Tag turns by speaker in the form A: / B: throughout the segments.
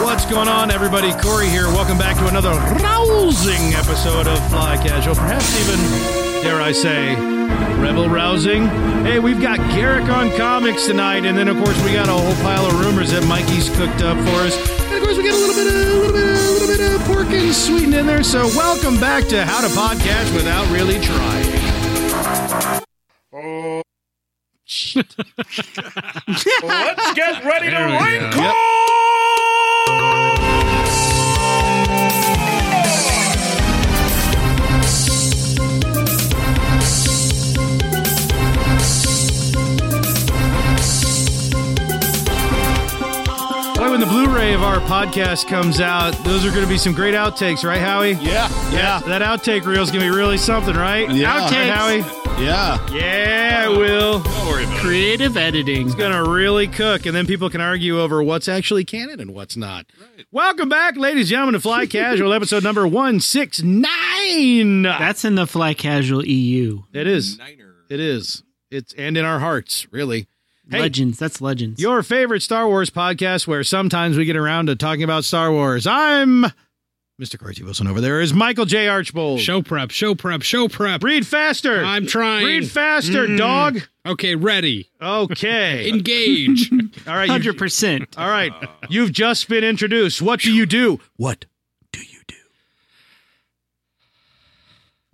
A: What's going on, everybody? Corey here. Welcome back to another rousing episode of Fly Casual. Perhaps even, dare I say, rebel rousing. Hey, we've got Garrick on comics tonight, and then of course we got a whole pile of rumors that Mikey's cooked up for us. And of course we got a little bit, of, a little bit, of, a little bit of Porkins sweetened in there. So welcome back to How to Podcast Without Really Trying.
B: Let's get ready to
C: There we
B: ring
C: go.
A: Boy, when the Blu-ray of our podcast comes out, those are going to be some great outtakes, right, Howie?
D: Yeah,
A: Yeah, that outtake reel's gonna be really something, right?
D: Yeah.
A: Outtakes, Howie.
D: yeah.
A: Yeah, it will.
B: Don't worry about it.
C: Creative editing.
A: Gonna really cook, and then people can argue over what's actually canon and what's not. Welcome back, ladies and gentlemen, to Fly Casual, episode number one six nine.
C: That's in the Fly Casual E EU.
A: It is.
B: Niner.
A: It is. It's and in our hearts, really. Hey.
C: Legends. That's legends.
A: Your favorite Star Wars podcast, where sometimes we get around to talking about Star Wars. I'm Mr. Corey T. Wilson. Over there is Michael J. Archbold.
E: Show prep, show prep, show prep.
A: Read faster.
E: I'm trying.
A: Read faster, dog.
E: okay, ready.
A: Okay.
E: Engage.
A: All right. you-
C: Hundred percent.
A: all right. You've just been introduced. What do you do? What do you do?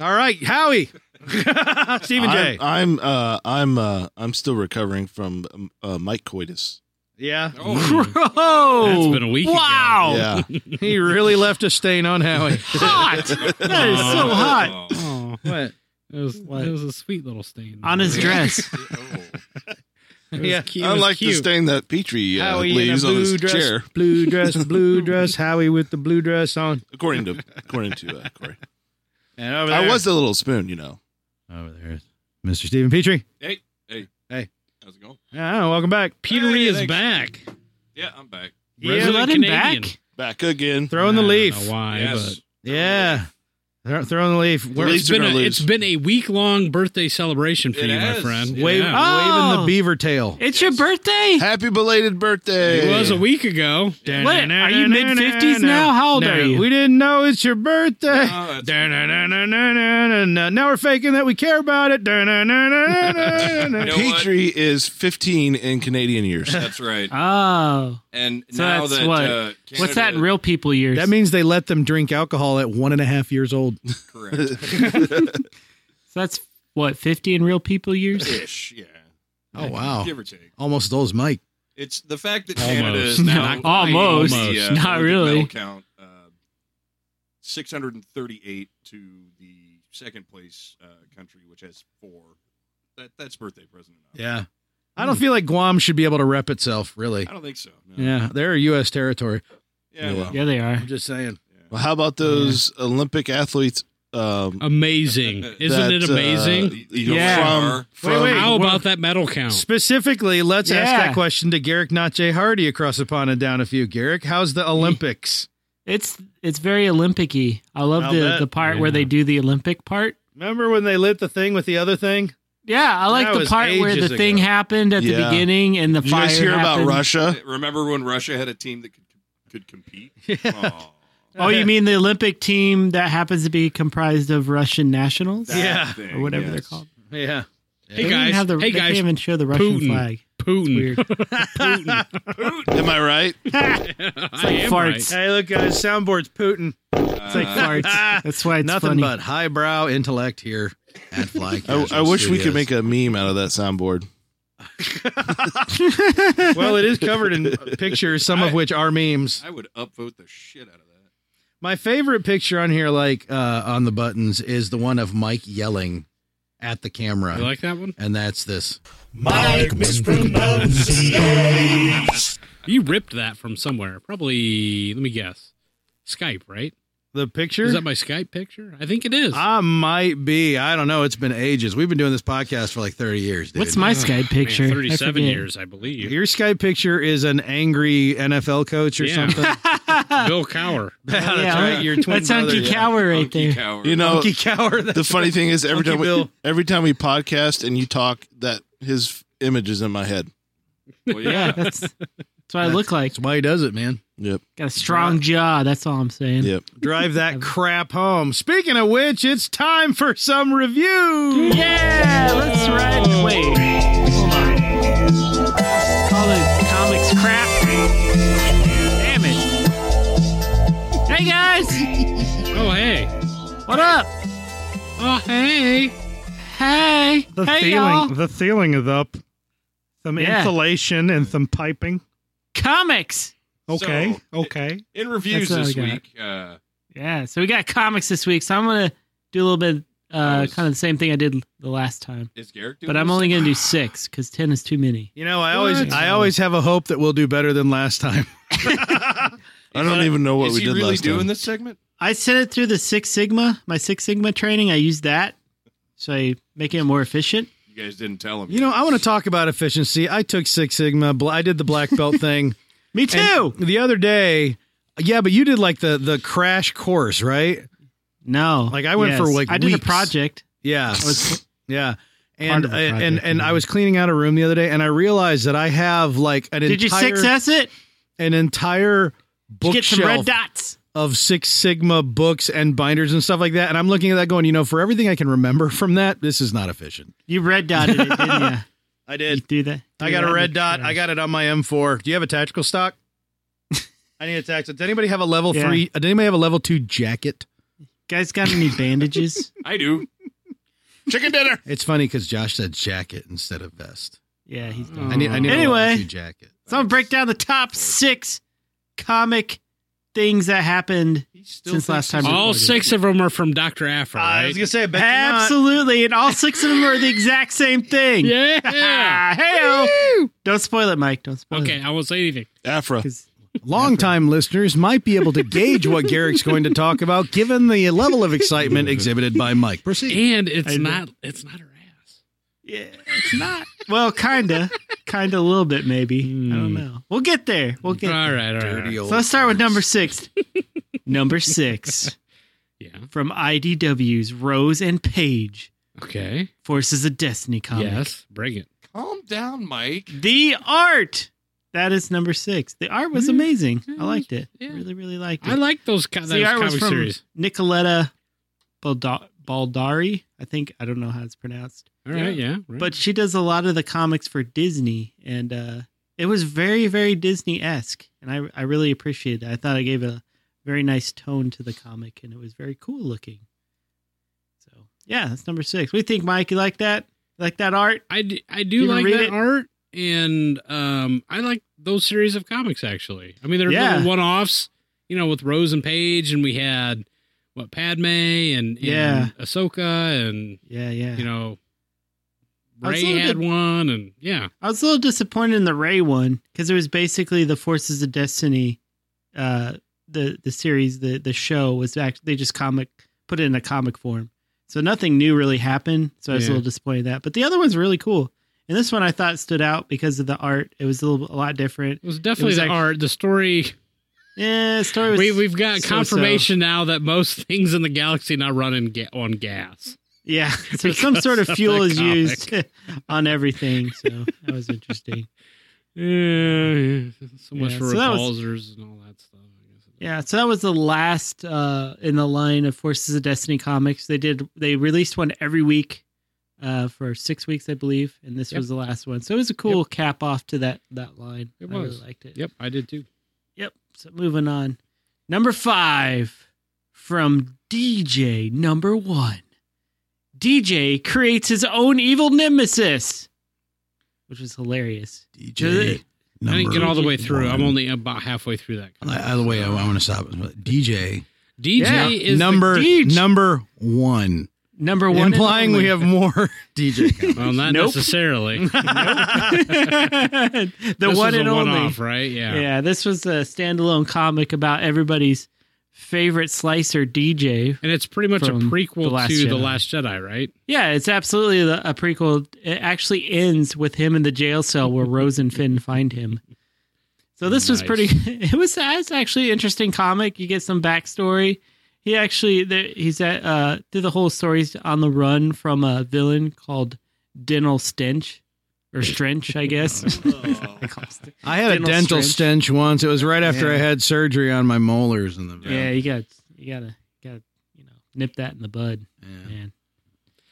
A: All right, Howie. Stephen J.
D: I'm I'm uh, I'm uh, I'm still recovering from um, uh, Mike Coitus.
A: yeah.
E: oh,
C: That's
E: been a week ago.
A: Oh.
C: Wow.
D: Yeah,
A: He really left a stain on Howie.
C: Hot. That is so
B: Uh,
C: hot.
E: oh,
A: What?
E: it, was, it
C: What?
E: was a sweet little stain.
C: On his dress.
E: It was
A: Yeah.
E: cute. It
D: I
E: was
D: like the
E: cute.
D: stain that Petrie uh,
A: Howie in a
D: leaves on
A: blue
D: his
A: dress.
D: chair,
A: Blue dress, blue dress, Howie with the blue dress on.
D: according to according to uh, Corey.
A: And over
D: I was the little spoon, you know.
A: over there. is Mr. Stephen Petrie.
B: Hey, hey,
A: Hey.
B: How's it going?
A: Ah, welcome back.
B: Hey,
E: Petrie is
B: thanks.
E: back.
B: Yeah, I'm back.
A: Yeah,
C: You
E: Resident
C: let him
E: Canadian.
C: back.
D: Back again.
A: Throwing the
E: I don't
A: leaf.
E: know why,
B: yes.
A: Yeah. Throw- Throwing the leaf.
E: but
A: We're
D: leaf
E: it's been,
D: Leafs are
E: a,
D: gonna
E: it's
D: lose.
E: been a week long birthday celebration for
B: It
E: you, my
B: is.
E: friend.
B: It
A: wave,
B: is.
E: yeah.
A: waving
C: Oh.
A: the beaver tail.
C: It's your birthday.
D: Happy belated birthday.
E: It was a week ago.
C: What? Are you mid-fifties now? How old
A: No,
C: are you?
A: We didn't know it's your birthday.
B: Oh, that's-
A: Da-na-na-na-na-na-na. Now we're faking that we care about it.
B: You
A: Da-na-na-na-na-na.
B: know what?
D: Petrie is 15 in Canadian years.
B: That's right.
C: Oh.
B: And
C: So
B: now
C: that's
B: that
C: what?
B: uh, Canada,
C: What's that in real people years?
A: that means they let them drink alcohol at one and a half years old.
B: correct
C: so that's what, fifty in real people years?
B: ish? Yeah,
A: Oh wow,
B: give or take.
A: almost those Mike.
B: It's the fact that
E: Almost.
B: Canada is now
E: Not quite.
C: Almost.
B: the, uh,
E: Almost.
C: Not
B: Olympic
C: really.
B: medal Count uh, 638 to the second place uh, country, which has four. That, that's birthday present. enough.
A: Yeah, I don't feel like Guam should be able to rep itself. Really?
B: I don't think so. no.
A: Yeah, they're a U.S. territory.
B: Yeah. well,
C: Yeah, they are.
A: I'm just saying.
B: yeah.
D: Well, how about those Olympic athletes? Um,
E: Amazing. Oh, Isn't
D: that,
E: it
D: uh,
E: amazing?
D: you know,
B: Yeah.
D: From, from
A: wait,
E: How
A: what-
E: about that medal
A: Oh.
E: count?
A: Specifically, let's ask
C: Yeah.
A: that question to Garrick, not Jay Hardy, across the pond and down a few. Garrick, how's the Olympics?
C: It's it's very Olympic y. I love
A: I'll
C: the,
A: bet.
C: the part where
E: Yeah.
C: they do the Olympic part.
A: Remember when they lit the thing with the other thing?
C: Yeah, I like
A: That
C: the
A: was
C: part where
A: ages
C: the thing
A: ago.
C: happened at the
D: Yeah.
C: beginning and the
D: Did you
C: fire.
D: guys hear about
C: happened.
D: Russia?
B: Remember when Russia had a team that could could compete? Aw.
C: Oh, you mean the Olympic team that happens to be comprised of Russian nationals
B: That
A: Yeah.
B: thing,
C: or whatever they're
B: yes.
C: called?
A: Yeah.
C: They
E: Hey,
C: don't even
E: guys.
C: have the-
E: hey,
C: they can't
E: guys.
C: even show the Russian
E: Putin. Hmm.
C: flag.
E: Putin.
C: Weird.
D: Am I right?
E: it's
C: like farts.
A: Hey, look, guys, soundboard's Putin.
B: Uh,
C: It's like farts. That's why it's
A: Nothing
C: funny.
A: but highbrow intellect here at Fly.
D: I,
A: Casual
D: I wish we could
A: Studios.
D: make a meme out of that soundboard.
A: well, it is covered in pictures, some of
B: I-
A: which are memes.
B: I would upvote the shit out of that.
A: My favorite picture on here, like uh, on the buttons, is the one of Mike yelling at the camera,
E: You like that one?
A: and that's this.
F: Mike mispronunciates.
E: You ripped that from somewhere. Probably, let me guess. Skype, right?
A: The picture Ah,
E: Is that my Skype picture? I think it is.
A: I might be. I don't know. It's been ages. We've been doing this podcast for like 30 years. Dude.
C: What's my Skype
E: Man,
C: picture? I
E: 37
C: forget.
E: years, I believe.
A: Your Skype picture is an angry NFL coach or
E: Yeah.
A: something.
E: Bill Cower.
A: that's
C: Yeah,
A: right. Your twin
C: That's Hunky
A: brother.
C: Cower right
B: Funky
C: there.
B: Coward.
D: You know,
A: Monkey Cower.
D: the funny thing is every time
A: Monkey
D: we,
A: Bill.
D: every time we podcast and you talk, that his f- image is in my head.
B: Well,
C: Yeah,
B: yeah.
C: that's that's what I look like.
A: That's why he does it, man.
D: Yep.
C: Got a strong jaw. That's all I'm saying.
D: Yep.
A: Drive that crap home. Speaking of which, it's time for some reviews.
C: Yeah, let's ride. Wait, hold on. Call it comics crap. Damn it. Hey guys,
E: Oh hey.
C: what up?
E: Oh hey.
C: Hey,
G: The
C: hey
G: ceiling,
C: y'all.
G: the ceiling is up. Some
C: Yeah.
G: insulation and some piping.
C: Comics.
G: Okay,
B: So-
G: okay.
B: In reviews
C: That's
B: this
C: what I got.
B: week, uh,
C: Yeah, so we got comics this week. So I'm gonna do a little bit, uh,
B: was-
C: kind of the same thing I did the last time,
B: is Garrick doing
C: but I'm
B: this?
C: only gonna do six because ten is too many.
A: You know, I always
C: What?
A: I always have a hope that we'll do better than last time.
D: I don't even know what
B: Is
D: we
B: he
D: did
B: really
D: last
B: doing
D: time.
B: this segment?
C: I sent it through the Six Sigma, my Six Sigma training. I used that, so I make it more efficient.
B: You guys didn't tell him.
A: You know, I want to talk about efficiency. I took Six Sigma. bl- I did the black belt thing.
C: Me too.
A: And the other day, yeah, but you did like the the crash course, right?
C: No,
A: Like, I went for, like,
C: I did a
A: weeks.
C: project.
A: Yeah,
C: I was-
A: yeah. And
C: of a
A: I- and
C: project,
A: and
C: yeah.
A: I was cleaning out a room the other day, and I realized that I have like an
C: did you
A: entire
C: success it?
A: an entire
C: Did you get some red
A: bookshelf
C: dots?
A: of Six Sigma books and binders and stuff like that. And I'm looking at that, going, you know, for everything I can remember from that, this is not efficient.
C: You red dotted it, didn't you?
A: I
C: You do that.
A: I got a red dot. I got it on my M4. Do you have a tactical stock? I need a tactical. Does anybody have a level
C: Yeah.
A: three? Does anybody have a level two jacket?
C: Guys, got any bandages?
B: I do.
D: Chicken dinner.
A: It's funny because Josh said jacket instead of vest.
C: yeah, he's done.
A: I need. I need a
C: Anyway.
A: level two jacket.
C: So I'm gonna break down the top six comic things that happened.
B: He still
C: Since last
B: thinks
C: time-
E: All six of them are from Dr. Afro,
A: I
E: right?
A: was gonna say, I bet Absolutely.
C: Absolutely, and all six of them are the exact same thing.
E: Yeah.
C: hey Don't spoil it, Mike. Don't spoil
E: okay,
C: it.
E: I won't say anything.
D: Afra.
C: Because
A: Longtime listeners might be able to gauge what Garrick's going to talk about, given the level of excitement exhibited by Mike. Proceed.
E: And it's
C: I know.
E: not it's not her ass.
C: yeah, it's not. Well, kinda, kinda, a little bit, maybe. I don't
E: Hmm.
C: know. We'll get there. We'll get.
E: all
C: there.
E: right, all right. all right.
C: So let's start with number six. number six
E: Yeah.
C: from IDW's Rose and Page
E: Okay.
C: Forces of Destiny comic.
E: Yes. Bring it.
B: Calm down, Mike.
C: The art. That is number six. The art was amazing.
E: yeah,
C: I liked it.
E: yeah.
C: Really, really liked it.
E: I like those, co-
C: So the
E: those
C: art was
E: comic
C: from
E: series.
C: Nicoletta Balda- Baldari. I think I don't know how it's pronounced.
E: All right. Yeah. right.
C: but she does a lot of the comics for Disney, and uh, it was very, very Disney esque, and I I really appreciated. it. I thought I gave a very nice tone to the comic, and it was very cool looking. So yeah, that's number six. We think Mike, you like that? You like that art?
E: I do, I
C: You
E: do
C: can
E: like
C: read
E: that
C: it?
E: art, and um, I like those series of comics. Actually, I mean, they're
C: Yeah.
E: little one-offs, you know, with Rose and Page, and we had what Padme and, and
C: Yeah.
E: Ahsoka, and
C: Yeah, yeah.
E: you know,
C: I was
E: Ray
C: a little
E: had
C: bit-
E: one, and yeah,
C: I was a little disappointed in the Ray one because it was basically the Forces of Destiny, uh, the the series, the the show was actually they just comic put it in a comic form, so nothing new really happened. So I was
E: Yeah.
C: a little disappointed in that. But the other one's really cool, and this one I thought stood out because of the art. It was a little a lot different.
E: it was definitely the
C: act-
E: art. The story
C: Yeah, the story was.
E: we we've got
C: so-so.
E: confirmation now that most things in the galaxy now run in ga- on gas.
C: Yeah, so some
E: Because
C: sort of
E: of
C: fuel
E: the
C: is used on everything. So that was interesting.
E: Yeah, yeah. so much
C: Yeah,
E: for
C: so that was-
E: repulsors and all that stuff. I guess.
C: Yeah, so that was the last uh, in the line of Forces of Destiny comics. They did they released one every week uh, for six weeks, I believe, and this
E: Yep.
C: was the last one. So it was a cool cap off to that that line.
E: It
C: I really
E: was.
C: liked it.
E: Yep, I did too.
C: Yep. So moving on, number five from DJ number one. DJ creates his own evil nemesis, which was hilarious.
A: DJ.
E: I didn't get all the way
A: number
E: through. I'm
A: one.
E: only about halfway through that.
A: I, I, the way I, want to stop is DJ
E: DJ
C: Yeah.
E: is
A: number
E: The,
C: Deej.
A: number one,
C: Number one, and
A: implying we
C: only.
A: have more DJ. comics.
E: well, not
C: Nope.
E: necessarily.
C: the
E: This
C: one
E: was a
C: and only.
E: one-off, right? Yeah.
C: Yeah. this was a standalone comic about everybody's favorite slicer DJ.
E: And it's pretty much a
C: From
E: prequel
C: The Last
E: to The
C: Jedi.
E: Last Jedi, right?
C: Yeah, it's absolutely the- a prequel. It actually ends with him in the jail cell where Rose and Finn find him. So this was
E: Nice.
C: pretty. It was that's actually an interesting comic. You get some backstory. He actually there, he's at uh through the whole story he's on the run from a villain called Dental Stench, or stench, I guess. I call it stench.
H: I had a
C: Dental
H: dental stench once. It was right after
C: Yeah.
H: I had surgery on my molars in the
C: yeah. you got you gotta gotta you know nip that in the bud,
H: Yeah.
C: man.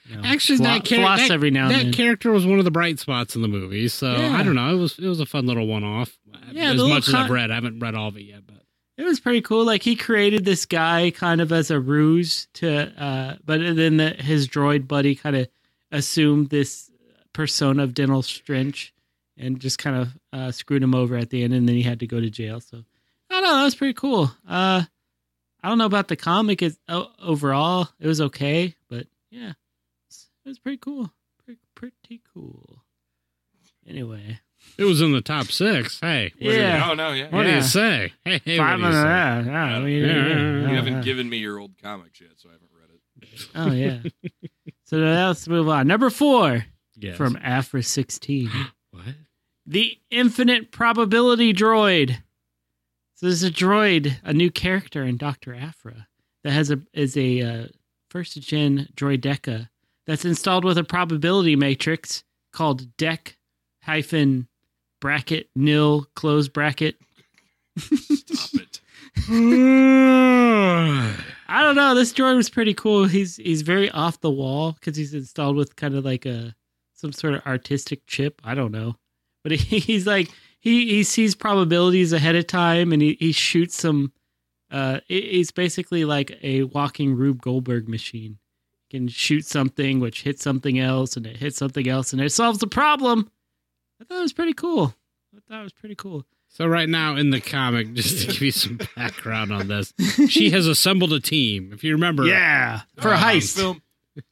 C: You know,
E: Actually,
C: flo-
E: that, char-
C: floss
E: that-
C: every now and
E: that
C: then.
E: character was one of the bright spots in the movie. So
C: Yeah.
E: I don't know. It was it was a fun little one off.
C: Yeah,
E: as
C: the little
E: much as I've
C: con-
E: read, I haven't read all of it yet. But
C: it was pretty cool. Like he created this guy kind of as a ruse to, uh, but then the, his droid buddy kind of assumed this persona of Dental Strench and just kind of uh, screwed him over at the end, and then he had to go to jail. So I don't know. That was pretty cool. Uh, I don't know about the comic is o- overall. It was okay, but yeah, it's- it was pretty cool. Pretty, pretty cool. Anyway,
E: it was in the top six. Hey, what do you-
C: Yeah.
B: Oh no, yeah.
E: What do
C: Yeah.
E: you say? Hey, hey what
C: Five
E: do you
C: out of that.
E: say?
C: Yeah, I mean,
E: Yeah,
C: yeah,
E: yeah,
B: You
E: yeah.
B: haven't
C: yeah.
B: given me your old comics yet, so I haven't read it.
C: Oh yeah. so now let's move on. Number four
E: Yes.
C: from Afra sixteen,
E: what?
C: the infinite probability droid. So there's a droid, a new character in Doctor Afra that has a is a uh, first gen droideca that's installed with a probability matrix called deck hyphen bracket nil close bracket.
B: Stop it.
C: I don't know. This droid was pretty cool. He's he's very off the wall because he's installed with kind of like a some sort of artistic chip. I don't know, but he, he's like he he sees probabilities ahead of time and he he shoots some. Uh, it- it's basically like a walking Rube Goldberg machine. Can shoot something which hits something else and it hits something else and it solves the problem. I thought it was pretty cool. I thought it was pretty cool.
E: So right now in the comic, just to give you some background on this, she has assembled a team. If you remember,
C: Yeah, for a
E: Um,
C: heist.
B: Film.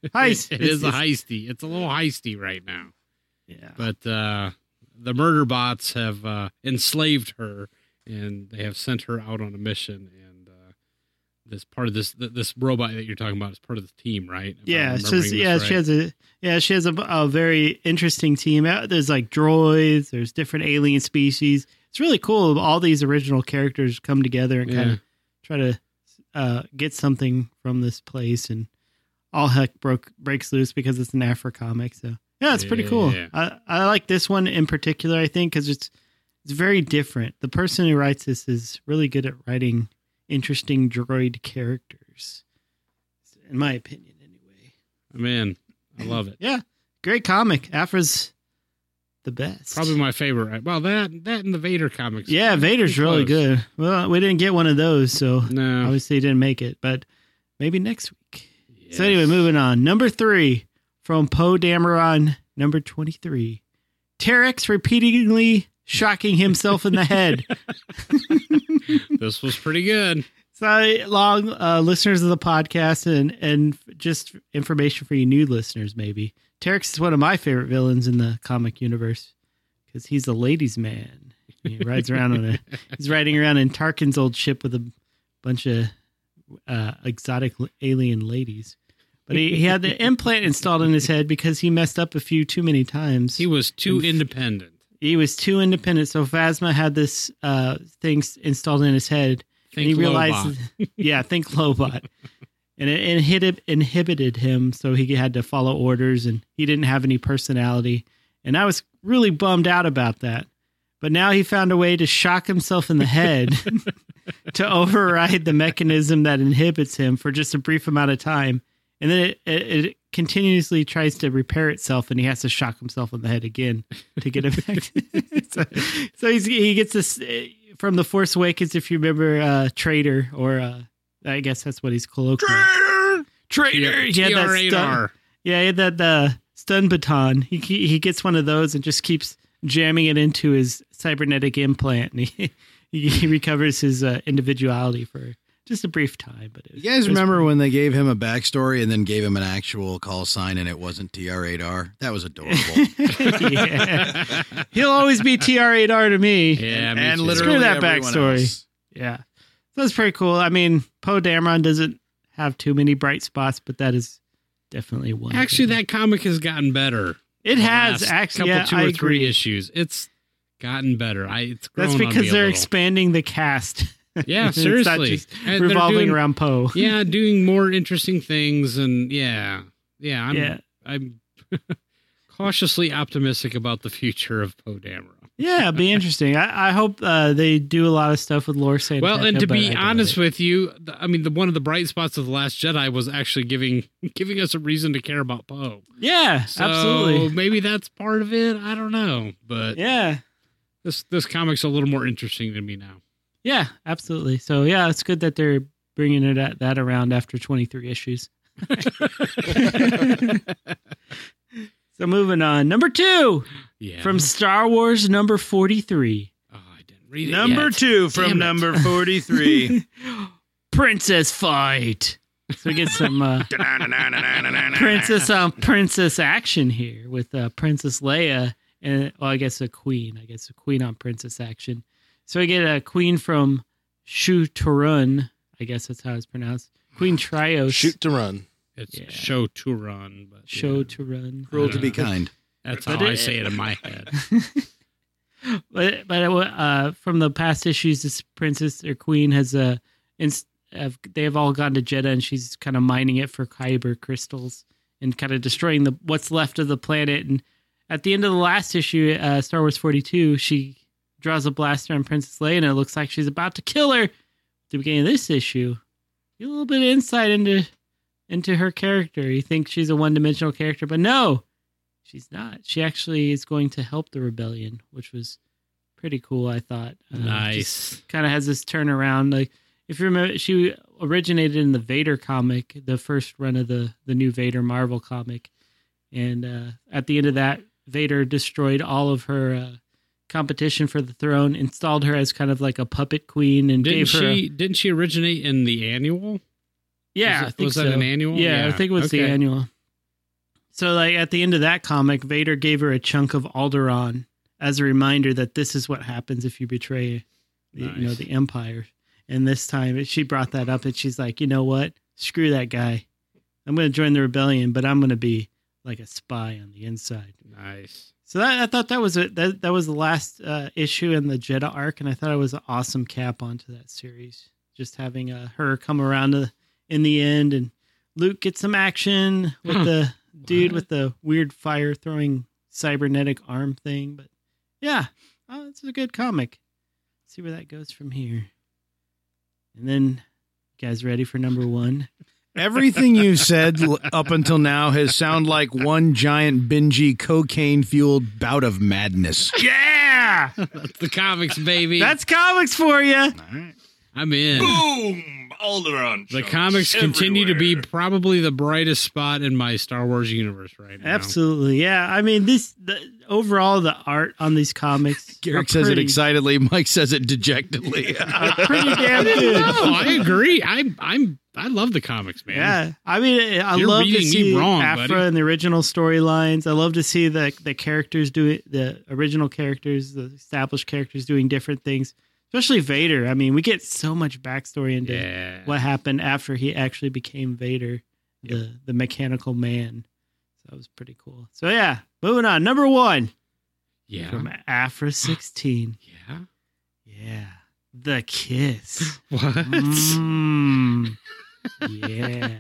C: Heist.
E: it
C: It's-
E: is a
C: it's-
E: heisty. It's a little heisty right now.
C: Yeah.
E: But uh, the murder bots have uh, enslaved her, and they have sent her out on a mission. And uh, this part of this th- this robot that you're talking about is part of the team, right? If I'm
C: Yeah,
E: remembering
C: she's
E: this
C: yeah,
E: right.
C: she has a yeah, she has a, a very interesting team. Uh, There's like droids, there's different alien species. It's really cool. All these original characters come together and kind
E: Yeah.
C: of try to uh, get something from this place, and all heck broke breaks loose because it's an Afro comic. So yeah, it's pretty cool.
E: Yeah.
C: I I like this one in particular. I think because it's it's very different. The person who writes this is really good at writing interesting droid characters, in my opinion, anyway
E: I'm in. I love it.
C: great comic. Afra's the best.
E: Probably my favorite. Well, that that and the Vader comics.
C: yeah, Vader's
E: Pretty
C: really
E: close.
C: good. Well, we didn't get one of those, so
E: No.
C: obviously he didn't make it, but maybe next week.
E: Yes.
C: So anyway, moving on. Number three from Poe Dameron, number twenty-three. Terex repeatedly shocking himself in the head.
E: This was pretty good.
C: So long uh, listeners of the podcast and and just information for you new listeners maybe. Terex is one of my favorite villains in the comic universe because he's a ladies' man. He rides around on a he's riding around in Tarkin's old ship with a bunch of uh, exotic l- alien ladies. But he, he had the implant installed in his head because he messed up a few too many times
E: He was too independent.
C: he was too independent. So Phasma had this uh, thing s- installed in his head, and he
E: Think
C: realized, yeah, think Lobot, and it inhibited, inhibited him. So he had to follow orders, and he didn't have any personality. And I was really bummed out about that. But now he found a way to shock himself in the head to override the mechanism that inhibits him for just a brief amount of time. And then it, it, it continuously tries to repair itself, and he has to shock himself in the head again to get him back. so so he's, he gets this uh, from the Force Awakens, if you remember, uh, Traitor, or uh, I guess that's what he's colloquial. Traitor! He had that stun,
E: TR8R.
C: yeah, he had that uh, stun baton. He he he gets one of those and just keeps jamming it into his cybernetic implant, and he, he recovers his uh, individuality for just a brief time. But it
H: You
C: was,
H: guys
C: it was
H: remember when they gave him a backstory and then gave him an actual call sign and it wasn't TR8R? That was adorable.
C: yeah. He'll always be TR8R to me.
E: Yeah, me
H: and
E: too.
H: literally
C: Screw that
H: everyone
C: backstory.
H: else.
C: Yeah. So that's pretty cool. I mean, Poe Dameron doesn't have too many bright spots, but that is definitely one. of
E: Actually,
C: them.
E: that comic has gotten better.
C: it
E: the
C: has
E: last
C: actually
E: couple
C: yeah,
E: two
C: I
E: or
C: agree.
E: three issues. It's gotten better. I it's grown
C: That's
E: on me
C: because
E: a
C: they're
E: little.
C: expanding the cast.
E: yeah
C: It's not
E: seriously
C: just
E: And they're
C: revolving
E: doing-
C: around Poe.
E: yeah doing more interesting things and yeah yeah I'm
C: yeah.
E: I'm cautiously optimistic about the future of Poe Dameron.
C: Yeah, it'd be interesting. I, I hope uh, they do a lot of stuff with Lord Santana.
E: Well, and to
C: but I
E: be
C: doubt
E: honest
C: it.
E: with you, th- I mean, the one of the bright spots of the Last Jedi was actually giving giving us a reason to care about Poe.
C: yeah,
E: So
C: absolutely.
E: maybe that's part of it. I don't know, but
C: Yeah,
E: this this comic's a little more interesting to me now.
C: yeah, absolutely. So yeah, it's good that they're bringing it at, that around after 23 issues. So moving on, number two
E: yeah.
C: from Star Wars number 43.
E: oh, I didn't read it
I: Number
E: yet.
I: two
E: Damn it.
I: from number 43.
C: Princess fight. So we get some uh, princess on princess action here with uh, Princess Leia and well, I guess a queen. I guess a queen on princess action. So we get a queen from Shu Turun. I guess that's how it's pronounced. Queen Trios.
D: Shoot to run.
E: It's
C: Yeah.
E: show to run, but
C: Show
E: yeah.
C: Turun.
H: Cruel to be
E: Yeah.
H: kind.
E: That's
C: But
E: how
C: it- Oh,
E: I say it in my head.
C: but but uh, from the past issues, this princess or queen has uh, inst- have, they have all gone to Jeddah, and she's kind of mining it for kyber crystals and kind of destroying the what's left of the planet. And at the end of the last issue, uh, Star Wars forty two, she draws a blaster on Princess Leia, and it looks like she's about to kill her. At the beginning of this issue, get a little bit of insight into into her character. You think she's a one dimensional character, but no. She's not. She actually is going to help the rebellion, which was pretty cool. I thought. Uh, just
E: nice.
C: kind of has this turnaround. Like if you remember, she originated in the Vader comic, the first run of the the new Vader Marvel comic, and uh, at the end of that, Vader destroyed all of her uh, competition for the throne, installed her as kind of like a puppet queen, and
E: Didn't
C: gave her. a-
E: she didn't she originate in the annual?
C: yeah,
E: Was
C: I
E: it-
C: think
E: was that
C: so.
E: an annual?
C: Yeah, I
E: Yeah,
C: think it was the
E: okay.
C: annual. So, like at the end of that comic, Vader gave her a chunk of Alderaan as a reminder that this is what happens if you betray, the, you know,
E: Nice.
C: the Empire. And this time, she brought that up, and she's like, "You know what? Screw that guy. I'm going to join the rebellion, but I'm going to be like a spy on the inside."
E: Nice.
C: So that, I thought that was a, that that was the last uh, issue in the Jeddah arc, and I thought it was an awesome cap onto that series. Just having uh, her come around to, in the end, and Luke get some action with
E: Huh.
C: the dude
E: What?
C: with the weird fire throwing cybernetic arm thing. But yeah, oh, it's a good comic. see where that goes from here. And then, you guys, ready for number one?
A: Everything you've said l- up until now has sound like one giant bingy cocaine fueled bout of madness.
F: Yeah,
E: That's the comics, baby.
C: That's comics for you.
E: I'm in.
B: Boom! Alderaan.
E: The
B: chunks
E: comics continue to be
B: everywhere.
E: probably the brightest spot in my Star Wars universe right now.
C: Absolutely, yeah. I mean, this the overall the art on these comics.
A: Garrick
C: are
A: says it
C: pretty-
A: excitedly. Mike says it dejectedly.
C: are pretty damn good.
E: No, Oh, I agree. I'm I'm I love the comics, man.
C: Yeah, I mean, eh, I
E: You're
C: love to
E: reading me
C: see
E: wrong,
C: Afra
E: buddy.
C: and the original storylines. I love to see the the characters do it, the original characters, the established characters doing different things. Especially Vader. I mean, we get so much backstory into
E: Yeah.
C: what happened after he actually became Vader, the the mechanical man. So that was pretty cool. So yeah, moving on. Number one
E: Yeah.
C: from Afra sixteen.
E: yeah.
C: Yeah. The kiss.
E: What?
C: Mm. yeah.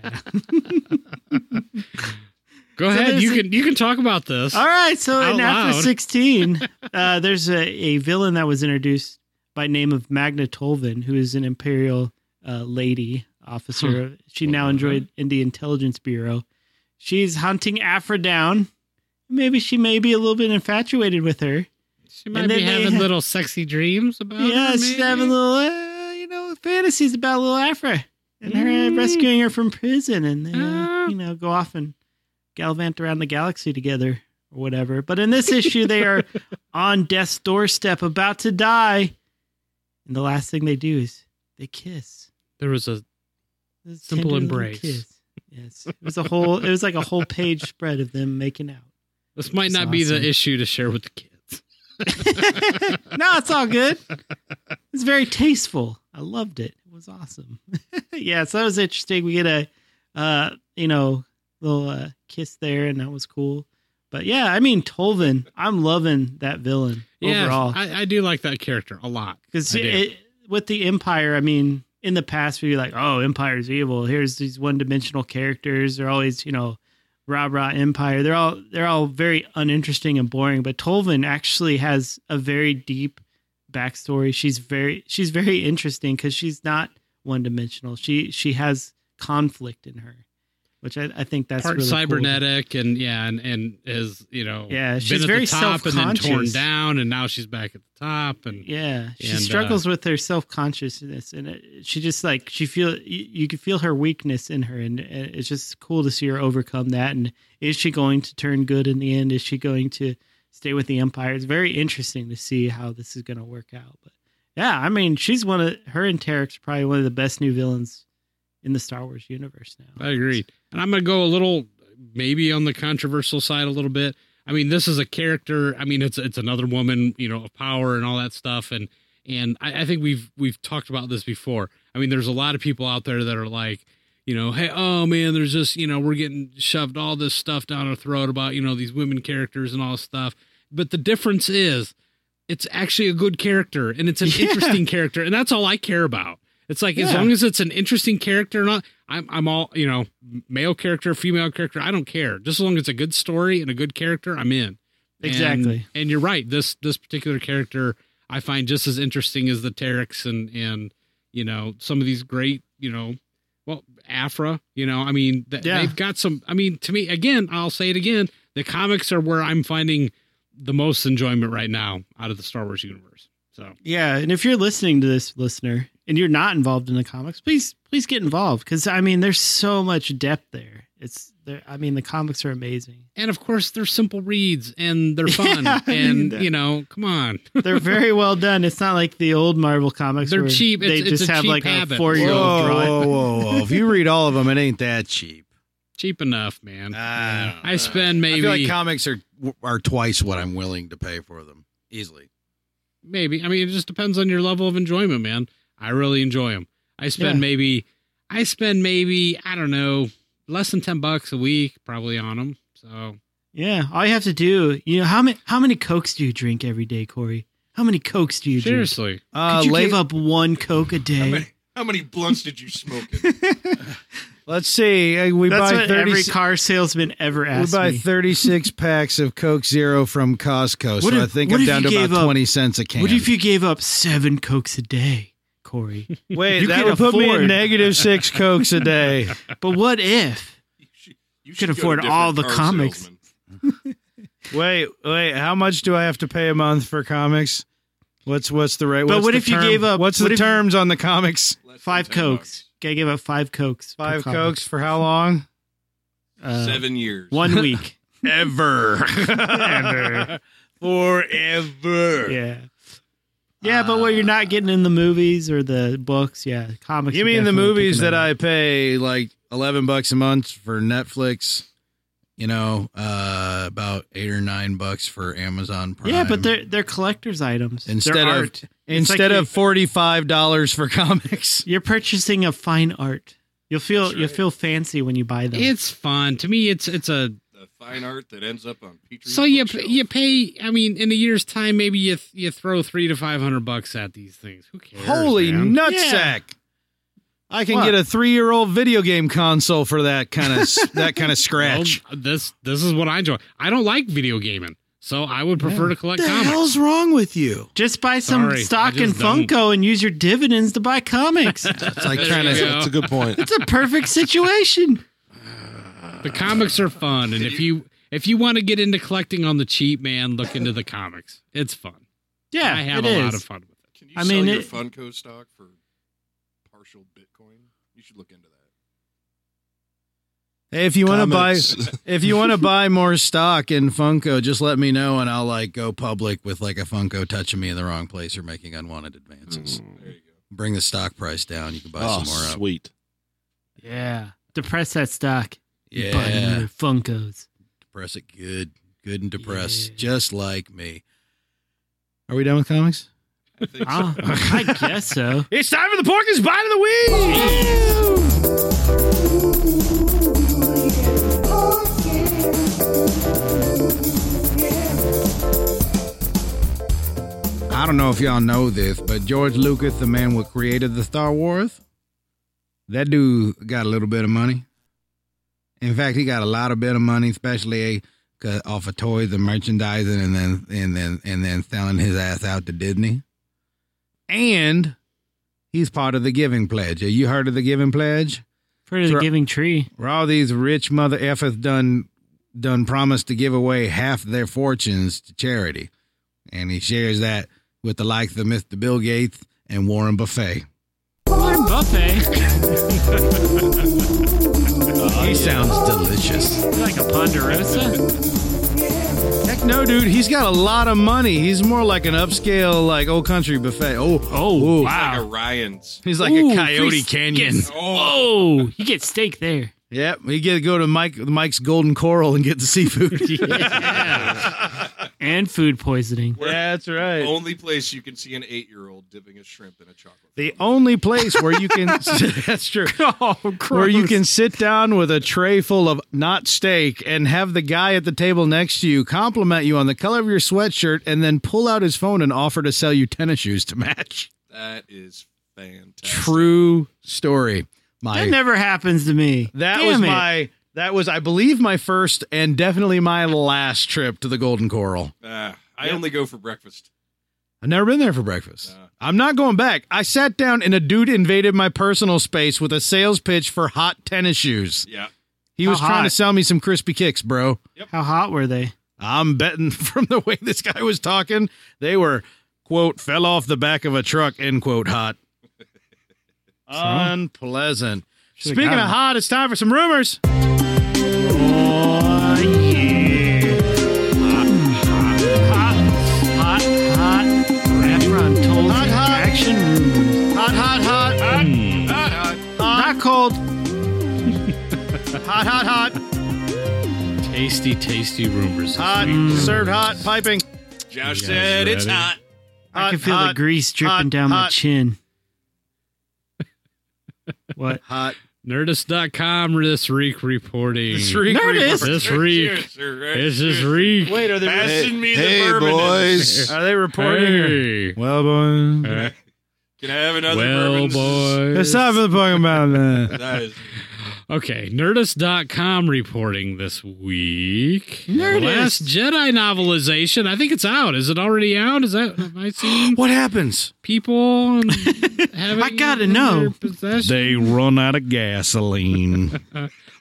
C: So
E: Go ahead.
C: there's
E: You
C: a-
E: can you can talk about this.
C: All right. So
E: Out
C: in After
E: loud.
C: 16, uh, there's a, a villain that was introduced by name of Magna Tolvin, who is an imperial uh, lady officer. She now enjoyed in the intelligence bureau. She's hunting Afra down. Maybe she may be a little bit infatuated with her.
E: She might
C: And then
E: be
C: they
E: having
C: ha-
E: little sexy dreams about.
C: yeah,
E: her,
C: she's
E: maybe?
C: having little, uh, you know, fantasies about little Afra and her
E: Mm.
C: rescuing her from prison, and they, uh,
E: Ah.
C: you know, go off and gallivant around the galaxy together or whatever. But in this issue, they are on death's doorstep, about to die, and the last thing they do is they kiss.
E: There was a
C: This
E: Simple
C: tender little
E: embrace.
C: kiss. Yes, it was a whole. It was like a whole page spread of them making out.
E: this might
C: It's
E: not be the
C: awesome.
E: issue to share with the kids.
C: no, it's all good. It's very tasteful. I loved it. It was awesome. yeah, so that was interesting. We get a, uh, you know, little uh, kiss there, and that was cool. But yeah, I mean, Tolvin, I'm loving that villain
E: Yeah,
C: overall
E: I, I do like that character a lot.
C: because
E: I do.
C: with the Empire, I mean, in the past we were like, oh, Empire's evil. Here's these one-dimensional characters. They're always, you know, Rob Ra Empire. They're all they're all very uninteresting and boring, but Tolvin actually has a very deep backstory. She's very she's very interesting because she's not one dimensional. She she has conflict in her, which I, I think that's
E: part
C: really cool.
E: cybernetic and yeah, and and is you know
C: Yeah, she's
E: been at
C: very
E: the top and then torn
C: self-conscious.
E: down, and now she's back at the top, and
C: Yeah, she
E: And, uh,
C: struggles with her self consciousness, and it, she just like she feel you, you can feel her weakness in her, and and it's just cool to see her overcome that. And is she going to turn good in the end? Is she going to stay with the empire? It's very interesting to see how this is going to work out. But yeah, I mean, she's one of her and Tarek's probably one of the best new villains in the Star Wars universe now.
E: I agree. And I'm going to go a little, maybe on the controversial side a little bit. I mean, this is a character. I mean, it's it's another woman, you know, of power and all that stuff. And and I, I think we've we've talked about this before. I mean, there's a lot of people out there that are like, you know, hey, oh man, there's just you know, we're getting shoved all this stuff down our throat about you know these women characters and all this stuff. But the difference is, it's actually a good character and it's an
C: Yeah.
E: interesting character, and that's all I care about. It's like as
C: Yeah.
E: long as it's an interesting character or not, I'm I'm all you know, male character, female character, I don't care. Just as long as it's a good story and a good character, I'm in. And-
C: Exactly.
E: And, you're right. This this particular character I find just as interesting as the Terex and and you know some of these great you know well Afra. You know I mean th-
C: Yeah.
E: they've got some. I mean to me again, I'll say it again. The comics are where I'm finding the most enjoyment right now out of the Star Wars universe. So
C: Yeah, and if you're listening to this, listener, and you're not involved in the comics, please please get involved because I mean, there's so much depth there. It's there. I mean, the comics are amazing.
E: and of course they're simple reads and they're fun
C: Yeah, I mean,
E: and
C: the-
E: you know come on
C: They're very well done. It's not like the old Marvel comics.
E: They're
C: where
E: cheap.
C: They
E: It's- it's
C: just
E: a
C: have
E: cheap
C: like
E: habit.
C: a four year old
H: whoa,
C: drawing.
H: whoa, whoa, whoa. if you read all of them, it ain't that cheap.
E: cheap enough man
H: Ah,
E: I spend
H: I
E: maybe
H: feel like comics are are twice what I'm willing to pay for them easily.
E: maybe. I mean, it just depends on your level of enjoyment, man. I really enjoy them. I spend
C: Yeah.
E: maybe, I spend maybe, I don't know, less than ten bucks a week probably on them. So
C: Yeah, all you have to do, you know, how many how many cokes do you drink every day, Corey? How many cokes do you drink?
E: seriously,
A: Uh,
C: Could you
A: late-
C: give up one coke a
B: How
C: day?
B: many, how many blunts did you smoke? In?
A: Let's see. uh, We
C: That's
A: buy
C: what
A: 30,
C: every car salesman ever
A: we
C: asked
A: buy
C: me.
A: 36 packs of Coke Zero from Costco.
C: What
A: so
C: if-
A: I think
C: what
A: I'm
C: if
A: down
C: you
A: to
C: gave
A: about
C: up-
A: 20 cents a can.
C: What if you gave up seven cokes a day, Corey?
A: Wait,
C: you
A: that
C: could
A: would put me
C: afford-
A: at negative six Cokes a day.
C: but what if?
B: You should, you
C: Could
B: should go to
C: afford
B: different
C: all the
B: car
C: comics.
B: salesmen.
A: Wait, wait. How much do I have to pay a month for comics? What's what's the rate?
C: But
A: what's
C: what
A: the
C: if you
A: term-
C: gave up-
A: What's
C: what
A: the
C: if-
A: terms on the comics?
B: Less than
C: Five
B: 10
C: cokes. Gotta give up five cokes. per
A: Five
C: comic.
A: Cokes for how long?
B: bucks.
C: Uh,
B: Seven years.
C: One week.
D: Ever.
C: Ever.
D: Forever.
C: yeah. Yeah, but what you're not getting in the movies or the books, yeah, comics.
A: You
C: are
A: mean the
C: definitely
A: movies
C: picking
A: that
C: up.
A: I
H: I pay like eleven bucks a month for Netflix. You know, uh, about eight or nine bucks for Amazon Prime.
C: Yeah, but they're they're collector's items. They're
H: Instead of-
C: art. It's like
A: instead
C: you-
A: of forty five dollars for comics.
C: you're purchasing a fine art. You'll feel
B: That's
C: you'll
B: right.
C: feel fancy when you buy them.
E: it's fun to me. It's it's a
B: The fine art that ends up on Petri.
E: so you
B: bookshelf.
E: you pay. I mean, in a year's time, maybe you th- you throw three to five hundred bucks at these things. Who cares?
A: Holy
E: man?
A: nutsack! I can
C: What?
A: get a three year old video game console for that kind of that kind of scratch.
E: Well, this this is what I enjoy. I don't like video gaming, so I would prefer to collect comics.
A: wrong with you?
C: just buy some
E: Sorry,
C: stock
E: I just
C: in Funko and use your dividends to buy comics. it's
H: it's like
E: There
H: trying
E: you
H: to.
E: go.
D: That's a good point.
C: a perfect situation.
E: The comics are fun, and if you if you want to get into collecting on the cheap, man, look into the comics. It's fun.
C: Yeah,
E: I have
C: it
E: a
C: is.
E: lot of fun with it.
B: Can you
C: I
B: sell
C: mean,
B: your
C: it-
B: Funko stock for partial Bitcoin? You should look into that.
A: Hey, if you want to buy,
D: Comics.
A: if you want to buy more stock in Funko, just let me know and I'll like go public with like a Funko touching me in the wrong place or making unwanted advances.
B: There you go.
H: Bring the stock price down. You can buy some
D: Oh,
A: uh,
H: more. Up.
D: sweet.
C: Yeah. Depress that stock.
H: Yeah.
C: Buy your Funkos.
H: depress it good, good and depressed,
C: Yeah.
H: just like me.
A: Are we done with comics?
B: I think so.
C: Oh, I guess so.
A: It's time for the Porky's bite of the week. I don't know if y'all know this, but George Lucas, the man who created the Star Wars, that dude got a little bit of money, In fact, he got a lot of bit of money, especially uh, off of toys and merchandising, and then and then and then selling his ass out to Disney. And he's part of the Giving Pledge. Have you heard of the Giving Pledge?
C: For the
A: Sure.
C: Giving Tree.
A: Where all these rich mother effers done done promised to give away half their fortunes to charity, and he shares that with the likes of Mr. Bill Gates and Warren Buffet.
C: Warren Buffet.
A: he sounds delicious.
C: Like a ponderosa.
A: Heck no, dude. He's got a lot of money. He's more like an upscale, like old country buffet. Oh,
C: Oh,
A: Ooh.
B: Like
C: wow.
B: Orion's.
A: he's like
C: Ooh,
A: a Coyote
C: free
A: Canyon.
C: Oh, you get steak there.
A: Yep, we get to go to Mike Mike's Golden Coral and get the seafood.
C: And food poisoning.
A: that's right.
B: Only place you can see an eight-year-old dipping a shrimp in a chocolate.
A: The
B: fountain.
A: only place where you can that's true.
C: Oh,
A: Where you can sit down with a tray full of not steak and have the guy at the table next to you compliment you on the color of your sweatshirt and then pull out his phone and offer to sell you tennis shoes to match.
B: that is fantastic.
A: True story. My
C: That never happens to me.
A: That
C: Damn
A: was
C: it.
A: my that was I believe my first and definitely my last trip to the Golden Coral.
B: Ah, I only go for breakfast.
A: I've never been there for breakfast. I'm not going back. I sat down and a dude invaded my personal space with a sales pitch for hot tennis shoes.
B: Yeah,
A: He
C: How
A: was trying to
C: hot?
A: sell me some crispy kicks, bro.
C: How hot were they?
A: I'm betting from the way this guy was talking, they were quote fell off the back of a truck end quote hot. Unpleasant.
C: Should've
A: Speaking
C: got
A: of
C: him.
A: hot, it's time for some rumors.
C: Oh, yeah. Hot, hot, hot, hot, hot. Restaurant tolls
A: Hot,
C: and
A: hot.
C: attraction rooms.
A: Hot, hot, hot.
C: Not cold.
A: Hot, hot, hot.
E: Tasty, tasty rumors.
A: Hot, served hot, piping.
B: Josh
E: You guys
B: said it's
E: ready?
B: hot.
C: I
A: Hot,
C: can feel the
A: hot,
C: grease dripping
A: hot,
C: down my
A: hot.
C: chin. What?
A: Hot.
E: Nerdist.com this week reporting.
C: Nerdist?
E: This week. This is week.
A: Wait, are they
B: Passing me the
D: Hey,
B: bourbon.
D: boys.
A: are they reporting? or-
E: Hey.
A: Well, boy.
E: Uh,
B: Can I have another
E: Well,
B: bourbon?
E: boys.
A: It's time for the Pokemon Man.
B: That is-
E: Okay, Nerdist.com reporting this week.
C: Nerdist.
E: The Last Jedi novelization. I think it's out. Is it already out? Is that have I seen
A: What happens?
E: people and having
C: I gotta
E: it in
C: know.
E: their possession?
A: They run out of gasoline.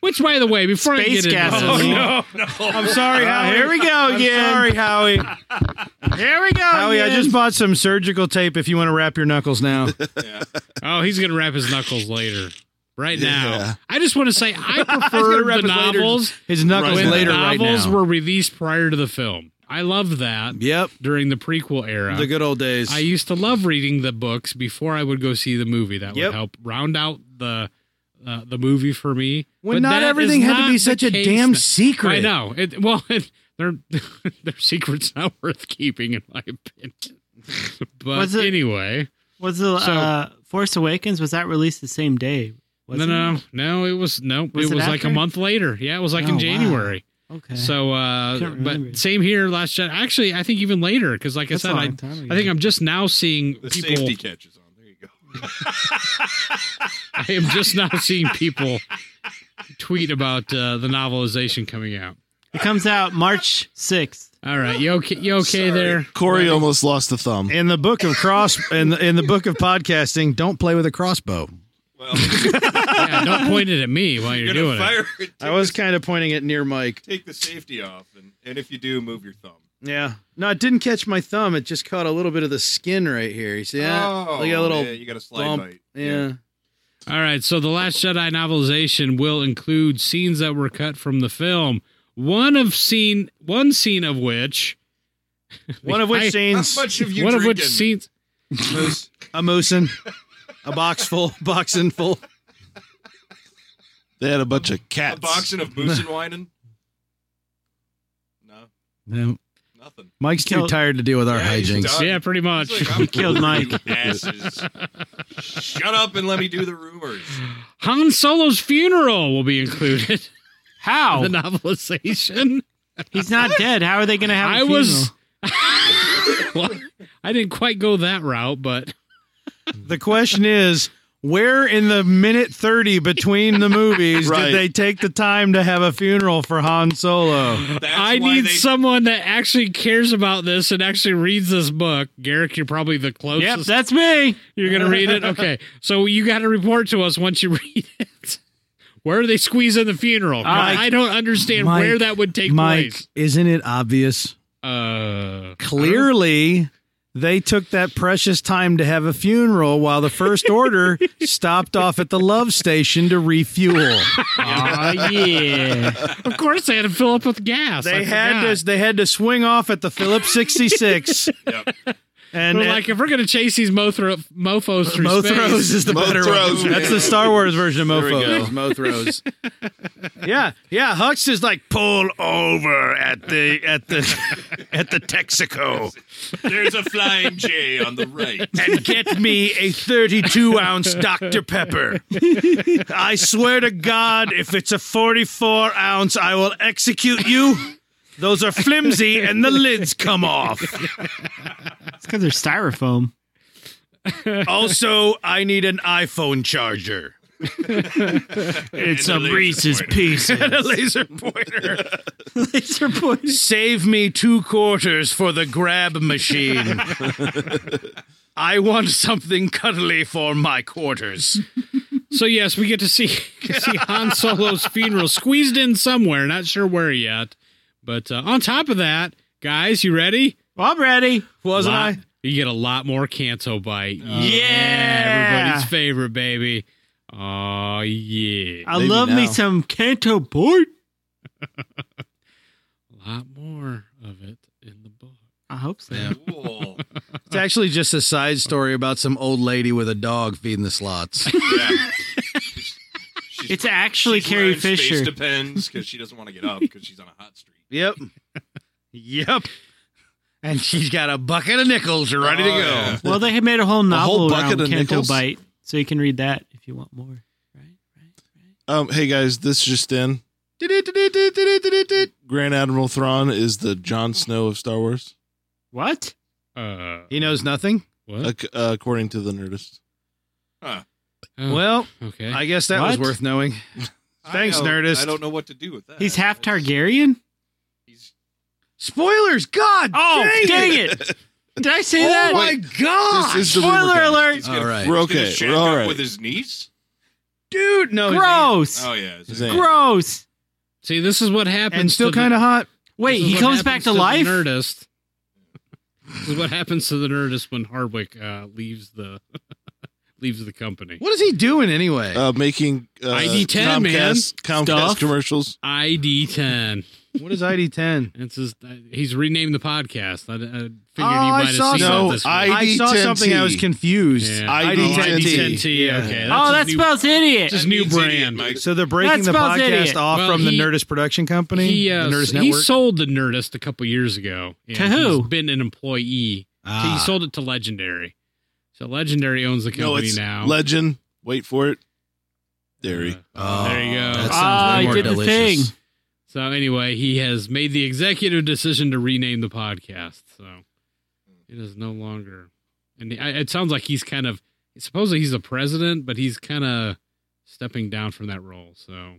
E: Which, by the way, before I
C: Space
E: get into
A: Oh,
C: gases.
E: this-
A: I'm sorry, Howie.
C: here we go again.
A: I'm sorry, Howie.
C: Here we go.
A: Howie, I
C: again.
A: just bought some surgical tape if you want to wrap your knuckles now.
B: yeah.
E: Oh, he's gonna wrap his knuckles later. Right
D: Yeah.
E: now, I just want to say I
A: gonna
E: prefer
A: wrap
E: the
A: his later-
E: novels
A: His knuckles
E: when
A: later
E: the
A: right
E: novels
A: now.
E: were released prior to the film. I loved that
A: yep.
E: during the prequel era.
A: The good old days.
E: I used to love reading the books before I would go see the movie. That
A: Yep.
E: would help round out the uh, the movie for me.
A: when
E: But
A: not
E: that is
A: everything had
E: not
A: to be
E: the
A: such a
E: case
A: damn
E: now.
A: secret.
E: I know. It, well, it, their their secrets not worth keeping, in my opinion. But
C: Was it-
E: anyway,
C: Was the
E: So-
C: uh, Force Awakens was that released the same day? Was
E: no,
C: it?
E: no, no. It was no.
C: Was
E: it
C: it
E: was like a
C: after?
E: month later. Yeah, it was like
C: Oh,
E: in
C: wow.
E: January.
C: Okay.
E: So,
C: I
E: uh,
C: can't remember.
E: but same here. Last Jedi. Actually, I think even later because, like
C: That's a
E: I said, I,
C: long time ago.
E: I think I'm just now seeing
B: The
E: people.
B: safety catch is on. There you go.
E: I am just now seeing people tweet about uh, the novelization coming out.
C: it comes out March sixth.
E: All right, you okay? You okay there?
D: Corey almost lost a thumb.
A: in the book of cross in the, in the book of podcasting, don't play with a crossbow.
B: Well,
E: Yeah, don't point it at me while you're
B: you're gonna
E: doing it.
B: fire. It.
A: I was kind of pointing it near Mike.
B: take the safety off, and, and if you do, move your thumb.
A: Yeah. No, it didn't catch my thumb. It just caught a little bit of the skin right here. You see that?
B: Oh,
A: Look at a little
B: yeah, you got a slide
A: bump.
B: bite.
A: Yeah.
E: All right, so the Last Jedi novelization will include scenes that were cut from the film. One of scene, one scene of which,
A: One of which
E: I-
B: How
A: scenes
B: much have you
E: one of which
B: drinking?
E: scenes,
B: Moose?
A: a moosin, a box full, boxing full.
D: They had a bunch of
B: a
D: cats.
B: boxing of moose and whining? No, nothing.
A: Mike's too
C: Killed-
A: tired to deal with our
B: Yeah, he's
A: hijinks.
B: done.
E: yeah, pretty much.
B: He's like, I'm
C: Killed
B: bored, you Asses. Shut up and let me do the rumors.
E: Han Solo's funeral will be included in
C: How?
E: the novelization.
C: He's not dead. How are they going to Oh. have? I
E: I was. Well, I didn't quite go that route, but
A: The question is, Where in the minute 30 between the movies
D: Right.
A: did they take the time to have a funeral for Han Solo?
B: That's why
E: I need
B: they-
E: someone that actually cares about this and actually reads this book. Garrick, you're probably the
C: Yep,
E: closest.
C: that's me.
E: you're going to read it? Okay. So you got to report to us once you read it. Where are they squeezing the
A: Uh,
E: funeral?
J: Mike-
E: I don't understand
J: Mike-
E: where that would take
J: Mike,
E: place.
J: isn't it obvious?
E: Uh,
A: Clearly, they took that precious time to have a funeral while the First Order stopped off at the Love Station to refuel.
C: Oh yeah.
E: of course, they had to fill up with gas.
A: They
E: I
A: had
E: forgot.
A: to they had to swing off at the Phillips 66.
B: Yep.
A: And
E: We're like, if we're going to chase these mothro- mofos through
A: Mothros
E: space,
A: is the better
D: Mothros,
A: one.
D: yeah.
A: That's the Star Wars version of
D: There we
A: Mofo.
D: go.
J: Mothros.
A: Yeah, yeah. Hux is like pull over at the at the at the Texaco
B: There's a flying J on the right.
A: and get me a thirty-two ounce Dr Pepper. I swear to God, if it's a forty-four ounce, I will execute you. Those are flimsy and the lids come off.
C: It's because they're styrofoam.
A: Also, I need an iPhone charger.
C: It's
B: a
C: a
B: laser
C: Reese's
B: pointer.
C: Pieces.
A: a laser pointer.
C: Laser pointer.
A: Save me two quarters for the grab machine. I want something cuddly for my quarters.
E: So yes, we get to see see Han Solo's funeral squeezed in somewhere, not sure where yet. But uh, on top of that, guys, you ready?
C: I'm ready.
A: Wasn't I? Oh,
E: Lot- You get a lot more Canto bite.
C: Yeah.
E: everybody's favorite baby. Oh yeah,
C: I
D: Maybe
C: love me
D: now.
C: some Canto Board.
E: a lot more of it in the book.
C: I hope so.
B: Cool.
J: It's actually just a side story about some old lady with a dog feeding the slots.
B: Yeah. She's-
C: It's actually
B: she's
C: Carrie
B: wearing
C: Fisher.
B: Space depends because she doesn't want to get up because she's on a hot streak.
J: Yep. Yep. And she's got a bucket of nickels ready to
B: Oh,
J: go.
B: yeah.
C: Well, they had made a whole novel
D: whole
C: around
D: bucket of
C: Canto
D: nickels?
C: Bite, so you can read that if you want more. Right, right, right.
D: Um, hey guys, this just in. Grand Admiral Thrawn is the Jon Snow of Star Wars,
C: What?
E: Uh,
J: He knows nothing.
E: what?
D: ac- uh, according to the Nerdist.
E: Oh,
J: Well,
E: okay.
J: I guess that was
C: What?
J: worth knowing. Thanks,
B: I don't-
J: Nerdist.
B: I don't know what to do with that.
C: He's half
B: That's-
C: Targaryen.
B: He's
J: Spoilers, God!
C: Oh,
J: dang
C: dang
J: it.
C: it! Did I say
J: Oh
C: that?
J: my God,
D: This is the rumor
C: Spoiler
D: guy.
C: alert!
B: he's gonna,
J: All right.
B: he's
D: We're
B: gonna
D: okay.
B: shack
D: We're all
B: up
D: right.
B: with his niece.
J: dude! No, his aunt.
C: Gross!
B: Oh yeah, is
D: His
B: it-
D: aunt.
C: Gross!
E: see, this is what happens.
J: and still
E: to the-
J: kind of hot.
C: Wait,
E: this is
C: he
E: what
C: comes back
E: happens
C: to
E: the
C: life.
E: Nerdist. This is what happens to the Nerdist when Hardwick uh, leaves the leaves the company.
J: What is he doing anyway?
D: Uh, making uh,
E: ID10, man.
D: Comcast, Comcast
E: Stuff.
D: commercials.
E: ID ten.
J: what is ID10?
E: It's hhis, uh, he's renamed the podcast. I, I figured
J: Oh,
E: you might
J: I
E: have
J: saw
E: seen
J: that.
E: that
D: No,
E: this week.
D: I-
J: I saw
D: ID10T.
J: something. I was confused.
E: Yeah.
D: ID10T.
E: ID10T. Okay.
C: Oh, that
E: that's his new-
C: spells idiot.
E: that's his new
B: He's an idiot,
E: brand.
B: Mike.
A: So they're breaking
C: That
A: the
C: spells
A: podcast
C: idiot.
A: off
E: Well,
A: from
E: he-
A: the Nerdist production company,
E: He, uh,
A: the Nerdist
E: he
A: Network.
E: sold the Nerdist a couple years ago. and
C: To who?
E: He's been an employee.
J: Ah,
E: He sold it to Legendary. So Legendary owns the
D: No,
E: company
D: it's
E: now.
D: legend. Wait for it. Dairy.
E: Uh, there you go.
J: That sounds
C: Ah,
J: way
C: he
J: more
C: did the
J: delicious.
C: thing.
E: So anyway, he has made the executive decision to rename the podcast. So it is no longer, and I- it sounds like he's kind of supposedly he's the president, but he's kind of stepping down from that role. So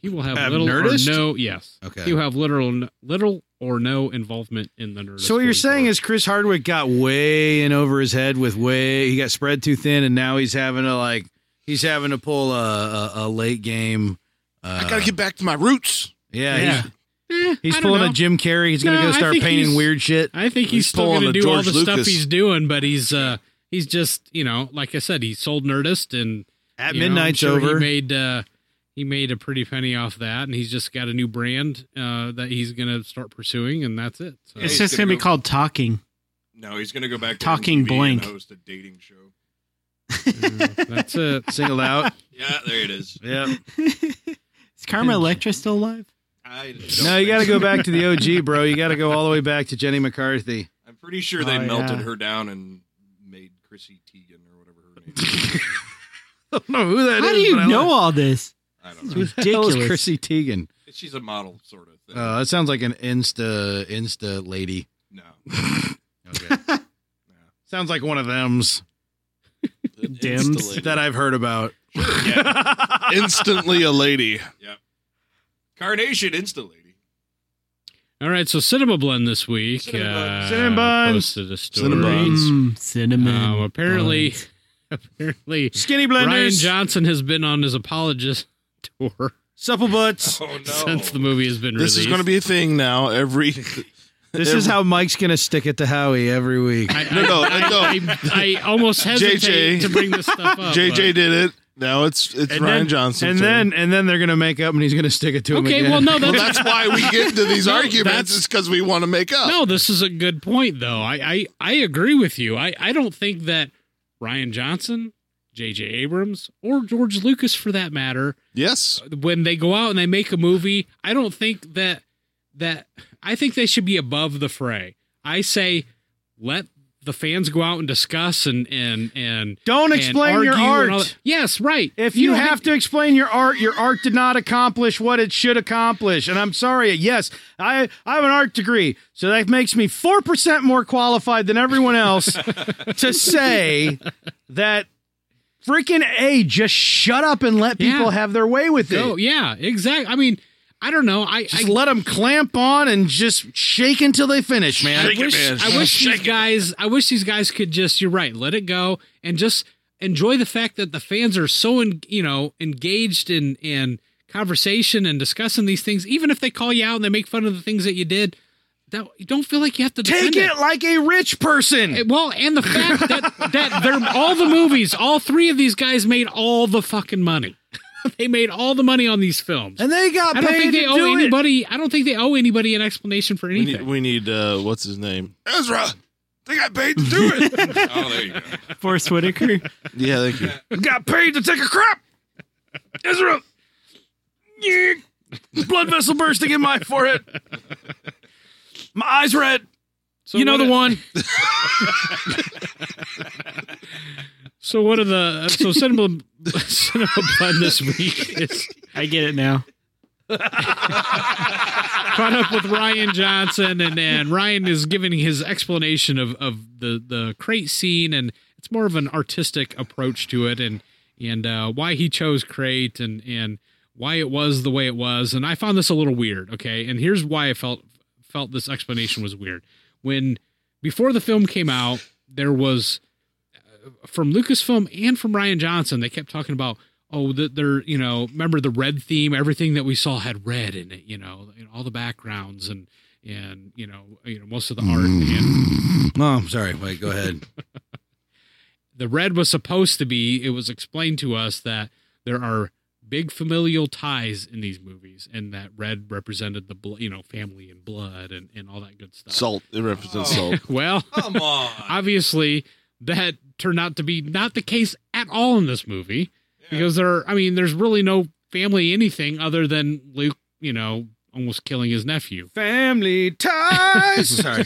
E: he will have
A: Have
E: little
A: Nerdist?
E: or no. Yes,
J: Okay.
E: he will have literal little or no involvement in the Nerdist.
J: So what you're
E: going
J: saying
E: forward.
J: is Chris Hardwick got way in over his head with way he got spread too thin, and now he's having to like he's having to pull a a, a late game. Uh,
D: I gotta get back to my roots.
J: yeah,
E: Yeah. Eh,
J: he's,
E: I
J: he's
E: don't
J: pulling a
E: know.
J: Jim Carrey. He's gonna
E: No,
J: go
E: I
J: start
E: think
J: painting
E: he's-
J: weird shit.
E: I think he's,
D: He's
E: still
D: pulling
E: going to
D: a
E: do all
D: George
E: the stuff
D: Lucas.
E: he's doing, but he's uh he's just you know like I said, he sold Nerdist and
J: At
E: You know, I'm
J: midnight's
E: sure
J: over.
E: He made uh, he made a pretty penny off that, and he's just got a new brand uh, that he's going to start pursuing, and that's it. So,
C: It's
B: He's
C: just
B: gonna
C: gonna be
B: go-
C: called talking.
B: No, he's gonna go back to
C: Talking
B: MTV and
C: blank.
B: host a dating show.
E: uh, that's it.
J: Singled out.
B: Yeah, there it is.
J: yep.
C: Is Karma Electra still alive?
B: I
J: No, you got to go back to the OG, bro. You got to go all the way back to Jenny McCarthy.
B: I'm pretty sure they
C: Oh,
B: melted
C: yeah.
B: her down and made Chrissy Teigen or whatever her name. is.
J: I don't know who that is.
C: How do you
J: but I
C: know
J: like-
C: all this?
B: I don't
C: It's
B: know.
J: Who the hell is
C: ridiculous.
J: Chrissy Teigen?
B: She's a model sort of thing.
J: Uh, that sounds like an Insta Insta lady.
B: no.
J: Sounds like one of them's.
C: dims.
D: Instantly.
A: that I've heard about.
D: Instantly a lady.
B: Carnation Insta Lady.
E: All right, so Cinema Blend this week.
B: Cinnabon.
E: uh,
I: Cinnabon.
E: posted a story.
D: Cinnabons.
C: Mm, cinnamon.
E: Um, apparently,
C: buns.
E: apparently,
I: Skinny
E: Ryan
I: blenders,
E: Johnson has been on his apologist tour
I: supple butts.
B: Oh no!
E: since the movie has been
D: This
E: released.
D: is going to be a thing now. Every
A: This is how Mike's gonna stick it to Howie every week.
E: I, I,
D: No, no,
E: I,
D: no.
E: I, I almost hesitate
D: JJ.
E: to bring this stuff up.
D: JJ
E: but-
D: did it. Now it's it's Ryan
A: then-
D: Johnson.
A: and
D: turn.
A: then and then they're gonna make up, and he's gonna stick it to him.
E: Okay,
A: again.
E: well, no,
D: well,
E: that's,
D: that's why we get into these
E: No,
D: arguments
E: that's-
D: is because we want to make up.
A: Oh.
E: No, this is a good point, though. I, I, I agree with you. I, I don't think that Ryan Johnson, J.J. Abrams, or George Lucas, for that matter,
D: Yes.
E: when they go out and they make a movie, I don't think that that I think they should be above the fray. I say let the fans go out and discuss and and and
A: Don't
E: and
A: explain your
E: argue and all
A: art.
E: that. Yes, right.
A: If you,
E: don't
A: have to explain your art, your art did not accomplish what it should accomplish. And I'm sorry. Yes, I, I have an art degree, so that makes me four percent more qualified than everyone else to say that freaking a just shut up and let people
E: Yeah.
A: have their way with
E: go.
A: it.
E: Yeah, exactly. I mean, I don't know. I
A: Just
E: I,
A: let them clamp on and just shake until they finish, man.
E: I wish, I wish these guys I wish these guys could just you're right, let it go and just enjoy the fact that the fans are so en- you know engaged in in conversation and discussing these things even if they call you out and they make fun of the things that you did. That you don't feel like you have to defend
A: Take it like a rich person.
E: It- Well, and the fact that that they're all the movies, all three of these guys made all the fucking money. they made all the money on these films.
A: and they got
E: I don't
A: paid
E: think they
A: to
E: owe
A: do it.
E: anybody. I don't think they owe anybody an explanation for
D: We
E: anything.
D: need, we need uh, what's his name? Ezra.
B: They got paid to do it. oh, there you go.
C: Forrest Whitaker.
D: Yeah, thank you.
F: got paid to take a crap. Ezra. Yeek. Blood vessel bursting in my forehead. My eyes red.
E: So
F: you know
E: what
F: the
E: a-
F: one.
E: So what are the so cinema cinema blend this week is
C: I get it now.
E: caught up with Ryan Johnson and and Ryan is giving his explanation of of the the crate scene and it's more of an artistic approach to it and and uh, why he chose crate and and why it was the way it was and I found this a little weird okay and here's why I felt felt this explanation was weird when before the film came out there was from Lucasfilm and from Ryan Johnson, they kept talking about, oh, that they're, you know, remember the red theme? Everything that we saw had red in it, you know, in all the backgrounds and, and, you know, you know, most of the art. And
H: Oh, I'm sorry. Wait, go ahead.
E: the red was supposed to be, it was explained to us that there are big familial ties in these movies and that red represented the, bl- you know, family and blood and, and all that good stuff.
D: Salt. It represents salt.
E: well,
B: Come on.
E: obviously that turned out to be not the case at all in this movie because there are, I mean there's really no family anything other than Luke, you know, almost killing his nephew.
A: Family ties. sorry.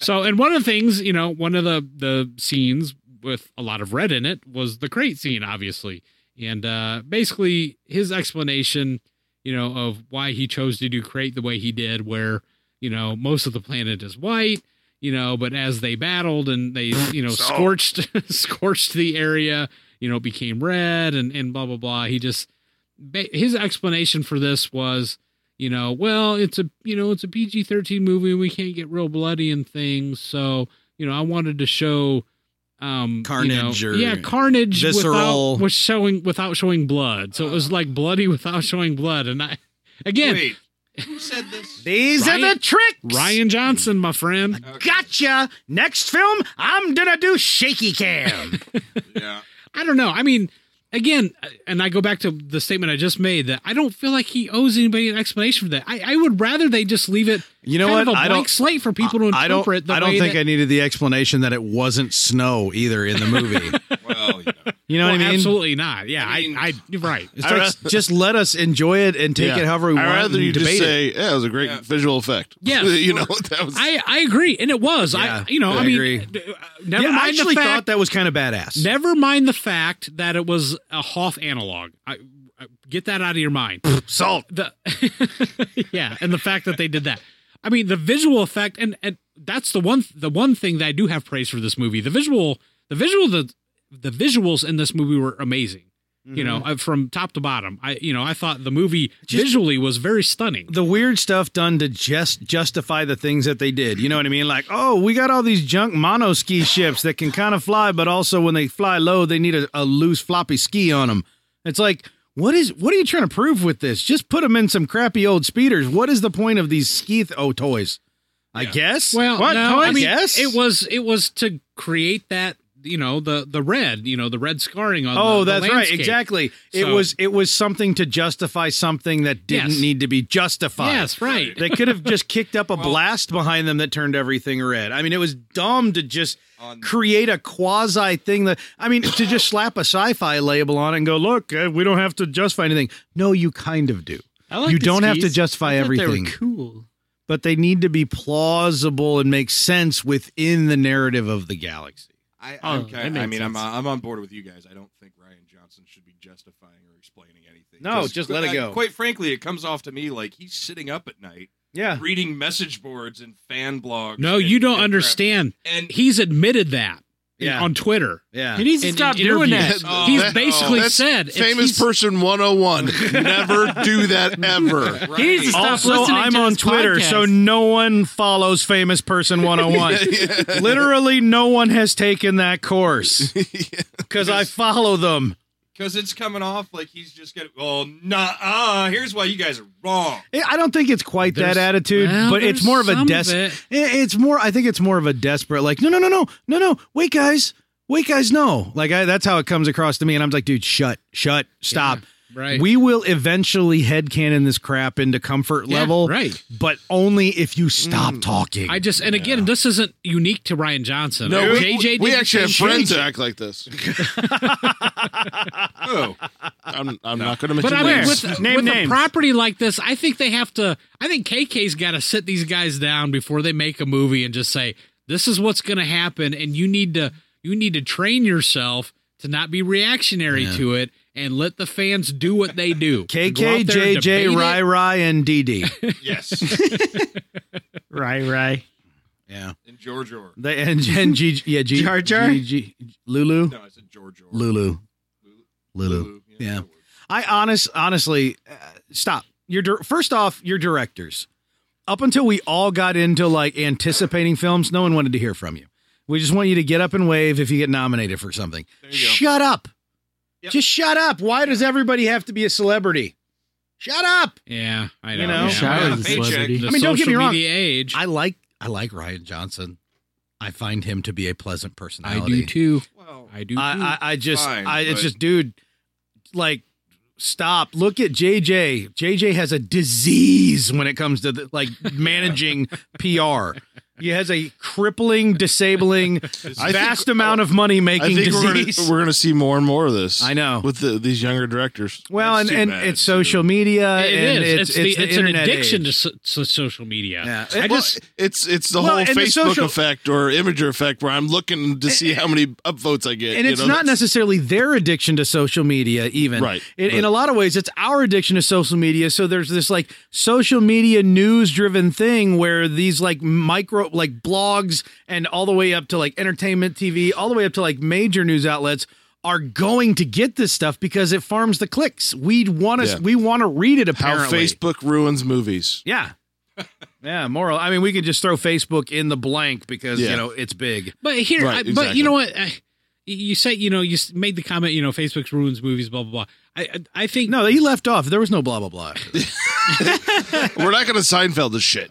E: So and one of the things, you know, one of the the scenes with a lot of red in it was the crate scene obviously. And uh basically his explanation, you know, of why he chose to do crate the way he did where, you know, most of the planet is white you know but as they battled and they you know scorched scorched the area you know it became red and and blah blah blah he just ba- his explanation for this was you know well it's a you know it's a pg-13 movie and we can't get real bloody and things so you know i wanted to show um you
A: Carnage
E: know-
A: or
E: yeah carnage
A: visceral-
E: without was showing without showing blood so it was like bloody without showing blood and i again
B: Wait, who said this?
A: These are
E: Ryan-
A: the tricks.
E: ryan johnson my friend
A: Gotcha. Next film, I'm gonna do shaky cam.
B: Yeah.
E: I don't know. I mean, again, and I go back to the statement I just made that I don't feel like he owes anybody an explanation for that. I, I would rather they just leave it.
A: You know
E: kind
A: what?
E: Of a
A: I
E: blank
A: don't-
E: slate for people to
A: I don't.
E: interpret. the
A: I don't
E: way
A: think
E: that-
A: I needed the explanation that it wasn't snow either in the movie.
B: Well, you know.
A: You know
E: Well,
A: what I mean?
E: Absolutely not. Yeah,
B: I
E: I,
B: mean-
E: I, you're right.
A: It's like, just let us enjoy it and take
D: Yeah.
A: it however we
D: I'd
A: want.
D: rather
A: and
D: you just
A: debate it.
D: say, "Yeah, it was a great
B: Yeah.
D: visual effect."
E: Yeah.
D: you know that was.
E: I, I agree, and it was.
A: Yeah,
E: I, you know,
A: I
E: I, mean,
A: agree.
E: d- uh, never
A: Yeah,
E: mind
A: I actually
E: the fact
A: thought that was kind of badass.
E: Never mind the fact that it was a Hoff analog. I, I- get that out of your mind. Salt. The, yeah, and the fact that they did that. I mean, the visual effect, and, and that's the one the one thing that I do have praise for this movie. The visual, the visual, the the visuals in this movie were amazing. You
A: Mm-hmm.
E: know, uh, from top to bottom. I you know I thought the movie visually was very stunning.
A: the weird stuff done to just justify the things that they did. You know what I mean? Like, oh, we got all these junk mono ski ships that can kind of fly, but also when they fly low, they need a, a loose floppy ski on them. It's like, what is what are you trying to prove with this? Just put them in some crappy old speeders. What is the point of these ski th- oh toys? I guess.
E: Well,
A: what
E: no,
A: toys?
E: I mean,
A: yes.
E: it was it was to create that you know the the red you know the red scarring on.
A: Oh,
E: the- the
A: that's right.
E: landscape.
A: Exactly. It
E: So-
A: was it was something to justify something that didn't
E: Yes.
A: need to be justified.
E: Yes, right.
A: They could have just kicked up a blast behind them that turned everything red. I mean, it was dumb to just
B: On-
A: create a quasi thing that I mean, to just slap a sci-fi label on it and go, "Look, uh, we don't have to justify anything." No, you kind of do.
C: I like
A: you
C: the
A: don't have to
C: skis.
A: justify
C: I thought
A: everything,
C: They were cool.
A: but they need to be plausible and make sense within the narrative of the galaxy.
B: I,
C: Oh,
B: I'm
C: that
B: kind
C: makes
B: I mean, I'm, uh,
C: sense.
B: I'm on board with you guys. I don't think Ryan Johnson should be justifying or explaining anything.
A: No,
B: 'Cause
A: just let it
B: I-
A: go.
B: quite frankly, it comes off to me like he's sitting up at night
A: Yeah.
B: reading message boards and fan blogs.
E: No,
B: and-
E: you don't
B: and crap.
E: understand.
B: And
E: He's admitted that
A: Yeah.
E: on Twitter.
A: Yeah.
C: He needs to
E: In-
C: stop
E: in
C: doing that.
E: interviews. he's
D: That-
E: basically
D: that's
E: said it's-
D: famous
E: he's-
D: person 101 never do that ever
B: right.
C: He needs to stop
A: Also,
C: listening
A: I'm
C: to
A: on
C: this
A: Twitter,
C: podcast.
A: so no one follows Famous Person 101. Literally, no one has taken that course because I follow them.
B: because it's coming off like he's just gonna. Well, nah. Uh, here's why you guys are wrong.
A: I I don't think it's quite
E: There's-
A: that attitude,
E: well,
A: but it's
E: there's
A: more of a
E: some
A: des.
E: of it.
A: I- it's more. I think it's more of a desperate. Like, no, no, no, no, no, no. Wait, guys. Wait, guys. No. Like, I, that's how it comes across to me, and I'm like, dude, shut, shut, stop.
E: right.
A: We will eventually headcanon this crap into comfort
E: Yeah,
A: level,
E: right.
A: But only if you stop talking.
E: I just and again, this isn't unique to Ryan Johnson.
D: no
E: Uh,
D: we,
E: JJ did
D: we
E: the
D: actually
E: same
D: have friends
E: thing.
D: that act like this
B: Oh,
D: i'm, I'm not gonna mention
E: But I mean,
D: names.
E: with,
C: Name
E: with a
C: names.
E: property like this, I think they have to. I think KK's got to sit these guys down before they make a movie and just say, "This is what's going to happen, and you need to you need to train yourself to not be reactionary to it and let the fans do what they do." Go
A: KK,
E: out there and debate
A: JJ,
E: it.
A: Rai Rai, and DD.
B: yes.
C: Right, right.
A: yeah.
B: and George or
A: They, and, and G, yeah, G,
C: Jar Jar?
A: G, G, Lulu?
B: no, I said George or
A: Lulu. Lulu. Yeah. I honest, honestly, uh, stop. You're dir- first off, you're directors. Up until we all got into like anticipating films, no one wanted to hear from you. We just want you to get up and wave if you get nominated for something.
B: There you go.
A: Shut up.
B: Yep.
A: Just shut up. Why does everybody have to be a celebrity? Shut up.
E: Yeah, I know.
A: You know?
E: yeah.
C: Wish I
B: Yeah,
C: was a
B: paycheck.
E: The
C: celebrity.
A: I mean, don't get
E: social
A: me wrong.
E: media Age.
A: I like I like Ryan Johnson. I find him to be a pleasant personality.
E: I do too.
B: Well,
E: I do. Too.
A: I, I, I just,
B: Fine,
A: I, it's
B: but-
A: just, dude, like, stop. Look at JJ. JJ has a disease when it comes to the, like managing PR. He has a crippling, disabling,
D: I
A: vast
D: think-
A: amount of money
D: I
A: making
D: think we're gonna,
A: disease.
D: we're gonna see more and more of this.
A: I know.
D: with the, these younger directors.
A: well, and,
B: That's too
A: and
B: bad,
A: it's
B: too.
A: social media,
E: It
A: and
E: is.
A: it's it's, the,
E: it's an
A: internet
E: addiction
A: age.
E: to, so, to social media.
A: Yeah.
D: I
A: I
D: just, it's it's the
A: Well,
D: whole
A: and the
D: Facebook
A: social-
D: effect or Imager effect where I'm looking to see how many upvotes I get.
A: and
D: you
A: it's
D: know,
A: not
D: that's-
A: necessarily their addiction to social media even
D: Right,
A: in, in
D: but-
A: a lot of ways it's our addiction to social media so there's this like social media news driven thing where these like micro like blogs and all the way up to like entertainment tv all the way up to like major news outlets are going to get this stuff because it farms the clicks we want to
D: Yeah.
A: we want to read it
D: how
A: apparently
D: Facebook ruins movies.
A: yeah yeah moral i mean we could just throw facebook in the blank because
D: Yeah.
A: you know it's big
E: But here, I,
D: Right,
E: but you
D: exactly.
E: know what? I, you say you know you s- made the comment. You know, Facebook's ruins movies. Blah blah blah. I I I think
A: no he left off there was no blah blah blah
D: We're not gonna Seinfeld this shit.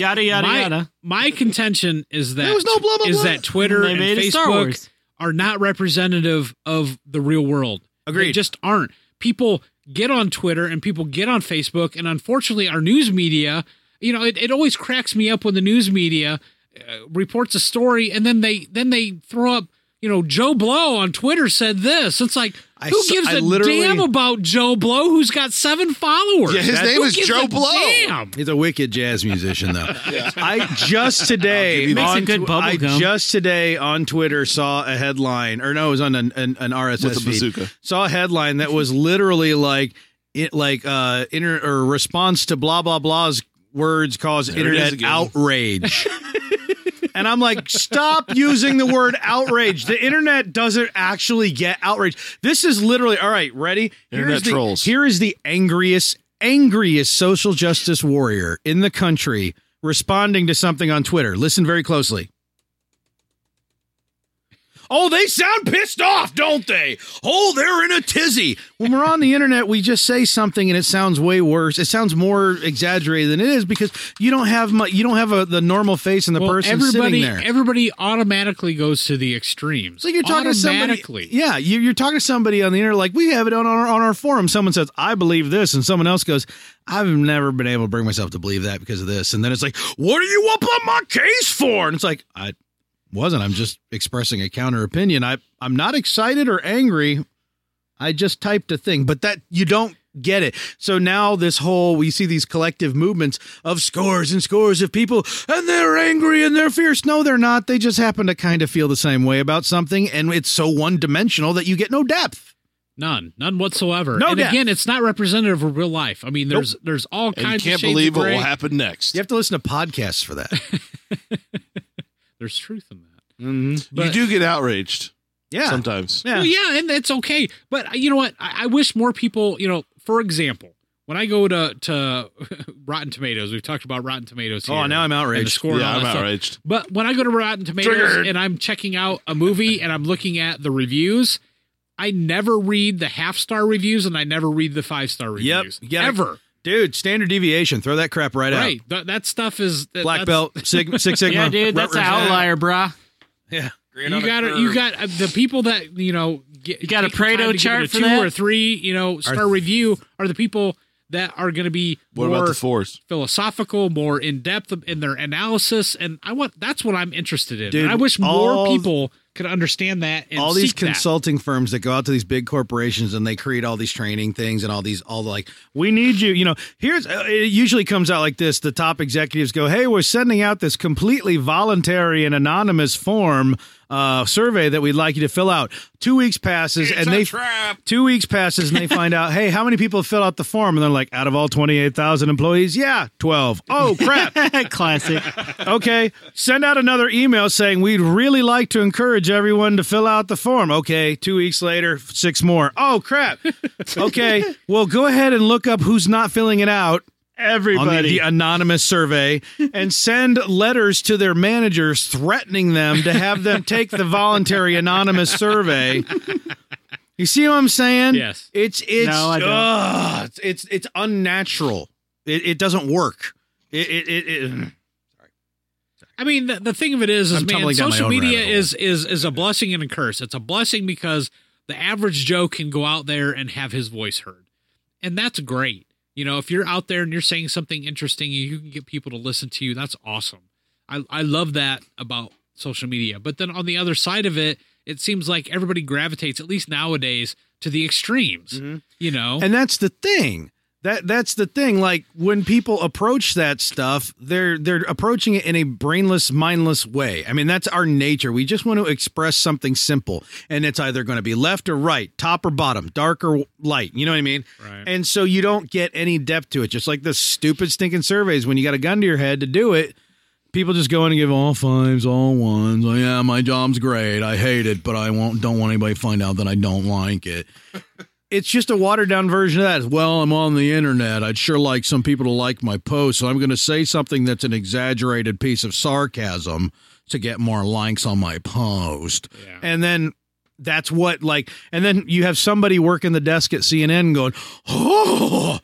C: Yada yada
E: my,
C: yada.
E: my contention is that
A: There was no blah, blah,
E: is
A: blah.
E: that Twitter
C: They
E: and
C: made it Star
E: Facebook
C: Wars.
E: are not representative of the real world. They
A: Agreed.
E: just aren't. People get on Twitter and people get on Facebook, and unfortunately, our news media. You know, it, it always cracks me up when the news media uh, reports a story, and then they then they throw up. You know, Joe Blow on Twitter said this. It's like,
A: I
E: who
A: s-
E: gives
A: I
E: a
A: literally-
E: damn about Joe Blow, who's got seven followers?
D: Yeah, his
E: Who
D: name is
E: gives
D: Joe
E: a
D: Blow.
E: Damn.
A: He's a wicked jazz musician, though. I just today
C: that.
A: on
C: Makes a good
A: Tw-
C: bubble
A: I
C: gum.
A: just today on Twitter saw a headline, or no, it was on an, an, an RSS
D: With a
A: feed.
D: bazooka.
A: Saw a headline that was literally like it, like uh, inter or response to blah blah blah's words cause
D: it is
A: internet
D: again.
A: outrage. And I'm like, stop using the word outrage. The internet doesn't actually get outrage. This is literally all right. Ready?
D: Internet
A: the,
D: trolls.
A: Here is the angriest, angriest social justice warrior in the country responding to something on Twitter. Listen very closely. Oh, they sound pissed off, don't they? Oh, they're in a tizzy. When we're on the internet, we just say something and it sounds way worse. It sounds more exaggerated than it is because you don't have mu- you don't have a, the normal face in the
E: Well,
A: person sitting
E: everybody,
A: there.
E: everybody automatically goes to the extremes.
A: So you're talking to somebody.
E: automatically.
A: Yeah, you- you're talking to somebody on the internet. Like we have it on our on our forum. Someone says, "I believe this," and someone else goes, "I've never been able to bring myself to believe that because of this." And then it's like, "What are you up on my case for?" And it's like, "I wasn't. I'm just expressing a counter opinion. I I'm not excited or angry. I just typed a thing." But that you don't get it. So now this whole we see these collective movements of scores and scores of people and they're angry and they're fierce. No, they're not. They just happen to kind of feel the same way about something and it's so one-dimensional that you get no depth.
E: None, none whatsoever.
A: No
E: and
A: depth.
E: again, it's not representative of real life. I mean, there's there's all
D: And you
E: kinds.
D: can't
E: of shades of
D: believe what
E: gray.
D: will happen next.
A: You have to listen to podcasts for that.
E: There's truth in that.
D: you
A: Mm-hmm.
E: But-
D: do get outraged
A: Yeah.
D: sometimes.
A: Yeah.
E: Well, yeah, and that's okay. But uh, you know what? I, I wish more people, you know, for example, when I go to to Rotten Tomatoes, we've talked about Rotten Tomatoes. Here
A: Oh, now I'm
E: and the
A: outraged.
E: score and
D: Yeah,
E: all
D: I'm
E: that stuff.
D: outraged.
E: But when I go to Rotten Tomatoes
D: Triggered.
E: and I'm checking out a movie and I'm looking at the reviews, I never read the half star reviews and I never read the five star reviews.
A: you gotta-
E: ever.
A: Dude, standard deviation, throw that crap right,
E: Right. Th- that stuff is that-
A: out. Black
E: that's-
A: belt, sig- Six Sigma.
C: yeah, dude, that's an
A: Rutgers.
C: outlier, brah.
E: You got to you got uh, the people that you know. Get,
C: You got a
E: take the time
C: Pareto
E: to give it
C: chart
E: a
C: for
E: two
C: that?
E: or three, you know, star review are the people that are going to be
D: What
E: more
D: about the force?
E: philosophical, more in depth in their analysis, and I want that's what I'm interested in.
A: Dude,
E: and I wish
A: all
E: more
A: th-
E: people could understand that. And
A: all these
E: seek that.
A: consulting firms that go out to these big corporations and they create all these training things and all these all the like we need you you know here's uh, it usually comes out like this the top executives go hey we're sending out this completely voluntary and anonymous form uh, survey that we'd like you to fill out two weeks passes and they
B: trap.
A: Two weeks passes and they find out, hey, how many people filled out the form? And they're like, out of all 28,000 employees, yeah, 12. Oh, crap.
C: Classic.
A: Okay. Send out another email saying we'd really like to encourage everyone to fill out the form. Okay. Two weeks later, six more. Oh, crap. Okay. well, go ahead and look up who's not filling it out on the,
C: Everybody.
A: the anonymous survey and send letters to their managers threatening them to have them take the voluntary anonymous survey. You see what I'm saying?
E: Yes.
A: It's it's
C: No, I don't.
A: ugh, it's, it's it's unnatural. It, it doesn't work. It it, it, it
E: I mean, the, the thing of it is, is
A: I'm
E: man,
A: tumbling down my
E: social
A: own
E: media
A: rabbit hole.
E: is is is a blessing and a curse. It's a blessing because the average Joe can go out there and have his voice heard, and that's great. You know, if you're out there and you're saying something interesting, and you can get people to listen to you. That's awesome. I I love that about social media. But then on the other side of it, it seems like everybody gravitates, at least nowadays, to the extremes. You know,
A: Mm-hmm. And that's the thing. That that's the thing. Like when people approach that stuff, they're they're approaching it in a brainless, mindless way. I mean, that's our nature. We just want to express something simple, and it's either going to be left or right, top or bottom, dark or light. You know what I mean?
E: Right.
A: And so you don't get any depth to it. Just like the stupid stinking surveys, when you got a gun to your head to do it, people just go in and give all fives, all ones. Oh, yeah, my job's great. I hate it, but I won't. Don't want anybody to find out that I don't like it. It's just a watered down version of that. Well, I'm on the internet. I'd sure like some people to like my post, so I'm going to say something that's an exaggerated piece of sarcasm to get more likes on my post.
E: Yeah.
A: And then that's what like and then you have somebody working the desk at CNN going, "Oh,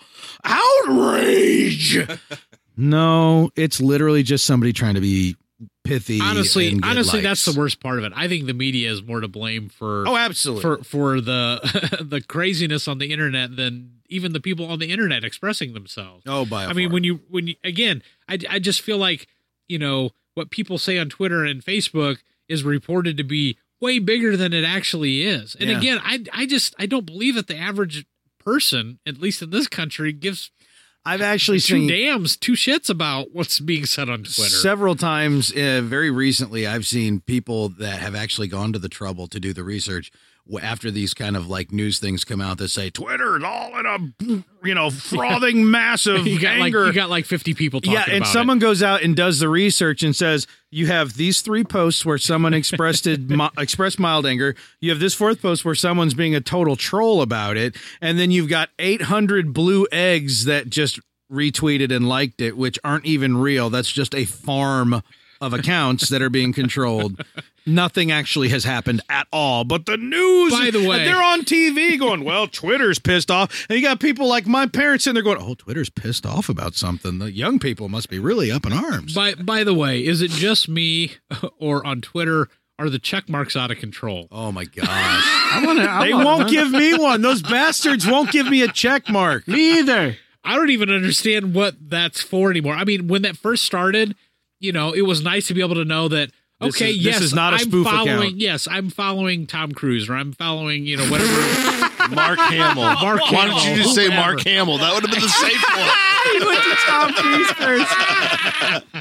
A: outrage." no, it's literally just somebody trying to be pithy.
E: honestly,
A: and get
E: honestly,
A: likes.
E: that's the worst part of it. I think the media is more to blame for
A: Oh, absolutely.
E: for for the the craziness on the internet than even the people on the internet expressing themselves.
A: oh, by
E: I mean, when you when you again, I I just feel like you know what people say on Twitter and Facebook is reported to be way bigger than it actually is. And
A: Yeah.
E: again, I I just I don't believe that the average person, at least in this country, gives
A: I've actually
E: two
A: seen
E: damns, two shits about what's being said on Twitter.
H: Several times, uh, very recently, I've seen people that have actually gone to the trouble to do the research w- after these kind of like news things come out that say Twitter is all in a you know frothing mass of
E: You got
H: anger.
E: like you got like fifty people talking
A: yeah, and
E: about
A: someone goes out and does the research and says you have these three posts where someone expressed it, mi- expressed mild anger. You have this fourth post where someone's being a total troll about it, and then you've got 800 blue eggs that just retweeted and liked it, which aren't even real. That's just a farm of accounts that are being controlled. Nothing actually has happened at all, but the news.
E: By the way-
A: they're on TV going, "Well, Twitter's pissed off," and you got people like my parents in there going, "Oh,
H: oh, Twitter's pissed off about something. The young people must be really up in arms.
E: it. By by the way, is it just me or on Twitter are the check marks out of control?
H: oh my gosh! I want to.
A: They won't give me one. Those bastards won't give me a check mark.
C: Me either.
E: I don't even understand what that's for anymore. I mean, when that first started, you know, it was nice to be able to know that.
A: This
E: Okay,
A: is- this
E: yes,
A: is not a
E: I'm
A: spoof account.
E: following. Yes, I'm following Tom Cruise, or I'm following you know whatever.
D: Mark Hamill.
E: Mark
D: Why don't you
E: Hamill,
D: just say
E: whoever.
D: Mark Hamill? That would have been the safe one.
C: He went to Tom Cruise first.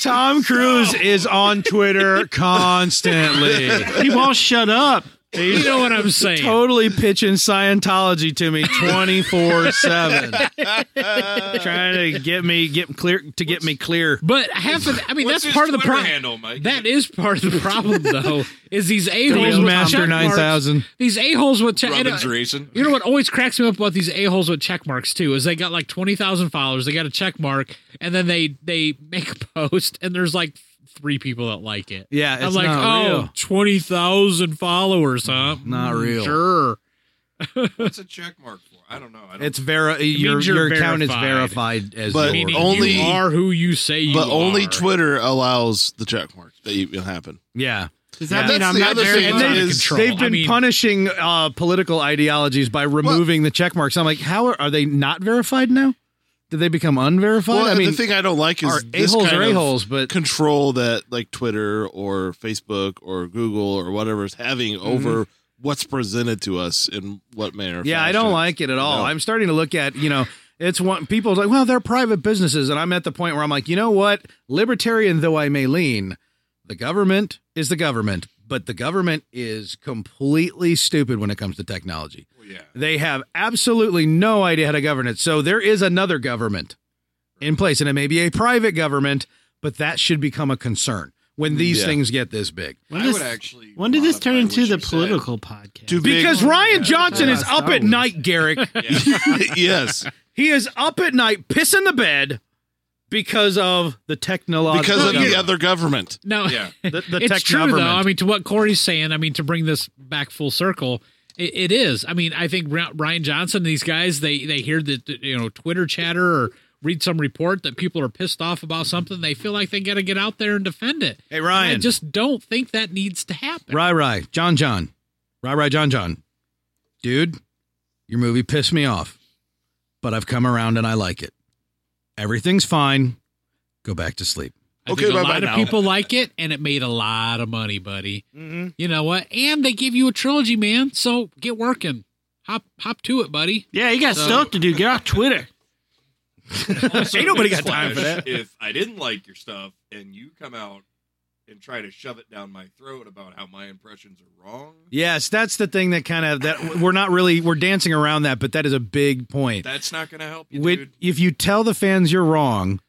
A: Tom Cruise is on Twitter constantly.
C: People all shut up.
E: you know what I'm saying?
A: Totally pitching Scientology to me 24 7. Trying to get me get clear to get me clear.
E: But half of I mean
B: What's
E: that's
B: his
E: part of the
B: Twitter
E: problem.
B: handle, Mike?
E: That is part of the problem though. Is these a holes with
A: Master
E: check marks-
A: 9000.
E: These a holes with check. and, uh,
B: Robin's racing.
E: You know what always cracks me up about these a holes with check marks too is they got like twenty thousand followers, they got a check mark, and then they they make a post and there's like three people that like it.
A: Yeah,
E: I'm
A: it's
E: like,
A: not
E: oh,
A: real.
E: 20,000 followers, huh?
H: Not
E: Mm,
H: real.
E: Sure.
B: What's a check mark for? I don't know. I don't
H: It's vera. Your
E: means you're
H: your account is
E: verified.
H: verified as
D: But
H: your-
E: Meaning
D: only-
E: you are who you say you
D: But only
E: are.
D: Twitter allows the check mark that you, will happen.
H: yeah.
C: Does that
H: Yeah.
C: mean
D: That's
C: I'm
D: the
C: not
D: other
C: very
D: thing
E: It's out of
D: is-
E: control.
A: They've been
E: I mean,
A: punishing uh, political ideologies by removing the check marks. I'm like, how are, are they not verified now? Did they become unverified?
D: Well,
A: I mean,
D: the thing I don't like
A: are
D: is this
A: a-holes
D: kind
A: are
D: of
A: a-holes, but-
D: control that like Twitter or Facebook or Google or whatever is having
A: Mm-hmm.
D: over what's presented to us in what manner. or
A: Yeah, I
D: fashion.
A: don't like it at all.
D: No.
A: I'm starting to look at, you know, it's one people's like, well, they're private businesses. And I'm at the point where I'm like, you know what? Libertarian though I may lean, the government is the government, but the government is completely stupid when it comes to technology.
B: yeah.
A: They have absolutely no idea how to govern it. So there is another government in place, and it may be a private government, but that should become a concern when these
D: Yeah.
A: things get this big.
C: When
B: I
C: does-
B: would actually
C: When did this
B: modify
C: turn
B: what
C: into
B: you
C: the
B: said.
C: political podcast?
D: Too big-
A: Because Ryan Johnson
C: Yeah,
A: is up
C: Star
A: at
C: Wars.
A: night, Garrick.
D: yes,
A: He is up at night pissing the bed because of the technological
D: because of the
A: government.
D: other government.
E: No.
B: Yeah.
A: the, the
E: it's
A: tech
E: true
A: government.
E: though. I mean, to what Corey's saying, I mean, to bring this back full circle, it, it is. I mean, I think Ra- Ryan Johnson, and these guys, they they hear the the, you know Twitter chatter or read some report that people are pissed off about something. They feel like they got to get out there and defend it.
A: hey
E: I
A: Ryan,
E: just don't think that needs to happen.
A: Rye Rye, John John, Rye Rye John John, dude, your movie pissed me off, but I've come around and I like it. Everything's fine. Go back to sleep.
E: I
D: Okay,
E: think a
D: bye-bye
E: lot of
D: now.
E: people like it, and it made a lot of money, buddy.
D: Mm-hmm.
E: You know what? And they give you a trilogy, man. So get working. Hop hop to it, buddy.
C: Yeah, you got
E: So-
C: stuff to do. Get off Twitter.
B: Ain't
A: nobody got time for that.
B: If I didn't like your stuff and you come out and try to shove it down my throat about how my impressions are wrong,
A: Yes, that's the thing that kind of that we're not really we're dancing around that, but that is a big point.
B: that's not going to help you,
A: Wait,
B: dude.
A: if you tell the fans you're wrong,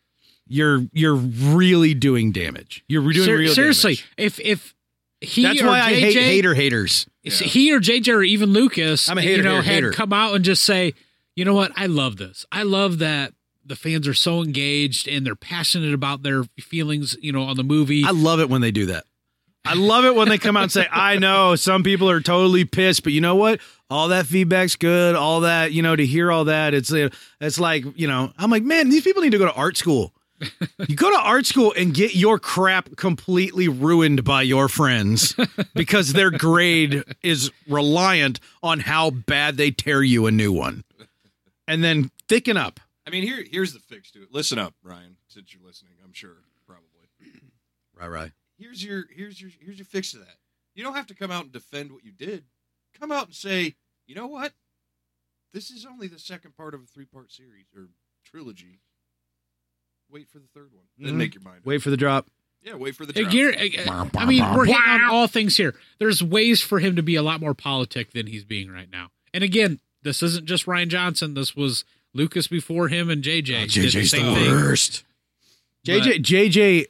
A: you're you're really doing damage. You're doing
E: Ser-
A: real
E: seriously, E
A: damage.
E: if if he
A: That's
E: or
A: why I hate
E: JJ
A: hater haters.
E: It's-
B: Yeah.
E: he or JJ or even Lucas,
A: I'm a hater,
E: you know,
A: hater,
E: had
A: hater.
E: come out and just say, you know what, I love this. I love that the fans are so engaged and they're passionate about their feelings, you know, on the movie.
A: I love it when they do that. I love it when they come out and say, "I know some people are totally pissed, but you know what? All that feedback's good. All that you know to hear all that. It's uh, it's like you know. I'm like, man, these people need to go to art school. You go to art school and get your crap completely ruined by your friends because their grade is reliant on how bad they tear you a new one, and then thicken up.
B: I mean, here here's the fix to it. Listen up, Ryan, since you're listening, I'm sure probably.
H: Right, right.
B: Here's your here's your here's your fix to that. You don't have to come out and defend what you did. Come out and say, "You know what? This is only the second part of a three-part series or trilogy. Wait for the third one. Then
A: Mhm.
B: make your mind up.
A: Wait for the drop.
B: Yeah, wait for the
E: Uh,
B: drop.
E: Gary- uh, uh, I mean, we're hitting on all things here. There's ways for him to be a lot more politic than he's being right now. And again, this isn't just Ryan Johnson. This was Lucas before him and
A: Uh,
E: JJ. did Uh, the same thing.
K: worst.
E: But-
K: JJ JJ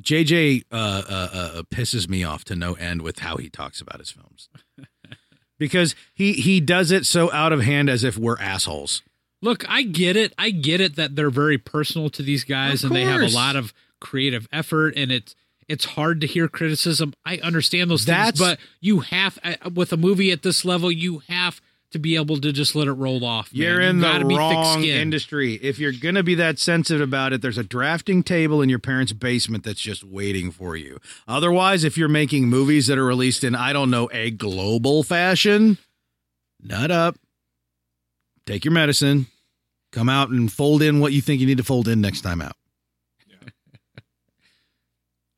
K: JJ uh, uh, uh, uh, pisses me off to no end with how he talks about his films because he he does it so out of hand as if we're assholes.
E: Look, I get it. I get it that they're very personal to these guys
K: Of
E: and they have a
K: course.
E: lot of creative effort and it's it's hard to hear criticism. I understand those
K: That's-
E: things, but you have I- with a movie at this level, you have to be able to just let it roll off. man.
A: You're
E: You
A: in
E: gotta
A: the
E: be
A: wrong
E: thick-skinned.
A: industry. If you're going to be that sensitive about it, there's a drafting table in your parents' basement that's just waiting for you. Otherwise, if you're making movies that are released in, I don't know, a global fashion, nut up, take your medicine, come out and fold in what you think you need to fold in next time out.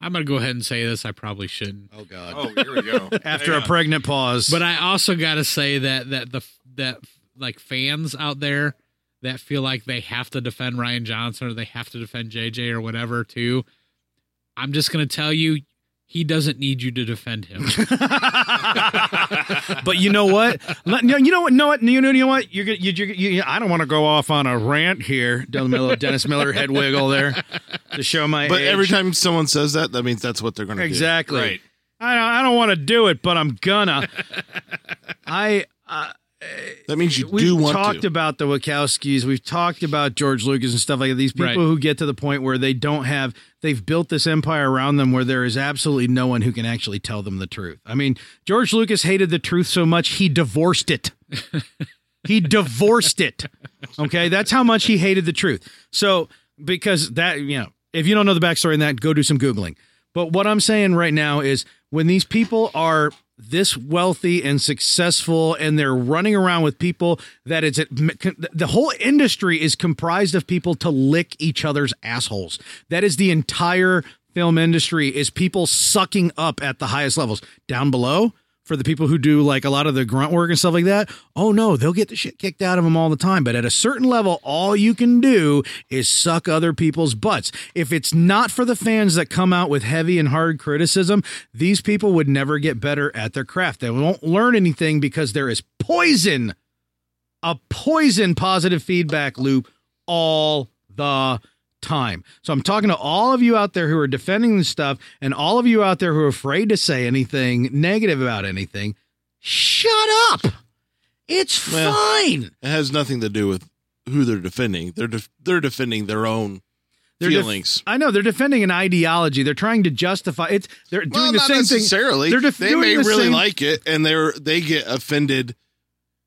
E: I'm gonna go ahead and say this. I probably shouldn't,
K: Oh God!
B: Oh, here we go.
A: After
B: Hang
A: a
B: on.
A: pregnant pause.
E: but I also gotta say that that the that like fans out there that feel like they have to defend Ryan Johnson or they have to defend JJ or whatever too. I'm just gonna tell you, he doesn't need you to defend him.
A: but you know what? Let- no, you know what? No, what? You know, you know what? You're gonna. You, you, you, I don't want to go off on a rant here. Down the middle of Dennis Miller head wiggle there to show my.
D: But
A: age.
D: every time someone says that, that means that's what they're going to
A: exactly.
B: Right.
A: I don't. I don't want to do it, but I'm gonna. I. Uh,
D: do. That means you
A: we've
D: do want
A: talked
D: to.
A: about the Wachowskis. We've talked about George Lucas and stuff like that. These people
E: Right.
A: who get to the point where they don't have, they've built this empire around them where there is absolutely no one who can actually tell them the truth. I mean, George Lucas hated the truth so much he divorced it. he divorced it. Okay, that's how much he hated the truth. So because that you know, if you don't know the backstory in that, go do some googling. But what I'm saying right now is when these people are this wealthy and successful and they're running around with people that it's the whole industry is comprised of people to lick each other's assholes that is the entire film industry is people sucking up at the highest levels down below for the people who do like a lot of the grunt work and stuff like that. Oh no, they'll get the shit kicked out of them all the time. But at a certain level, all you can do is suck other people's butts. If it's not for the fans that come out with heavy and hard criticism, these people would never get better at their craft. They won't learn anything because there is poison, a poison positive feedback loop all the time. So I'm talking to all of you out there who are defending this stuff and all of you out there who are afraid to say anything negative about anything. Shut up. It's
D: Well-
A: fine.
D: It has nothing to do with who they're defending. They're def- they're defending their own
A: They're def-
D: feelings.
A: I know they're defending an ideology. They're trying to justify it's they're doing
D: well,
A: the
D: not
A: same thing.
D: necessarily.
A: They're def-
D: they
A: doing
D: may
A: the
D: really
A: same-
D: like it, and they're they get offended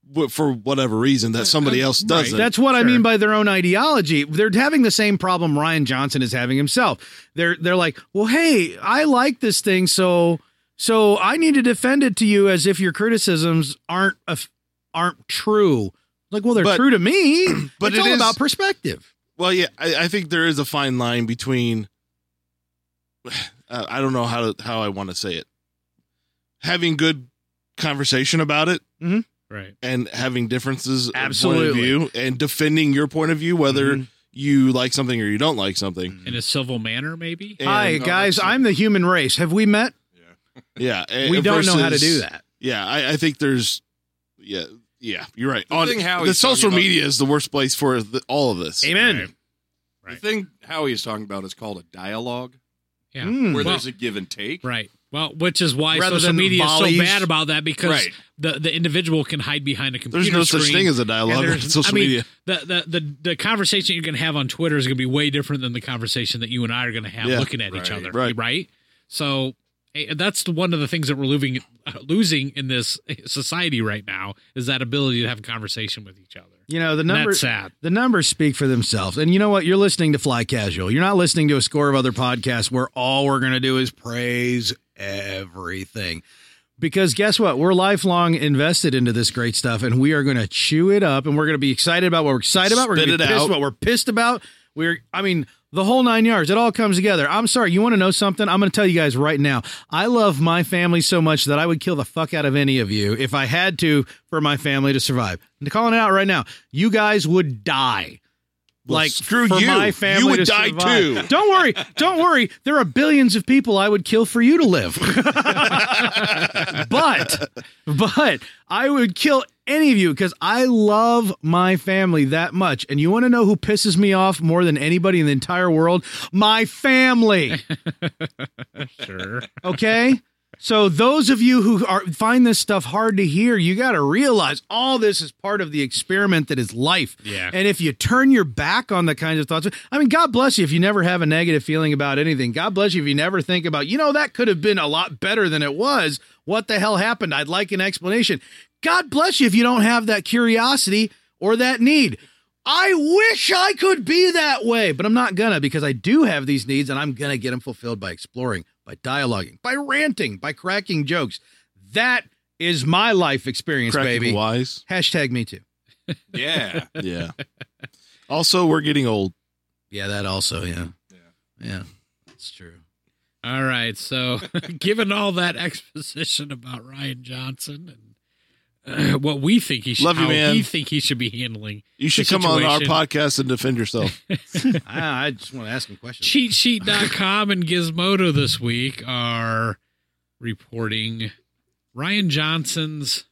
D: w- for whatever reason that somebody else doesn't.
A: Uh, That's what I mean by their own ideology. They're having the same problem Ryan Johnson is having himself. They're they're like, well, hey, I like this thing, so so I need to defend it to you as if your criticisms aren't af- aren't true. Like, well, they're
D: But-
A: true to me,
D: but
A: but it's
D: it
A: all
D: is-
A: about perspective.
D: Well, yeah, I, I think there is a fine line between. Uh, I don't know how to, how I want to say it. Having good conversation about it
E: right.
D: and having differences of point of
A: Absolutely. Mm-hmm.
D: view and defending your point of view, whether you like something or you don't like something.
E: In a civil manner, maybe.
D: And,
A: Hi,
B: no,
A: guys,
B: that's-
A: I'm the human race. Have we met?
D: Yeah, and-
A: We don't know how to
D: versus-
A: do that.
D: Yeah, I, I think there's. Yeah, yeah, you're right.
B: The
D: On
B: thing
D: the
B: Howie's talking
D: social
B: about-
D: media is the worst place for the, all of this.
A: Amen.
E: Right.
B: The thing Howie is talking about is called a dialogue,
E: Yeah.
A: Mm.
B: where
E: Well-
B: there's a give and take.
E: Right. Well, which is why
A: Rather
E: social
A: than
E: media is
A: volleys.
E: so bad about that because
B: Right.
E: the, the individual can hide behind a computer
D: There's no
E: screen.
D: such thing as a
E: and
D: dialogue on
E: there's- I
D: social
E: mean,
D: media.
E: The, the the the conversation you're going to have on Twitter is going to be way different than the conversation that you and I are going to have
D: Yeah.
E: looking at each
B: Right,
E: other,
D: right.
E: So eh, that's the- one of the things that we're losing losing in this society right now is that ability to have a conversation with each other.
A: You know the
E: And
A: number.
E: that's sad.
A: The numbers speak for themselves. And you know what? You're listening to Fly Casual. You're not listening to a score of other podcasts where all we're going to do is praise everything. Because guess what? We're lifelong invested into this great stuff and we are going to chew it up and we're going to be excited about what we're excited about. We're going to
D: Spit
A: be
D: it
A: pissed
D: out.
A: what we're pissed about. We're, I mean, the whole nine yards. It all comes together. I'm sorry. You want to know something? I'm going to tell you guys right now. I love my family so much that I would kill the fuck out of any of you if I had to for my family to survive. I'm calling it out right now. You guys would die like
D: screw
A: for
D: you.
A: my family
D: You would
A: to
D: die
A: survive.
D: too.
A: Don't worry, don't worry. There are billions of people I would kill for you to live. but but I would kill any of you because I love my family that much. And you want to know who pisses me off more than anybody in the entire world? My family.
L: Sure.
A: Okay. So those of you who are find this stuff hard to hear, you got to realize all this is part of the experiment that is life.
L: Yeah.
A: And if you turn your back on the kinds of thoughts, I mean, God bless you if you never have a negative feeling about anything. God bless you if you never think about, you know, that could have been a lot better than it was. What the hell happened? I'd like an explanation. God bless you if you don't have that curiosity or that need. I wish I could be that way, but I'm not gonna because I do have these needs and I'm gonna get them fulfilled by exploring, by dialoguing, by ranting, by cracking jokes. That is my life experience,
D: Crack
A: baby.
D: wise.
A: Hashtag me too.
B: Yeah.
D: Yeah. also, we're getting old.
A: Yeah, that also, yeah. Yeah. Yeah. That's true.
E: All right. So, given all that exposition about Ryan Johnson and uh, what we think he should,
D: Love you,
E: how
D: man.
E: we think he should be handling
D: You should
E: The
D: come on our
E: situation.
D: podcast and defend yourself.
A: I, I just want to ask him questions.
E: CheatSheet.com and Gizmodo this week are reporting Ryan Johnson's.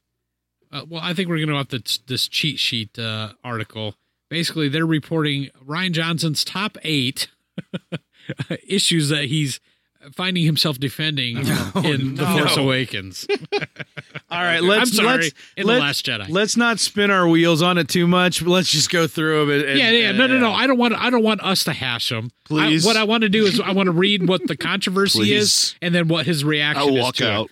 E: Uh, well, I think we're going to have this, this cheat sheet uh, article. Basically, they're reporting Ryan Johnson's top eight issues that he's finding himself defending
A: Oh,
E: in The Force Awakens.
A: All right, let's
E: I'm sorry,
A: let's
E: in
A: let-
E: The Last Jedi.
A: let's not spin our wheels on it too much. Let's just go through them. And, and-
E: yeah, yeah, no, no,
A: and-
E: no. I don't want. I don't want us to hash them.
D: Please.
E: I, what I want to do is I want to read what the controversy
D: Please.
E: is, and then what his reaction
D: I'll
E: is
D: walk
E: to it.
D: out.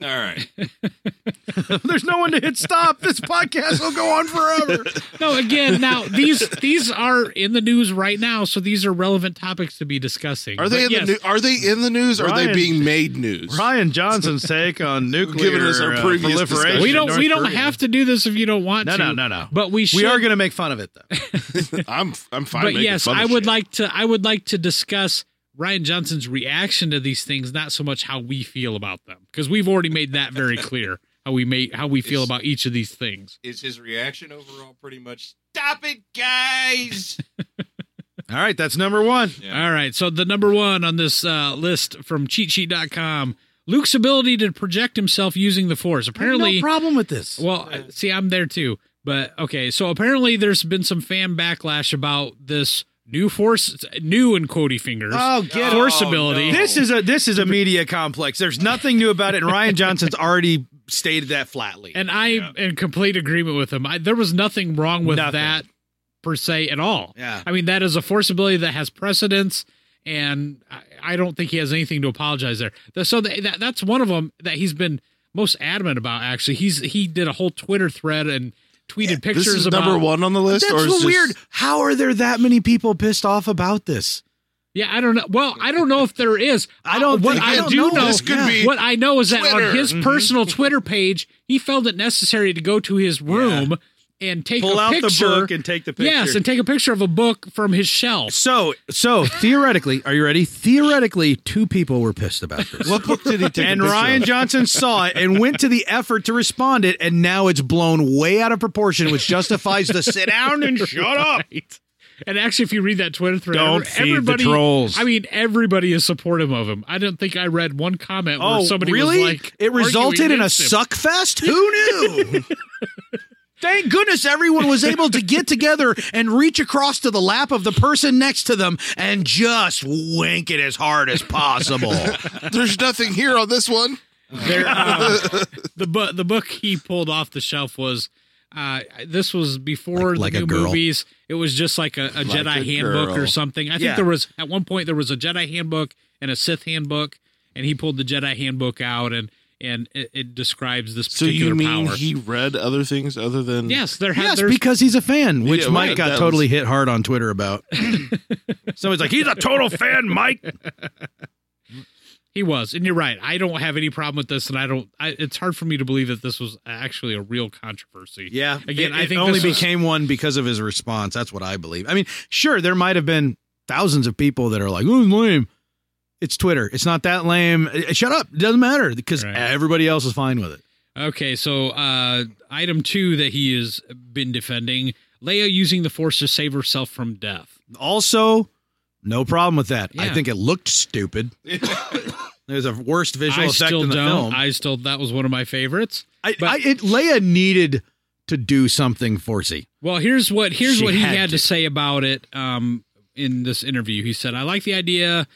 B: All right.
A: There's no one to hit stop. This podcast will go on forever.
E: No, again, now these these are in the news right now, so these are relevant topics to be discussing.
D: Are they
E: But
D: in the
E: yes,
D: new, Are they in the news? Or are they
A: Ryan-
D: being made news?
A: Ryan Johnson's take on nuclear
D: Giving us our
A: uh,
D: previous
A: proliferation.
D: discussion.
E: We don't
A: North
E: we don't
A: Korea.
E: have to do this if you don't want
A: No,
E: to.
A: no, no, no.
E: But we should.
A: We are going to make fun of it though.
D: I'm I'm fine.
E: But
D: making
E: yes,
D: fun
E: I
D: of
E: would
D: shit.
E: like to. I would like to discuss Ryan Johnson's reaction to these things, not so much how we feel about them, because we've already made that very clear how we made how we feel
B: It's-
E: about each of these things.
B: Is his reaction overall pretty much stop it, guys?
A: All right, that's number one.
B: Yeah.
E: All right. So the number one on this uh, list from cheatsheet.com Luke's ability to project himself using the Force. Apparently,
A: no problem with this.
E: well, I- see, I'm there too. But okay. So apparently, there's been some fan backlash about this new Force, new in Cody fingers.
A: Oh, get
B: Oh,
E: Force ability.
B: no.
A: This is a this is a media complex. There's nothing new about it, and Ryan Johnson's already stated that flatly.
E: And I am in complete agreement with him. I, there was nothing wrong with
A: Nothing.
E: that per se at all.
A: Yeah.
E: I mean, that is a force ability that has precedence, and I, I don't think he has anything to apologize there. The- So the, that that's one of them that he's been most adamant about. Actually, he's he did a whole Twitter thread and tweeted pictures
D: This is
E: about
D: number one on the list.
A: That's
D: or is
A: what's
D: this-
A: weird. How are there that many people pissed off about this?
E: Yeah, I don't know. Well, I don't know if there is.
A: I don't
E: Uh, What
A: think- I
E: I,
A: don't
E: do
A: know.
E: know.
D: This could be
E: what I know is that
D: Twitter.
E: on his
A: Mm-hmm.
E: personal Twitter page, he felt it necessary to go to his room and take
A: Pull
E: a
A: out the
E: picture
A: book and take the picture.
E: Yes, and take a picture of a book from his shelf.
A: So so theoretically, are you ready? Theoretically, two people were pissed about this.
D: What book did he take? a
A: and
D: picture
A: Ryan
D: of?
A: Johnson saw it and went to the effort to respond it, and now it's blown way out of proportion, which justifies the sit down and shut up.
E: Right. And actually, if you read that Twitter thread,
A: Don't feed the
E: everybody,
A: trolls.
E: I mean, everybody is supportive of him. I don't think I read one comment where somebody
A: Oh, really?
E: was like,
A: it resulted
E: arguing
A: in a
E: against him.
A: suck fest. Who knew? Thank goodness everyone was able to get together and reach across to the lap of the person next to them and just wink it as hard as possible.
D: There's nothing here on this one.
E: There, uh, the book the book he pulled off the shelf was uh, this was before
A: Like- like
E: the
A: a
E: new
A: girl.
E: movies. It was just like a, a Jedi
D: a
E: handbook
D: girl.
E: or something. I
A: Yeah.
E: think there was at one point there was a Jedi handbook and a Sith handbook, and he pulled the Jedi handbook out and and it, it describes this
D: So
E: particular
D: you mean
E: power.
D: he read other things other than?
E: yes, there has
A: yes,
E: there's
A: because he's a fan, which
D: Yeah,
A: Mike
D: right,
A: got
D: that
A: totally
D: was-
A: hit hard on Twitter about. Somebody's like, he's a total fan, Mike.
E: He was, and you're right. I don't have any problem with this, and I don't. I, it's hard for me to believe that this was actually a real controversy.
A: Yeah.
E: Again,
A: it,
E: I
A: it
E: think
A: only
E: this was-
A: became one because of his response. That's what I believe. I mean, sure, there might have been thousands of people that are like, "Oh, it's lame." It's Twitter. It's not that lame. Uh, Shut up. It doesn't matter because
E: Right.
A: everybody else is fine with it.
E: Okay, so uh, item two that he has been defending Leia using the Force to save herself from death.
A: Also, no problem with that. I
E: Yeah.
A: think it looked stupid. There's a worst visual
E: I
A: effect
E: still
A: in the
E: don't.
A: film.
E: I still that was one of my favorites.
A: I,
E: but-
A: I, it, Leia needed to do something forcey.
E: Well, here's what here's
A: She
E: what he
A: had
E: had,
A: to.
E: to say about it um, in this interview. He said, "I like the idea.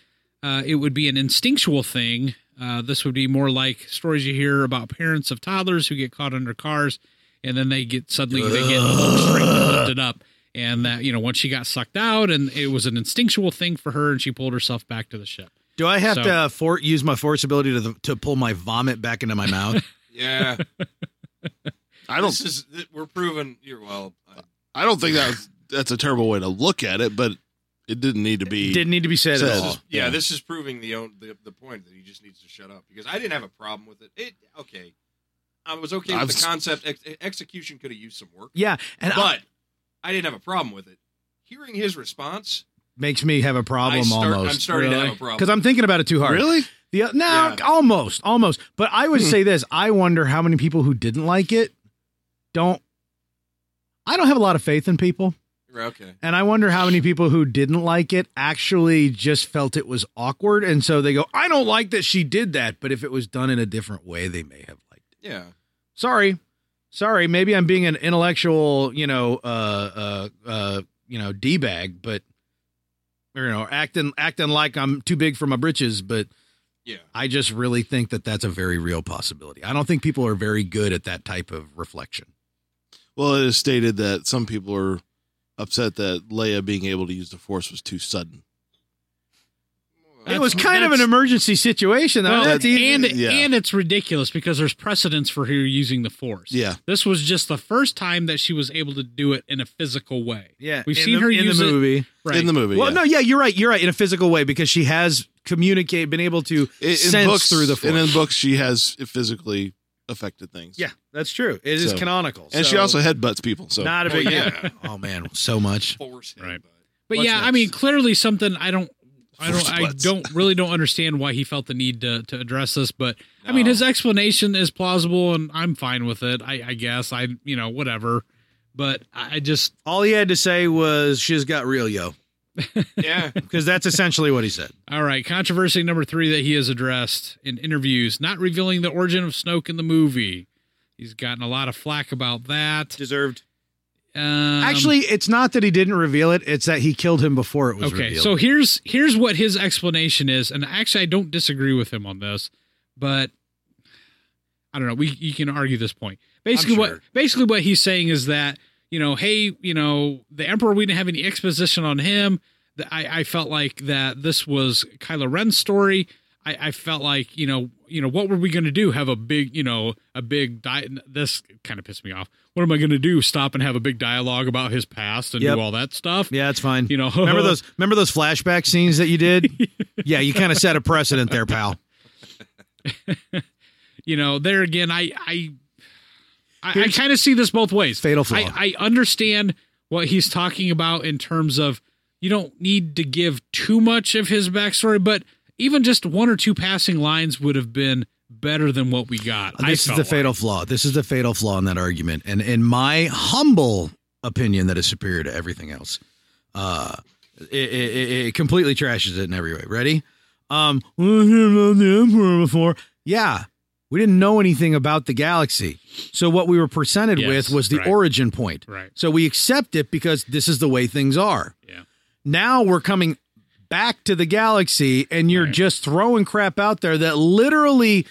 E: Uh, it would be an instinctual thing. Uh, this would be more like stories you hear about parents of toddlers who get caught under cars, and then they get suddenly they get straight lifted up." And that you know, once she got sucked out, and it was an instinctual thing for her, and she pulled herself back to the ship.
A: Do I have
E: So-
A: to uh, for, use my force ability to the, to pull my vomit back into my mouth?
B: Yeah,
D: I don't.
B: this is th- we're proving you're well. uh, I-
D: I don't think that's that's a terrible way to look at it, but it didn't need to be.
A: Didn't need to be said at
D: Said.
A: all.
B: Oh, yeah, this is proving the, own, the the point that he just needs to shut up because I didn't have a problem with it. It okay, I was okay
D: I've
B: with
D: s-
B: the concept. Ex- e, execution could have used some work,
A: Yeah, and I,
B: but I didn't have a problem with it. Hearing his response,
A: makes me have a
B: I
A: problem
B: start, I'm
A: almost
B: starting to
E: Really?
B: have a problem.
A: because I'm thinking about it too hard.
D: really.
A: The, no,
B: Yeah.
A: almost, almost. But I would say this: I wonder how many people who didn't like it don't. I don't have a lot of faith in people,
B: Okay.
A: and I wonder how many people who didn't like it actually just felt it was awkward, and so they go, "I don't like that she did that." But if it was done in a different way, they may have liked it.
B: Yeah.
A: Sorry, sorry. Maybe I'm being an intellectual, you know, uh, uh, uh, you know, d bag, but you know, acting acting like I'm too big for my britches, but
B: Yeah.
A: I just really think that that's a very real possibility. I don't think people are very good at that type of reflection.
D: Well, it is stated that some people are upset that Leia being able to use the Force was too sudden.
A: it was kind of an
E: that's-
A: emergency situation.
E: Well,
A: that's easy.
E: and
D: yeah.
E: and it's ridiculous because there's precedence for her using the Force.
D: Yeah,
E: This was just the first time that she was able to do it in a physical way.
A: yeah,
E: We've
A: in
E: seen
A: the-
E: her
A: in
E: use
A: the
E: it-
A: movie.
E: Right.
D: in the movie.
A: Well,
D: yeah.
A: no, yeah, you're right. You're right in a physical way because she has communicate, been able to
D: I- in
A: sense
D: books,
A: through the force.
D: and in books she has physically affected things.
A: yeah, that's true. It is
D: So-
A: canonical,
D: and she
A: so-
D: also headbutts people. So
A: not a
B: Oh,
A: big deal.
B: yeah.
A: Oh man, so much.
B: Force him,
E: Right.
B: bud.
E: But
A: What's
E: yeah, I
A: next?
E: mean, clearly something I don't, I
D: Force
E: don't, I
D: blitz.
E: don't really don't understand why he felt the need to to address this. But I mean,
B: No.
E: his explanation is plausible, and I'm fine with it. I, I guess I, you know, whatever. But I I just,
A: All he had to say was she's got real yo
B: Yeah.
A: because that's essentially what he said.
E: all right. Controversy number three that he has addressed in interviews, not revealing the origin of Snoke in the movie. He's gotten a lot of flack about that.
A: Deserved.
E: Um,
A: Actually, it's not that he didn't reveal it; it's that he killed him before it was
E: okay
A: revealed.
E: so here's here's what his explanation is and actually i don't disagree with him on this but i don't know we you can argue this point basically what
A: sure.
E: basically what he's saying is that you know hey you know the emperor we didn't have any exposition on him The- I, I felt like that this was kylo ren's story I, I felt like you know you know what were we going to do have a big you know a big di- this kind of pissed me off what am i going to do stop and have a big dialogue about his past and
A: Yep.
E: do all that stuff
A: yeah, it's fine.
E: you know
A: Remember those? Remember those flashback scenes that you did? yeah, you kind of set a precedent there, pal.
E: you know, there again, I I I, I kind of see this both ways.
A: Fatal flaw.
E: I, I understand what he's talking about in terms of you don't need to give too much of his backstory, but even just one or two passing lines would have been better than what we got. I
A: This is
E: felt
A: the
E: like.
A: fatal flaw. This is the fatal flaw in that argument, and in my humble opinion, that is superior to everything else. Uh, it, it, it- it completely trashes it in every way. Ready? Um, we didn't hear about the emperor before. Yeah, we didn't know anything about the galaxy, so what we were presented
E: Yes,
A: with was the
E: right.
A: origin point.
E: Right.
A: So we accept it because this is the way things are.
E: Yeah.
A: Now we're coming back to the galaxy and you're
E: Right.
A: just throwing crap out there that literally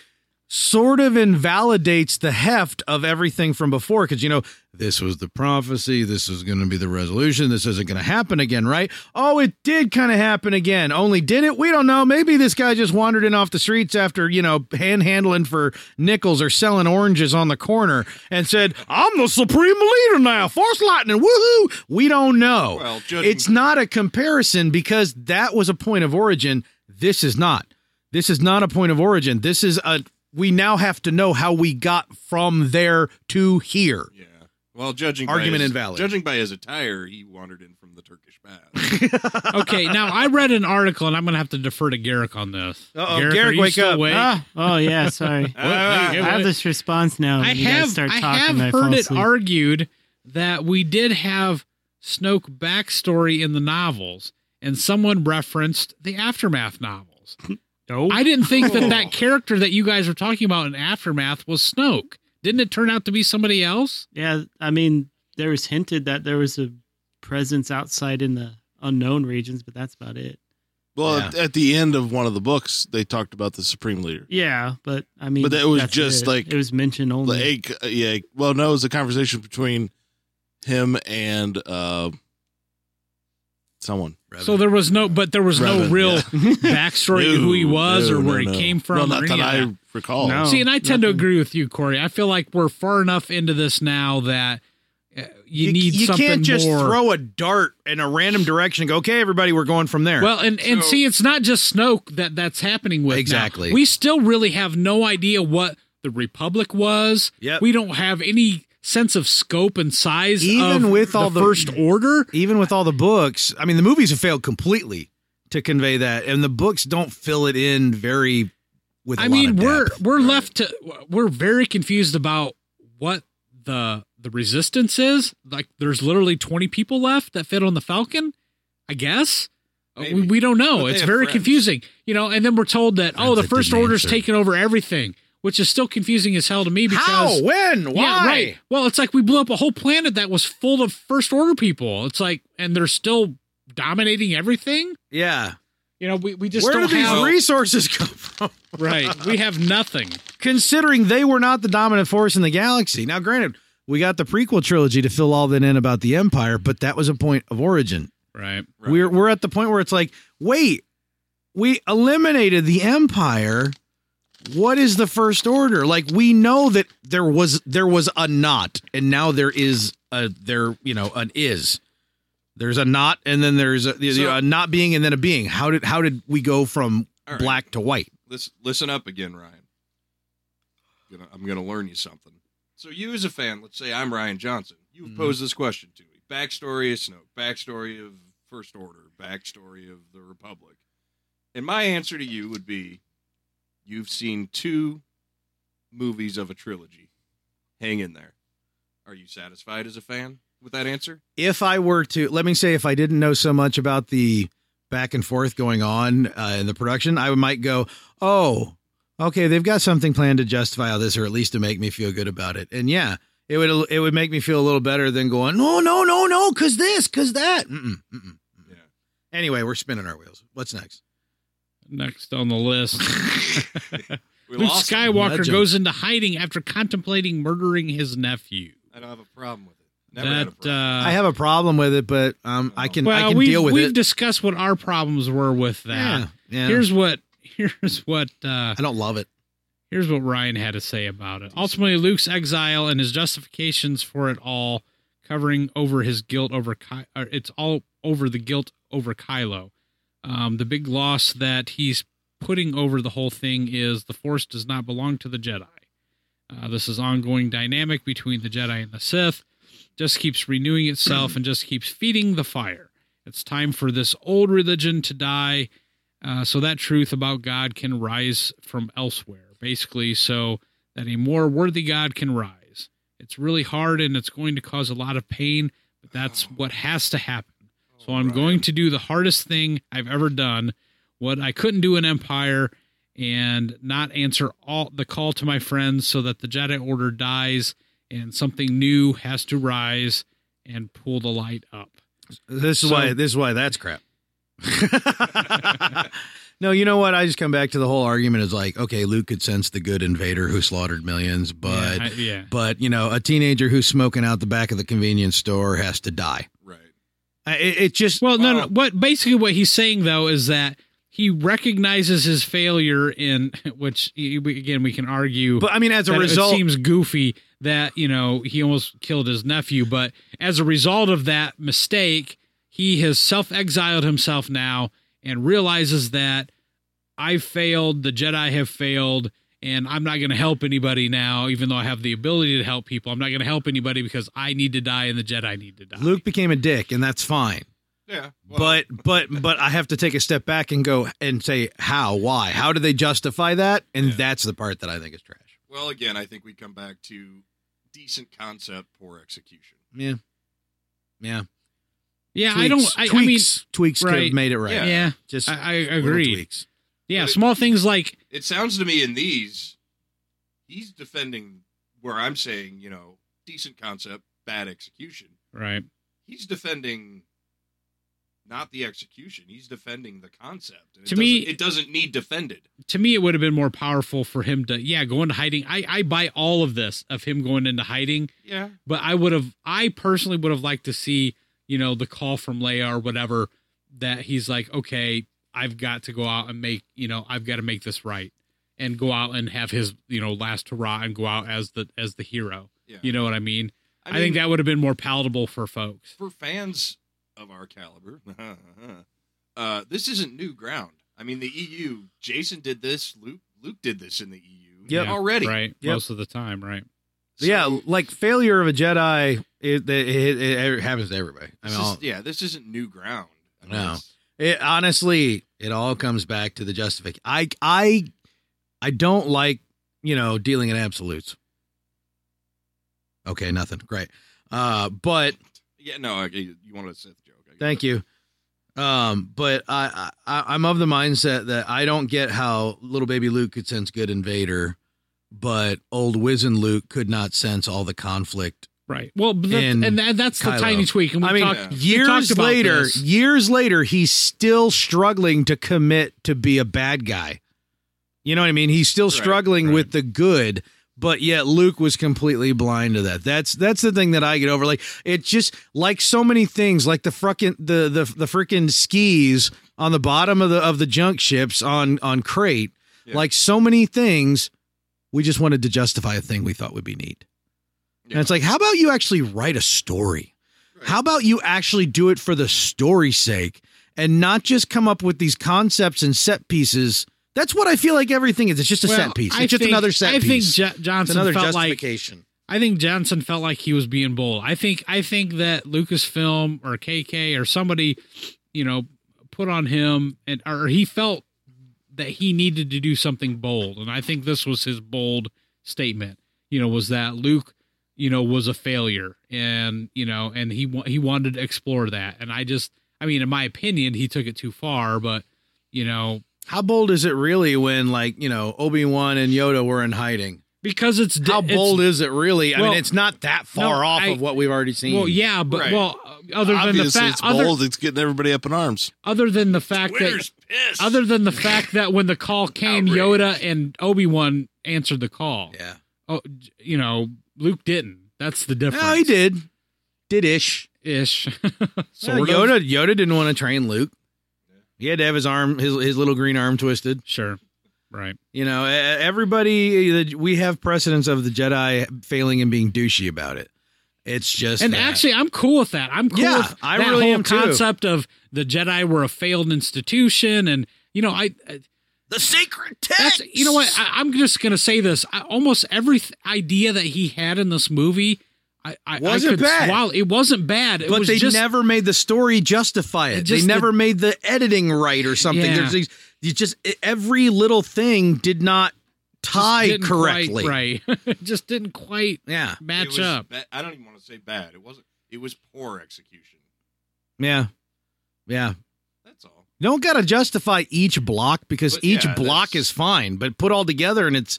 A: sort of invalidates the heft of everything from before because you know this was the prophecy this is going to be the resolution this isn't going to happen again right oh it did kind of happen again only did it we don't know maybe this guy just wandered in off the streets after you know handhandling for nickels or selling oranges on the corner and said i'm the supreme leader now force lightning woohoo we don't know
B: Well, judging-
A: it's not a comparison because that was a point of origin this is not this is not a point of origin this is a we now have to know how we got from there to here
B: Yeah. Well, judging by
A: Argument
B: his,
A: invalid.
B: Judging by his attire, he wandered in from the Turkish bath.
E: okay, now I read an article, and I'm going to have to defer to Garrick on this.
A: Uh-oh,
E: Garrick,
A: Garrick,
E: are you
A: wake
E: still
A: up.
E: awake?
C: Ah, oh yeah, sorry.
E: What? Hey,
C: I have
E: what?
C: this response now. When
E: I
C: Um, you guys
E: have,
C: start
E: I
C: talking,
E: have
C: I fall
E: heard it
C: asleep.
E: argued that we did have Snoke backstory in the novels, and someone referenced the aftermath novels.
M: No.
A: Oh.
E: I didn't think that that character that you guys were talking about in aftermath was Snoke. Didn't it turn out to be somebody else?
C: Yeah, I mean, there was hinted that there was a presence outside in the unknown regions, but that's about it.
D: Well, at, at the end of one of the books, they talked about the Supreme Leader.
C: Yeah, but I mean,
D: that was
C: that's
D: just
C: it.
D: like-
C: it was mentioned
E: Mm-hmm.
C: only.
D: Like, uh, yeah. Well, no, it was a conversation between him and uh, someone.
E: So there was no, but there was no
D: Revan,
E: real
D: yeah.
E: backstory of who he
D: No,
E: was
D: no,
E: or where
D: no,
E: he
D: no.
E: came
D: No,
E: from.
D: not
E: or
D: that
E: any of
D: I
E: that.
D: recall.
C: No.
E: See, and I tend to
C: nothing.
E: agree with you, Corey. I feel like we're far enough into this now that uh, you, need
M: you
E: something
M: can't just
E: more.
M: throw a dart in a random direction and go, okay, everybody, we're going from there.
E: well, and, and
B: So-
E: see, it's not just Snoke that that's happening with. now.
N: Exactly.
E: we still really have no idea what the Republic was.
M: Yep.
E: we don't have any sense of scope and size.
A: Even
E: of
A: with all the-
E: First Order,
A: Even with all the books, I mean, the movies have failed completely to convey that, and the books don't fill it in very. With I
E: I mean, we're we're left to we're very confused about what the the resistance is. Like, there's literally 20 people left that fit on the Falcon. I guess Uh, we,
B: Maybe.
E: we don't know.
B: But they
E: it's
B: have
E: very
B: friends.
E: confusing, you know. And then we're told that oh,
N: Friends
E: the
N: that
E: First
N: didn't
E: Order's
N: answer.
E: taking over everything, which is still confusing as hell to me because.
A: how, when, why?
E: Yeah, right. Well, it's like we blew up a whole planet that was full of first order people. It's like, and they're still dominating everything.
A: Yeah.
E: You know, we, we just
A: Where do
E: don't
A: these
E: have
A: resources come from?
E: right. We have nothing.
A: Considering they were not the dominant force in the galaxy. Now, granted, we got the prequel trilogy to fill all that in about the Empire, but that was a point of origin.
E: Right.
A: We're we're at the point where it's like, wait, we eliminated the empire. What is the first order? Like we know that there was there was a not, and now there is a there you know an is. There's a not, and then there's a, you know,
B: So-
A: a not being, and then a being. How did how did we go from
B: All right.
A: black to white?
B: Listen, listen up again, Ryan. Gonna- I'm going to learn you something. So, you as a fan, let's say I'm Ryan Johnson. You
E: Mm-hmm.
B: have
A: Mhm.
B: posed this question to me: backstory of Snoke, backstory of First Order, backstory of the Republic. And my answer to you would be: You've seen two movies of a trilogy. Hang in there. Are you satisfied as a fan with that answer?
A: If I were to let me say, if I didn't know so much about the back and forth going on uh, in the production, I might go, oh, okay, they've got something planned to justify all this, or at least to make me feel good about it. And yeah, it would it would make me feel a little better than going, no, no, no, no, cause this, cause that. Mm-mm, mm-mm.
B: Yeah.
A: Anyway, we're spinning our wheels. What's next?
E: Next on the list,
B: We
E: Luke
B: lost.
E: Skywalker
A: Legend.
E: goes into hiding after contemplating murdering his nephew.
B: I don't have a problem with it. Never had a
E: that
B: problem.
E: uh,
A: I have a problem with it, but um, I can
E: well,
A: I can
E: we've,
A: deal with
E: we've
A: it.
E: discussed what our problems were with
A: yeah,
E: that.
A: yeah.
E: Here's what here's what uh,
A: I don't love it.
E: Here's what Ryan had to say about it. Ultimately, Luke's exile and his justifications for it all, covering over his guilt over Ky- or it's all over the guilt over Kylo. Um, the big loss that he's putting over the whole thing is the Force does not belong to the Jedi. Uh, this is ongoing dynamic between the Jedi and the Sith. Just keeps renewing itself and just keeps feeding the fire. It's time for this old religion to die uh, so that truth about God can rise from elsewhere, basically, so that a more worthy God can rise. It's really hard and it's going to cause a lot of pain, but that's what has to happen. So
B: Oh,
E: I'm going to do the hardest thing I've ever done, what I couldn't do in Empire, and not answer all the call to my friends so that the Jedi Order dies and something new has to rise and pull the light up.
A: This is
E: So-
A: why this is why that's crap. no, you know what? I just come back to the whole argument is like, okay, Luke could sense the good invader who slaughtered millions, but
E: yeah, I- yeah.
A: but you know, a teenager who's smoking out the back of the convenience store has to die.
B: right.
A: I- It, it just
E: Well, no, no.
B: Well-
E: What basically what he's saying though is that he recognizes his failure in which y- we- again we can argue.
A: but I mean as a
E: that
A: result
E: it seems goofy that you know he almost killed his nephew, but as a result of that mistake, he has self-exiled himself now and realizes that I've failed, the Jedi have failed, and I'm not going to help anybody now. Even though I have the ability to help people, I'm not going to help anybody because I need to die and the Jedi need to die.
A: Luke became a dick and that's fine.
B: Yeah. well,
A: But but but I have to take a step back and go and say how, why? How do they justify that? And that's the part that I think is trash.
B: Well, again, I think we come back to decent concept, poor execution.
E: Yeah,
A: tweaks,
E: I don't. I, I mean,
A: tweaks, tweaks could
E: right.
A: have made it right.
B: Yeah.
E: yeah,
A: Just
E: I, I
A: little
E: agree.
A: tweaks.
E: Yeah,
B: But it-
E: small things like
B: It sounds to me in these, he's defending where I'm saying, you know, decent concept, bad execution.
E: right.
B: He's defending not the execution. He's defending the concept. And it
E: To me-
B: doesn't- it doesn't need defended.
E: to me it would have been more powerful for him to yeah go into hiding i i buy all of this of him going into hiding
B: Yeah.
E: but i would have i personally would have liked to see you know the call from leia or whatever that he's like okay i've got to go out and make you know i've got to make this right and go out and have his you know last hurrah and go out as the as the hero
B: Yeah.
E: you know what i mean i,
B: I, mean,
E: think that would have been more palatable for folks
B: for fans of our caliber, uh, this isn't new ground. I mean, the EU, Jason did this, Luke, Luke did this in the EU
A: Yep.
E: Yeah,
B: already.
E: right
A: Yep.
E: most of the time right
B: So
A: yeah, like failure of a Jedi, it, it, it, it-
O: It happens to everybody. I
B: this
O: mean,
B: is-
O: all,
B: yeah, this isn't new ground. I mean,
O: No.
B: it's-
A: it honestly,
O: it all comes back to the justification.
A: I I I don't like you know dealing in absolutes.
O: Okay, nothing. Great.
A: Uh, but
B: Yeah, no, I, you wanted a Sith joke. I guess.
A: Thank you. Um, but I, I I'm of the mindset that I don't get how little baby Luke could sense good and Vader, but old wizened Luke could not sense all the conflict.
E: right well but that-
A: And
E: and, that, that's the
A: Kylo.
E: tiny tweak and we
A: I mean,
E: talked
B: Yeah.
A: Years
E: talked about
A: later,
E: this.
A: years later, he's still struggling to commit to be a bad guy. You know what I mean? He's still
B: Right,
A: struggling
E: right.
A: with the good, but yet Luke was completely blind to that. That's that's the thing that I get over. Like it just like so many things, like the frickin' the the the frickin' skis on the bottom of the of the junk ships on on crate.
B: Yeah.
A: Like so many things, we just wanted to justify a thing we thought would be neat.
B: Yeah.
A: And it's like, how about you actually write a story?
B: Right.
A: How about you actually do it for the story's sake and not just come up with these concepts and set pieces? That's what I feel like everything is. It's just a
E: Well,
A: set piece. It's
E: I
A: just
E: think-
A: another set
E: I think
A: piece.
E: Jo-
A: it's
E: Johnson
A: another
E: felt like
A: justification.
E: I think Johnson felt like he was being bold. I think I think that Lucasfilm or KK or somebody, you know, put on him and or he felt that he needed to do something bold. And I think this was his bold statement. You know, was that Luke, you know, was a failure and, you know, and he wa- he wanted to explore that. And I just I mean, in my opinion, he took it too far, but you know,
A: how bold is it really when, like, you know, Obi Wan and Yoda were in hiding?
E: because it's di-
A: How
E: it's-
A: bold is it really? I
E: well,
A: mean, it's not that far
E: no,
A: off
E: I-
A: of what we've already seen.
E: Well, yeah, but
B: Right.
E: well, other than the
D: Obviously,
E: fact
D: it's
E: other,
D: bold. it's getting everybody up in arms.
E: other than the fact that
B: Twitter's pissed.
E: other than the fact that when the call came,
B: Outraged.
E: Yoda and Obi Wan answered the call.
O: Yeah.
E: Oh, j- you know, Luke didn't. That's the difference.
A: no, he did. Did ish.
E: ish.
A: So
E: Sort of.
A: Yoda Yoda didn't want to train Luke. He had to have his arm, his his little green arm twisted.
E: Sure. Right.
A: You know, e- everybody eh, we have precedents of the Jedi failing and being douchey about it. It's just
E: And
A: that.
E: actually, I'm cool with that. I'm cool.
A: Yeah,
E: with
A: I
E: that
A: really
E: whole
A: am too.
E: concept of the Jedi were a failed institution, and you know, I I-
O: The sacred
E: that's you know what I, I'm just gonna say this. I, almost every th- idea that he had in this movie, I, I I
A: Wasn't
E: could
A: bad.
E: swallow. It wasn't bad. It
A: but
E: was
A: they
E: just,
A: never made the story justify it.
E: It just-
A: they never made the editing right or something.
E: Yeah.
A: There's these, you just e, every little thing did not tie
E: didn't quite-
A: correctly.
E: right. It just didn't quite
A: Yeah,
B: It
E: match
B: was
E: up.
B: ba- I don't even want to say bad. It wasn't. It was poor execution.
A: yeah, yeah.
B: That's all.
A: You don't got to justify each block because
B: But
A: each
B: yeah,
A: block
B: that's-
A: is fine, but put all together and it's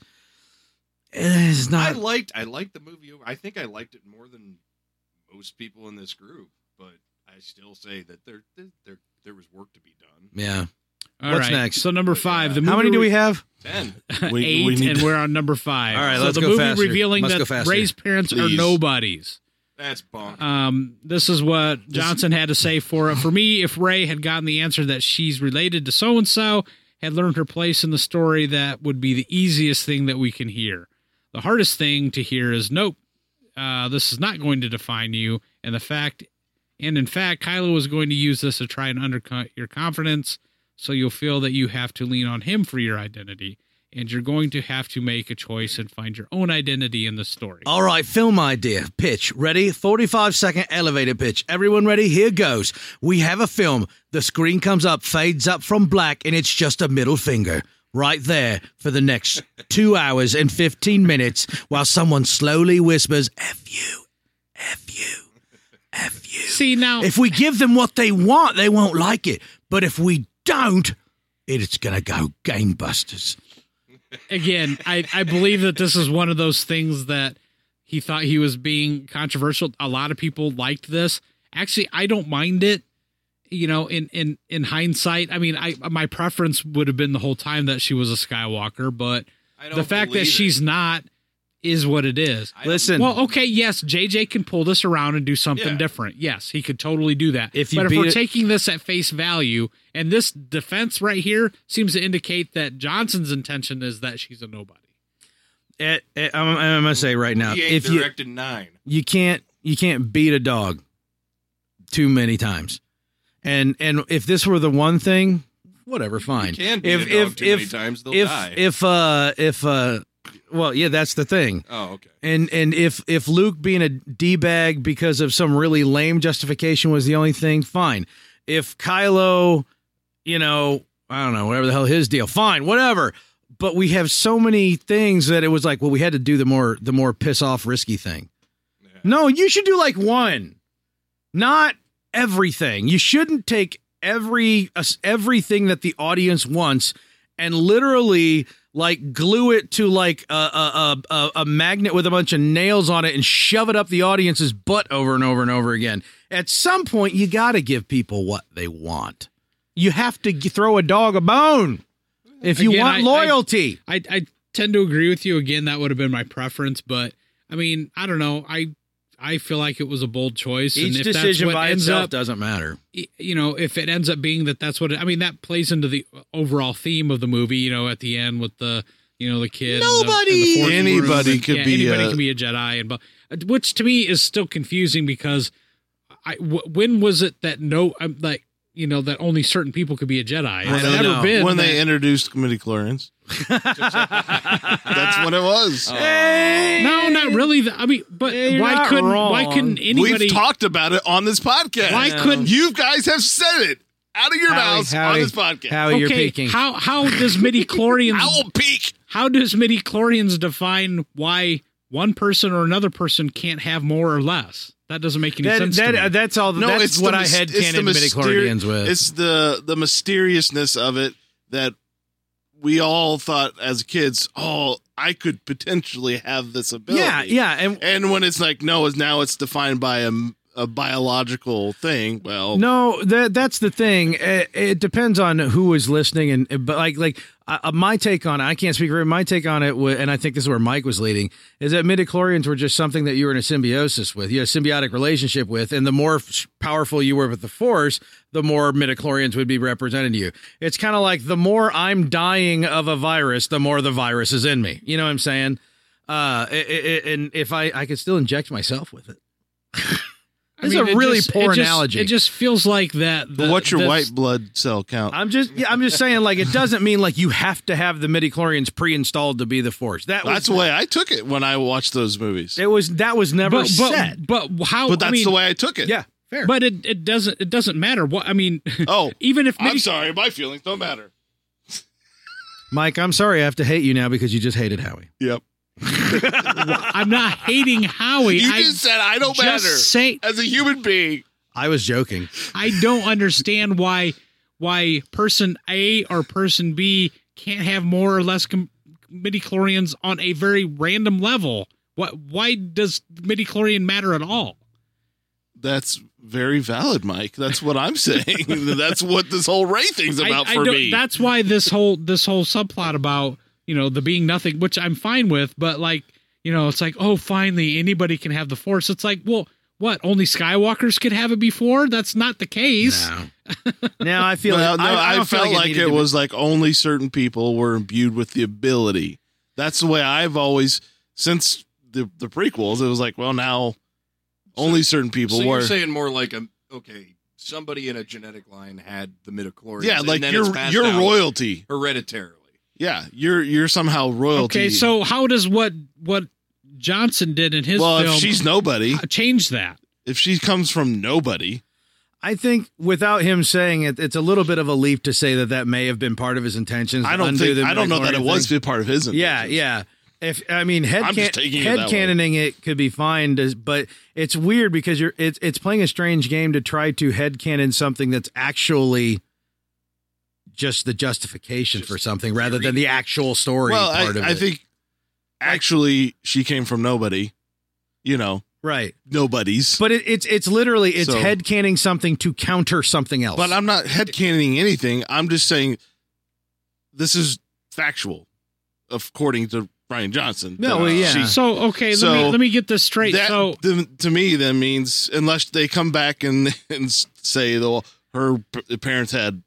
A: eh, it's
B: I
A: not.
B: liked. I liked the movie. over- I think I liked it more than most people in this group. But I still say that there, there, there, there was work to be done.
A: yeah.
E: All
A: What's
E: right.
A: next?
E: So number five. The movie
A: How many do we have?
B: Ten.
E: have?
D: We-
E: Eight,
D: we need
E: and
D: to-
E: we're on number five.
A: All right,
E: So
A: let's
E: the
A: go
E: movie
A: faster.
E: revealing
A: Let's go
E: that
A: faster.
E: Ray's parents are
D: Please.
E: nobodies.
B: That's bonk.
E: Um, this is what Johnson had to say for it. For me, if Ray had gotten the answer that she's related to so and so, had learned her place in the story, that would be the easiest thing that we can hear. The hardest thing to hear is nope, uh, this is not going to define you. And the fact, and in fact, Kylo is going to use this to try and undercut your confidence. So you'll feel that you have to lean on him for your identity. And you're going to have to make a choice and find your own identity in the story.
A: All right, film idea, pitch. Ready? 45 second elevator pitch. Everyone ready? Here goes. We have a film. The screen comes up, fades up from black, and it's just a middle finger.
P: right there for the next two hours and 15 minutes while someone slowly whispers, F you, F you, F you.
E: See now,
P: If we give them what they want, they won't like it. But if we don't, it's going to go gangbusters.
E: again, I, I believe that this is one of those things that he thought he was being controversial. A lot of people liked this. Actually, I don't mind it. You know, in in in hindsight, I mean, I my preference would have been the whole time that she was a Skywalker, but
B: I
E: the fact that
B: believe it.
E: she's not is what it is.
B: I don't-
A: Listen,
E: Well, okay, yes, JJ can pull this around and do something
B: Yeah.
E: different. Yes, he could totally do that.
A: If you
E: but if
A: beat
E: we're
A: it-
E: taking this at face value, and this defense right here seems to indicate that Johnson's intention is that she's a nobody.
A: eh, eh, I'm, I'm gonna say right now,
B: he ain't
A: if you
B: directed nine.
A: you can't you can't beat a dog too many times. And and if this were the one thing, whatever, fine.
B: Can be
A: if
B: a dog
A: if
B: too
A: if
B: many times they'll
A: if
B: die.
A: if uh if uh well, yeah, that's the thing.
B: oh, okay.
A: And and if if Luke being a d bag because of some really lame justification was the only thing, fine. If Kylo, you know, I don't know, whatever the hell his deal, fine, whatever. But we have so many things that it was like, well, we had to do the more the more piss off risky thing.
B: Yeah.
A: No, you should do like one, not everything. You shouldn't take every us- everything that the audience wants and literally like glue it to like a a, a a a magnet with a bunch of nails on it and shove it up the audience's butt over and over and over again. At some point, you got to give people what they want. You have to g- throw a dog a bone if you
E: Again,
A: want
E: I- I-
A: loyalty.
E: I, I tend to agree with you. Again, that would have been my preference, but I mean, I don't know. I I feel like it was a bold choice. and
A: Each
E: if
A: decision
E: that's what
A: by
E: ends
A: itself
E: up,
A: doesn't matter.
E: y- you know, if it ends up being that that's what it, I mean, that plays into the overall theme of the movie. You know, at the end with the you know the kid, and the- and the
P: Nobody-
E: Force Guru,
D: Anybody could be
E: anybody
D: a-
E: can be a Jedi, and but which to me is still confusing because I w- when was it that no I'm like you know that only certain people could be a Jedi?
D: When
E: It's
D: they-
E: never been
D: when
E: that-
D: they introduced midichlorians. That's what it was.
E: No, not really. I mean, but why couldn't why couldn't anybody?
D: We've talked about it on this podcast.
E: Why couldn't-
D: you guys have said it out of your
A: Howie,
D: mouths on
A: Howie,
D: this podcast?
A: How you're peeking.
E: how how does midi chlorians
D: I will peek.
E: how does midi chlorians define why one person or another person can't have more or less? That doesn't make any
A: That,
E: sense. to
A: that,
E: me.
A: uh, that's all.
D: No,
A: that's
D: it's
A: what
D: the
A: I
D: mys-
A: had
D: it's the
A: canon
D: myster-
A: midichlorians with.
D: It's the the mysteriousness of it that we all thought as kids. Oh, I could potentially have this ability.
A: yeah, yeah, and
D: And when it's like no, it's now it's defined by a, a biological thing. Well,
A: no, that that's the thing. It, it depends on who is listening, and but like like uh, my take on it, I can't speak for it, my take on it, wa- and I think this is where Mike was leading is that midichlorians were just something that you were in a symbiosis with, you had a symbiotic relationship with, and the more f- powerful you were with the Force, the more midichlorians would be represented to you. It's kind of like the more I'm dying of a virus, the more the virus is in me. You know what I'm saying? Uh, i- i- i- and if I I could still inject myself with it.
E: I
A: It's
E: mean,
A: a
E: it
A: really
E: just- it
A: poor
E: just-
A: analogy.
E: It just feels like that.
D: but
E: the-
D: what's your
E: this-
D: white blood cell count?
A: I'm just yeah, I'm just saying like it doesn't mean like you have to have the midichlorians pre-installed to be the force. That was
D: That's the way I took it when I watched those movies.
A: it was that was never
E: But,
A: said.
E: but but how?
D: but that's
E: I mean,
D: the way I took it.
A: yeah, fair.
E: But it, it doesn't it doesn't matter. What I mean,
D: Oh,
E: even if
D: I'm
E: midi-
D: sorry. My feelings don't matter.
A: Mike, I'm sorry I have to hate you now because you just hated Howie.
D: Yep.
E: I'm not hating Howie.
D: You
E: I
D: just said I don't
E: just
D: matter
E: say
D: as a human being.
A: I was joking.
E: I don't understand why why person A or person B can't have more or less com- midichlorians on a very random level. What why does midichlorian matter at all?
D: That's very valid, Mike. That's what I'm saying. that's what this whole Ray thing's about for
E: don't-
D: me.
E: That's why this whole this whole subplot about, you know, the being nothing, which I'm fine with, but like, you know, it's like, oh, finally anybody can have the force. It's like, well, what? Only Skywalkers could have it before? That's not the case.
A: Now I feel
D: Well,
A: like,
D: no,
A: I,
D: I,
A: don't feel
D: felt like
A: needed
D: it
A: to be-
D: was like only certain people were imbued with the ability. That's the way I've always since the the prequels. It was like, well, now only certain people
B: So
D: were.
B: you're saying more like a okay, somebody in a genetic line had the midichlorians.
D: yeah,
B: and
D: like
B: then
D: you're
B: it's passed
D: you're
B: down
D: royalty.
B: hereditarily.
D: Yeah, you're you're somehow royalty.
E: Okay, so how does what what Johnson did in his
D: well,
E: film
D: if she's nobody,
E: uh, change that?
D: if she comes from nobody,
A: I think without him saying it, it's a little bit of a leap to say that that may have been part of his intentions.
D: I
A: to
D: don't
A: undo
D: think
A: the
D: I don't know that it
A: midichlorian
D: was
A: thing.
D: part of his.
A: Yeah,
D: intentions.
A: yeah. If I mean head
D: I'm
A: can-
D: just taking it
A: head
D: that way.
A: cannoning it could be fine, does- but it's weird because you're it's it's playing a strange game to try to head cannon something that's actually just the justification for something rather than the actual story
D: Well,
A: part of
D: I, I
A: it.
D: think actually she came from nobody. You know,
A: right.
D: nobody's.
A: But it, it's it's literally it's
D: So-
A: head canning something to counter something else.
D: But I'm not headcanoning anything. I'm just saying this is factual, according to Brian Johnson.
A: No, well, yeah.
D: She-
E: So okay,
D: So,
E: let me let me get this straight.
D: that,
E: so
D: to, to me, that means unless they come back and, and s- say, well, her p- parents had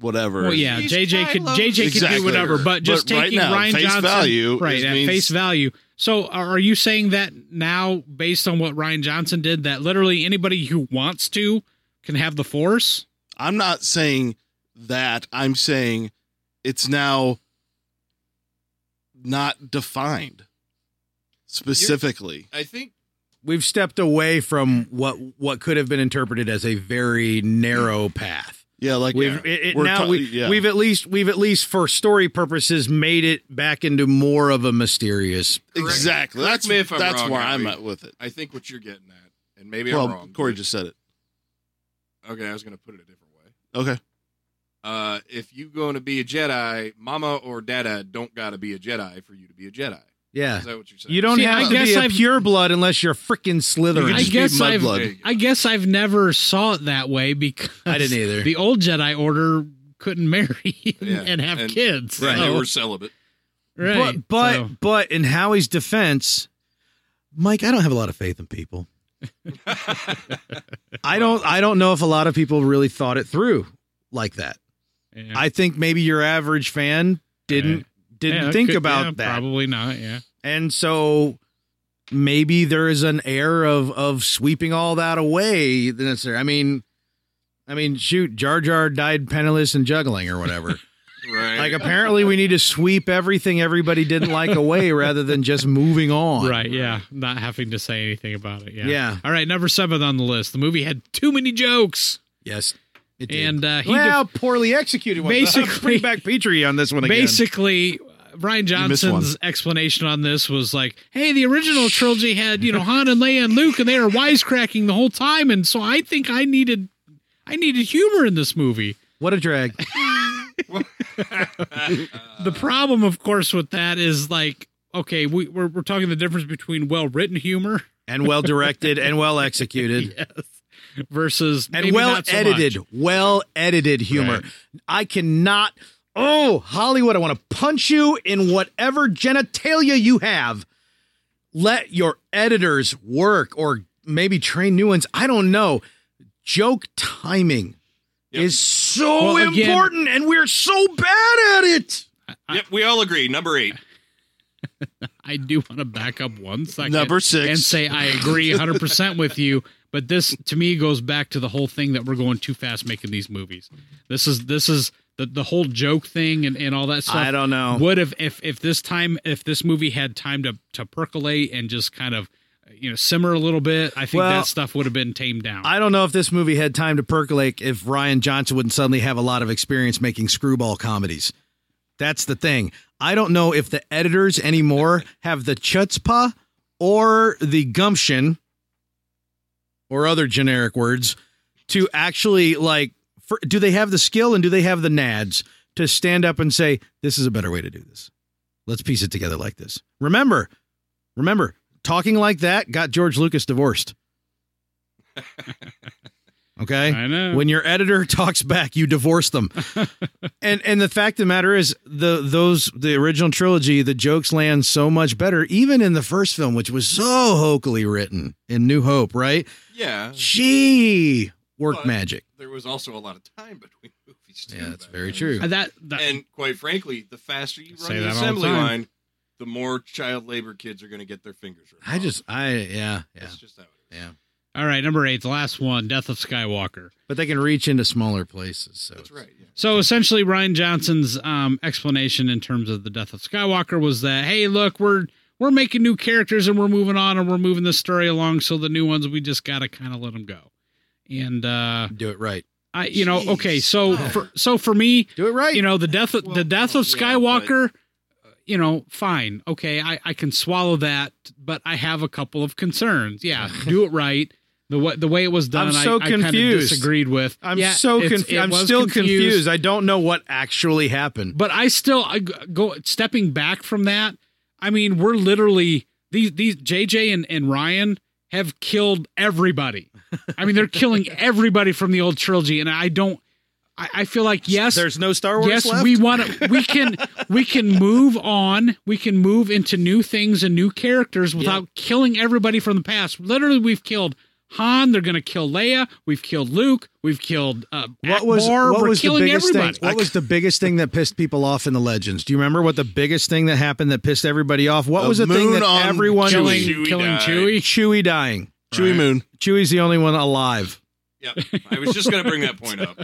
D: whatever.
E: well, yeah,
B: He's
E: JJ could
B: Kylo
E: JJ could
D: Exactly.
E: do whatever, but just
D: But right
E: taking
D: now,
E: Ryan
D: face
E: Johnson
D: value
E: right
D: is
E: at
D: means-
E: face value. So are are you saying that now, based on what Ryan Johnson did, that literally anybody who wants to can have the Force?
D: I'm not saying that. I'm saying it's now not defined specifically.
B: I think
A: We've stepped away from what what could have been interpreted as a very narrow path.
D: yeah, like
A: We've it, it-
D: We're
A: now
D: ta-
A: we,
D: yeah.
A: we've at least we've at least for story purposes made it back into more of a mysterious.
D: exactly.
B: Correct
D: That's
B: me if I'm
D: that's
B: wrong,
D: where
B: Howie.
D: I'm at with it.
B: I think what you're getting at, and maybe
D: well,
B: I'm wrong.
D: Corey
B: but-
D: just said it.
B: okay. I was going to put it a different way.
D: Okay.
B: Uh, if you going to be a Jedi, Mama or Dada don't got to be a Jedi for you to be a Jedi.
A: Yeah,
B: Is that what you're saying?
A: you don't
E: See, I
A: have to
E: guess
A: be a
E: I've-
A: pure blood unless you're freaking Slytherin.
E: I guess I've
B: There you go.
E: I guess I've never saw it that way because
A: I didn't either.
E: The old Jedi Order couldn't marry
B: Yeah,
E: and have
B: and-
E: kids,
B: And
E: so-
B: They were celibate.
E: right?
A: But but
E: so-
A: but in Howie's defense,
Q: Mike, I don't have a lot of faith in people.
A: I don't I don't know if a lot of people really thought it through like that.
E: yeah.
A: I think maybe your average fan didn't didn't
E: Yeah,
A: think
E: could-
A: about
E: yeah,
A: that.
E: Probably not. Yeah.
A: And so maybe there is an air of of sweeping all that away that's there. I mean I mean shoot, Jar Jar died penniless and juggling or whatever.
B: Right.
A: like apparently we need to sweep everything everybody didn't like away rather than just moving on.
E: Right. Yeah. Not having to say anything about it. Yeah.
A: Yeah.
E: All right. Number seven on the list. The movie had too many jokes,
A: Yes. It did.
E: and uh, he
A: well, poorly executed one.
E: Basically-
A: bring back Petrie on this one again.
E: basically uh, Ryan Johnson's explanation on this was like, "Hey, the original trilogy had you know Han and Leia and Luke, and they were wisecracking the whole time, and so I think I needed, I needed humor in this movie."
A: What a drag.
E: the problem, of course, with that is like, okay, we, we're we're talking the difference between well written humor
A: And well directed and well executed.
E: yes, versus
A: and
E: maybe
A: well
E: not so much.
A: edited, well edited humor. I cannot. Oh, Hollywood! I want to punch you in whatever genitalia you have. Let your editors work, or maybe train new ones. I don't know. Joke timing
B: Yep.
A: is so
E: Well, again-
A: important, and we're so bad at it.
B: Yep, we all agree. Number eight.
E: I do want to back up one second
D: Number six.
E: and say I agree 100% with you, but this to me goes back to the whole thing that we're going too fast making these movies. This is this is the the whole joke thing and, and all that stuff.
A: I don't know.
E: Would have if if this time if this movie had time to to percolate and just kind of you know simmer a little bit, I think
A: Well,
E: that stuff would have been tamed down.
A: I don't know if this movie had time to percolate if Ryan Johnson wouldn't suddenly have a lot of experience making screwball comedies. That's the thing. I don't know if the editors anymore have the chutzpah or the gumption or other generic words to actually like for, do they have the skill and do they have the nads to stand up and say this is a better way to do this. Let's piece it together like this. Remember, remember, talking like that got George Lucas divorced. Okay?
E: I know.
A: when your editor talks back you divorce them and and the fact of the matter is the those the original trilogy the jokes land so much better even in the first film which was so hokily written in new hope right
E: Oh,
B: Yeah.
A: she worked
B: But-
A: magic
B: There was also a lot of time between movies. Too
A: yeah that's
B: back
A: very
B: then.
A: true
E: Uh, that, that
B: And quite frankly, the faster you run
E: Say
B: the
E: that all the
B: assembly
E: time.
B: line, the more child labor kids are going to get their fingers. ripped
A: i
B: off.
A: just i yeah yeah
B: That's just how it is.
E: all right, number eight, the last one, Death of Skywalker.
A: but they can reach into smaller places so
B: That's right. Yeah.
E: So essentially, Ryan Johnson's um, explanation in terms of the death of Skywalker was that, hey, look, we're we're making new characters and we're moving on and we're moving the story along, so the new ones we just gotta kind of let them go. And uh
H: Do it right.
E: I you know, okay, so for, so for me,
A: Do it Oh. right.
E: you know, the death of the death of
B: yeah, but-
E: Skywalker you know, fine. Okay, I, I can swallow that, but I have a couple of concerns. Yeah, do it right. The way the way it was done,
A: I'm so
E: I, I kind of
A: confused.
E: disagreed with.
A: I'm
E: Yeah,
A: so
E: it's-
A: confused.
E: it
A: I'm
E: was
A: still confused. I don't know what actually happened.
E: But I still I g- go stepping back from that. I mean, we're literally these these JJ and, and Ryan have killed everybody. I mean, they're killing everybody from the old trilogy, and I don't. I, I feel like yes,
A: There's no Star Wars
E: yes,
A: left.
E: we want to. We can we can move on. We can move into new things and new characters without killing everybody from the past. Literally, we've killed. Han, they're gonna kill Leia. We've killed Luke. We've killed uh,
A: what was
E: Akbar.
A: what
E: We're
A: was the
E: killing
A: biggest
E: everybody.
A: thing? What was the biggest thing that pissed people off in the Legends? Do you remember what the biggest thing that happened that pissed everybody off? What
D: The
A: was the thing
D: moon
A: that
D: on
A: everyone
E: killing
B: Chewie
E: killing
B: died.
E: Chewie?
A: Chewie dying?
D: Chewy Moon.
A: Chewie's the only one alive.
B: Yep. I was just going to bring that point up.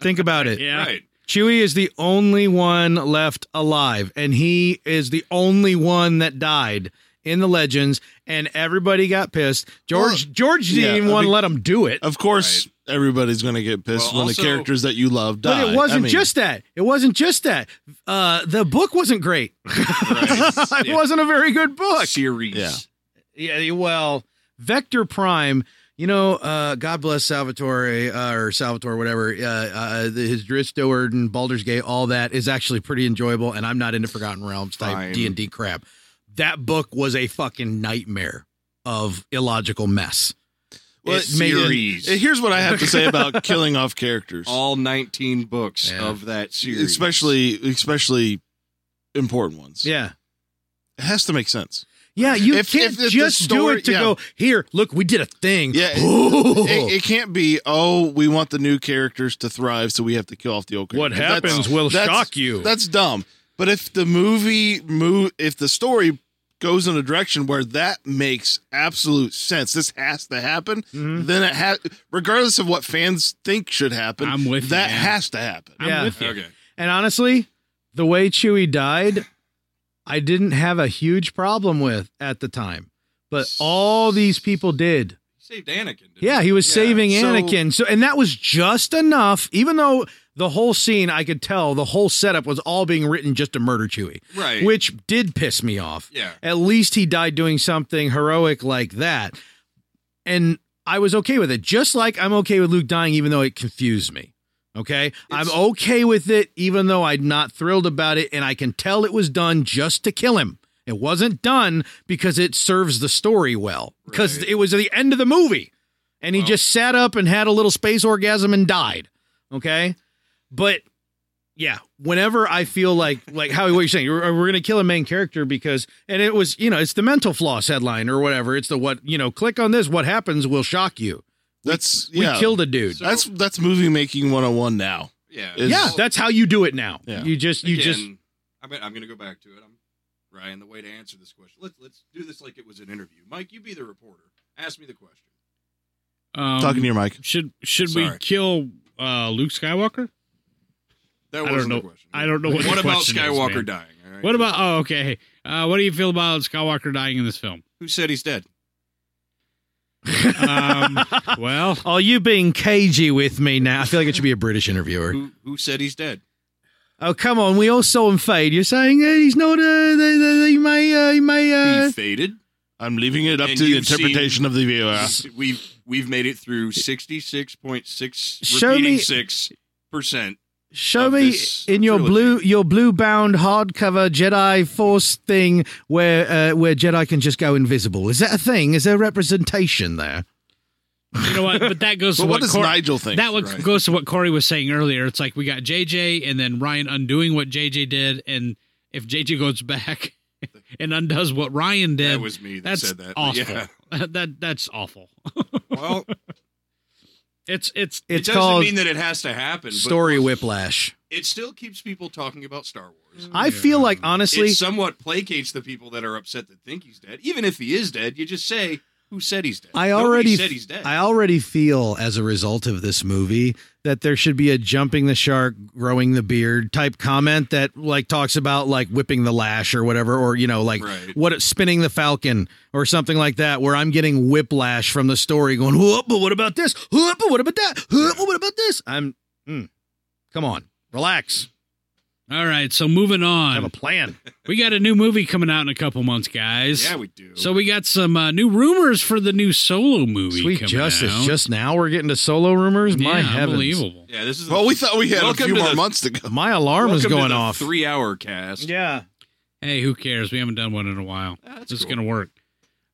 A: Think about it.
E: Yeah.
B: Right.
A: Chewie is the only one left alive, and he is the only one that died in the legends. And everybody got pissed. George George
D: yeah,
A: didn't
D: I
A: even want to
D: mean-
A: let him do it.
D: Of course, everybody's going to get pissed
B: Well,
D: when
B: also-
D: the characters that you love die.
A: But it
D: I
A: wasn't
D: mean,
A: just that. It wasn't just that. Uh, the book wasn't great. it wasn't a very good book.
B: Series.
D: Yeah.
A: Yeah, well, Vector Prime. You know, uh, God bless Salvatore uh, or Salvatore, whatever. Uh, uh, the, his Dristo Erden, Baldur's Gate, all that is actually pretty enjoyable. And I'm not into Forgotten Realms
B: Fine.
A: type D and D crap. That book was a fucking nightmare of illogical mess.
D: Well,
B: It's
D: it made-
B: series.
D: and here's what I have to say about killing off characters,
B: All 19 books
A: Yeah.
B: of that series.
D: especially especially important ones.
A: Yeah,
D: It has to make sense.
A: yeah. You
D: If-
A: can't
D: if- if the
A: just do
D: story-
A: it to
D: yeah.
A: go here. Look, we did a thing.
D: Yeah, it-
A: Ooh.
D: It, it can't be. Oh, we want the new characters to thrive, so we have to kill off the old.
A: What
D: characters. That's-
A: happens will
D: that's-
A: shock you.
D: That's dumb. But if the movie move, if the story goes in a direction where that makes absolute sense, this has to happen.
A: Mm-hmm.
D: Then it has, regardless of what fans think should happen.
E: I'm with you,
D: that
E: man.
D: has to happen.
E: I'm
A: Yeah.
E: with you.
B: Okay.
A: And honestly, the way Chewie died, I didn't have a huge problem with at the time. But all these people did.
B: Saved Anakin. didn't
A: Yeah,
B: he?
A: he was saving
D: so-
A: Anakin. So and that was just enough, even though the whole scene I could tell the whole setup was all being written just to murder Chewie,
B: Right.
A: which did piss me off.
B: yeah.
A: At least he died doing something heroic like that. And I was okay with it, just like I'm okay with Luke dying, even though it confused me. Okay. I'm
B: It's-
A: okay with it, even though I'm not thrilled about it. And I can tell it was done just to kill him. It wasn't done because it serves the story well, because
B: Right.
A: it was the end of the movie. And he
B: Well-
A: just sat up and had a little space orgasm and died. Okay. But yeah, whenever I feel like like how what you're saying, we're, we're gonna kill a main character because and it was you know it's the mental floss headline or whatever. It's the what you know click on this what happens will shock you.
D: That's
A: We
D: yeah.
A: killed a dude.
B: So-
D: that's that's movie making 101 now.
B: Yeah.
D: Is-
A: yeah, that's how you do it now.
D: Yeah.
A: You just you just
B: Again, I mean, I'm going to go back to it. I'm Ryan. The way to answer this question. Let's let's do this like it was an interview. Mike, you be the reporter. Ask me the question.
E: Um,
D: Talking to your mic.
E: Should should we
B: Sorry.
E: kill uh, Luke Skywalker?
B: That
E: don't
B: wasn't
E: know-
B: the question.
E: I don't know what
B: What
E: the
B: about
E: question is,
B: Skywalker
E: man.
B: dying? All right?
E: What about? Oh, okay. Uh, what do you feel about Skywalker dying in this film?
B: who said he's dead?
E: Um, well,
A: oh you being cagey with me now. I feel like it should be a British interviewer.
B: Who who said he's dead?
A: Oh come on, we all saw him fade. You're saying uh, he's not. Uh, they, they, they may uh, he may. Uh,
B: he faded.
D: I'm leaving it up
B: And
D: to the
B: you've seen-
D: interpretation of the
E: uh,
D: viewer.
B: S- We've we've made it through sixty six point six
A: Show me-
B: repeating six percent.
A: Show
B: of
A: me
B: this
A: in your
B: trilogy.
A: blue your blue bound hardcover Jedi Force thing where uh, where Jedi can just go invisible. Is that a thing? Is there representation there?
E: you know what? But that goes
D: So
E: to
D: what
E: what,
D: does
E: Cor-
D: Nigel think?
E: that what
B: Right.
E: goes to what Corey was saying earlier. It's like we got JJ and then Ryan undoing what JJ did, and if JJ goes back and undoes what Ryan did,
B: That was me that
E: that's
B: said that. but
E: awful.
B: Yeah.
E: that that's awful.
B: Well,
E: It's it's
A: It's
B: it doesn't
A: called
B: mean that it has to happen. but
A: story whiplash.
B: It still keeps people talking about Star Wars.
E: Mm-hmm.
A: I feel like honestly,
B: it somewhat placates the people that are upset that think he's dead. Even if he is dead, you just say, Who said he's dead?
A: I
B: Nobody
A: already
B: said he's dead.
A: I already feel as a result of this movie that there should be a jumping the shark, growing the beard type comment that like talks about like whipping the lash or whatever, or you know, like
B: Right.
A: what spinning the falcon or something like that, where I'm getting whiplash from the story going, whoop, but what about this? Whoop, but what about that? Whoop, but what about this? I'm mm, come on, relax.
E: All right, so moving
A: I have a
E: on.
A: plan.
E: We got a new movie coming out in a couple months, guys.
B: yeah, we do.
E: So we got some uh, new rumors for the new solo movie.
A: Sweet
E: coming
A: justice.
E: out.
A: Just now we're getting to solo rumors. My
E: yeah,
A: heavens.
E: unbelievable.
B: yeah, this is.
D: Well, we thought we had
B: Welcome
D: a few
B: to
D: more
B: the-
D: months to go.
A: My alarm is going off.
B: Three-hour cast.
R: Yeah.
E: Hey, who cares? We haven't done one in a while.
B: That's
E: this is
B: cool.
E: gonna work.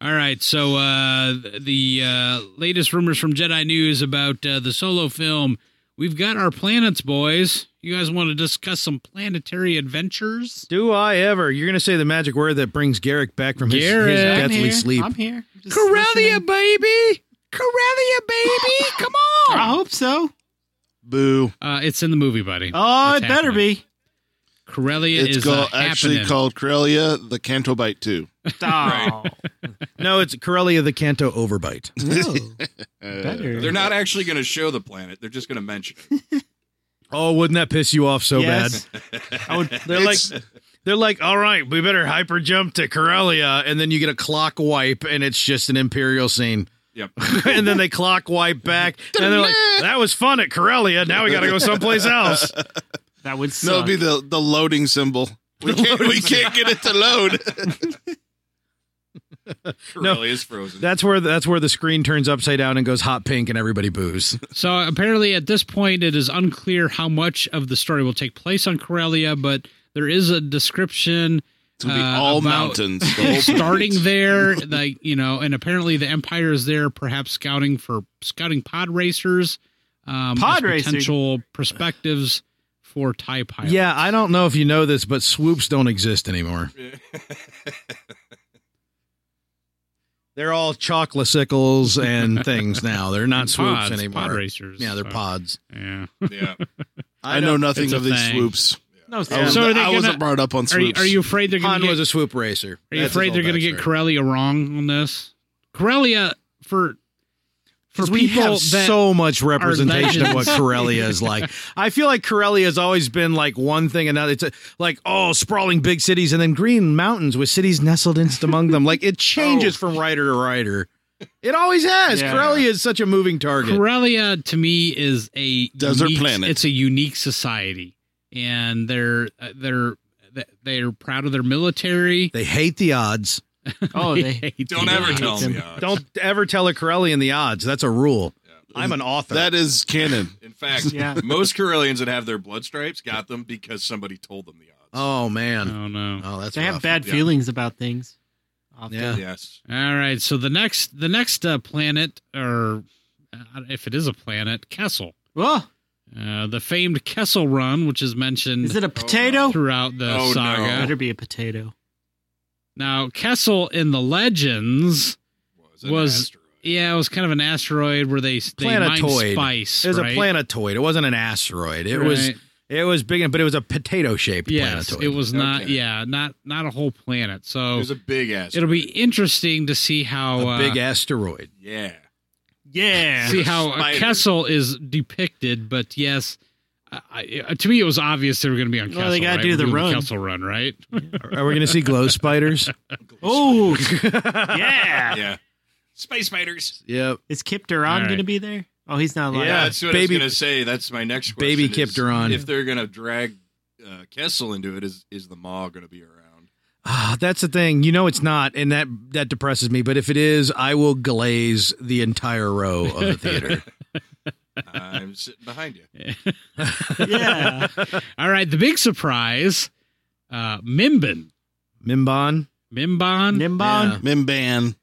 E: All right, so uh, th- the uh, latest rumors from Jedi News about uh, the solo film. We've got our planets, boys. You guys want to discuss some planetary adventures?
A: Do I ever? You're gonna say the magic word that brings Garrick back from his, his
E: Garrick.
A: deathly sleep.
C: I'm here. Just
E: Corellia,
C: listening.
E: baby! Corellia, baby! Come
C: I
E: on!
C: hope so.
D: Boo!
E: Uh, it's in the movie, buddy.
C: Oh,
E: It's
C: it better be.
E: Corellia
D: It's
E: is
D: called,
E: uh,
D: actually
E: happening.
D: called Corellia the Canto Bite Two.
C: Oh,
A: No, it's Corellia the Canto overbite.
C: better.
B: They're not actually going to show the planet. They're just going to mention. it.
A: Oh, wouldn't that piss you off so
C: Yes.
A: bad?
R: I would, they're like
D: It's-
R: they're like, all right, we better hyper jump to Corellia.
A: Uh, and then you get a clock wipe, and it's just an imperial scene.
B: Yep.
A: and then they clock wipe back,
R: And they're like, that was fun at Corellia. Now we got to go someplace else.
C: That would
D: No, it'd
C: suck.
D: be the the loading symbol. We can't, we can't get it to load.
B: Corellia is frozen.
A: That's where that's where the screen turns upside down and goes hot pink, and everybody boos.
E: So apparently, at this point, it is unclear how much of the story will take place on Corellia, but there is a description
D: It's gonna be
E: Uh,
D: all
E: about-
D: mountains. the whole
E: starting
D: planet.
E: there, like you know, and apparently the Empire is there, perhaps scouting for scouting pod racers, um, as
C: Pod racing?
E: potential perspectives for Tie pilots.
A: yeah, I don't know if you know this, but swoops don't exist anymore. They're all chocolacicles and things now. They're not
E: And
A: swoops
E: pods,
A: anymore.
E: Pod racers.
A: yeah, they're
E: so,
A: pods.
E: Yeah.
B: yeah.
D: I know nothing
E: it's a
D: of these
E: thing.
D: swoops.
C: no,
D: I, was,
E: So are they
D: I wasn't
E: gonna-
D: brought up on
E: Are you,
D: swoops.
E: are you afraid they're going
A: Han
E: to get?
A: was a swoop racer.
E: are you afraid they're going to get Corellia wrong on this? Corellia for for
A: we have
E: people that
A: so much representation of what
E: legends.
A: Corellia is like. I feel like Corellia has always been like one thing another. It's a, like oh, sprawling big cities and then green mountains with cities nestled in among them. Like it changes
E: Oh.
A: from writer to writer. It always has.
C: Yeah.
A: Corellia is such a moving target.
E: Corellia to me is a
D: Desert
E: unique-
D: planet.
E: It's a unique society, and they're uh, they're they're proud of their military.
A: they hate the odds.
C: oh, they
E: hate
B: Don't
E: the
B: ever
E: odds.
B: tell me. uh,
A: Don't ever tell a Corellian the odds. That's a rule. I'm an author.
D: that is canon.
B: In fact,
C: Yeah.
B: most Corellians that have their blood stripes got them because somebody told them the odds.
A: oh man.
E: Oh no!
A: Oh, that's
C: they have
A: rough.
C: bad
B: Yeah.
C: feelings about things. Often.
A: Yeah.
B: Yes.
E: All right, so the next the next uh, planet, or uh, if it is a planet, Kessel.
C: Whoa,
E: Uh, the famed Kessel Run, which is mentioned
C: is it a potato?
E: throughout the
B: Oh, no.
E: saga.
C: Better be a potato.
E: Now, Kessel in the legends,
B: Was. an
E: Was-
B: asteroid.
E: yeah, it was kind of an asteroid where they they mine
A: Planetoid.
E: spice.
A: It was
E: right?
A: a planetoid. It wasn't an asteroid. It was
E: Right.
A: It was big, but it was a potato shaped
E: Yes,
A: planetoid.
E: it was not.
B: Okay.
E: Yeah, not not a whole planet.
B: It
E: So
B: was a big ass.
E: it'll be interesting to see how
A: a
E: uh,
A: big asteroid.
B: Yeah.
C: Yeah.
E: see how uh,
B: Spider.
E: Kessel is depicted. But yes, I, I, uh, to me it was obvious they were going to be on Kessel.
C: Well, they gotta
E: right?
C: do
E: We're
C: the
E: doing
C: run.
E: Kessel run, right?
A: Are, we going to see glow spiders?
C: Oh, yeah.
B: Yeah. Space spiders.
A: Yep.
C: Is Kip Duran
E: All right.
C: going to be there? Oh, he's not alive.
B: Yeah, that's what
A: baby-
B: I was gonna say. That's my next question.
A: baby
B: is
A: Kipteron.
B: If they're gonna drag uh, Kessel into it, is is the Maw gonna be around?
A: Ah, that's the thing. You know it's not, and that that depresses me. But if it is, I will glaze the entire row of the theater.
B: I'm sitting behind you.
C: Yeah.
E: All right, the big surprise, uh, Mimban,
A: Mimban.
E: Mimban,
C: Nimbon.
D: Mimban.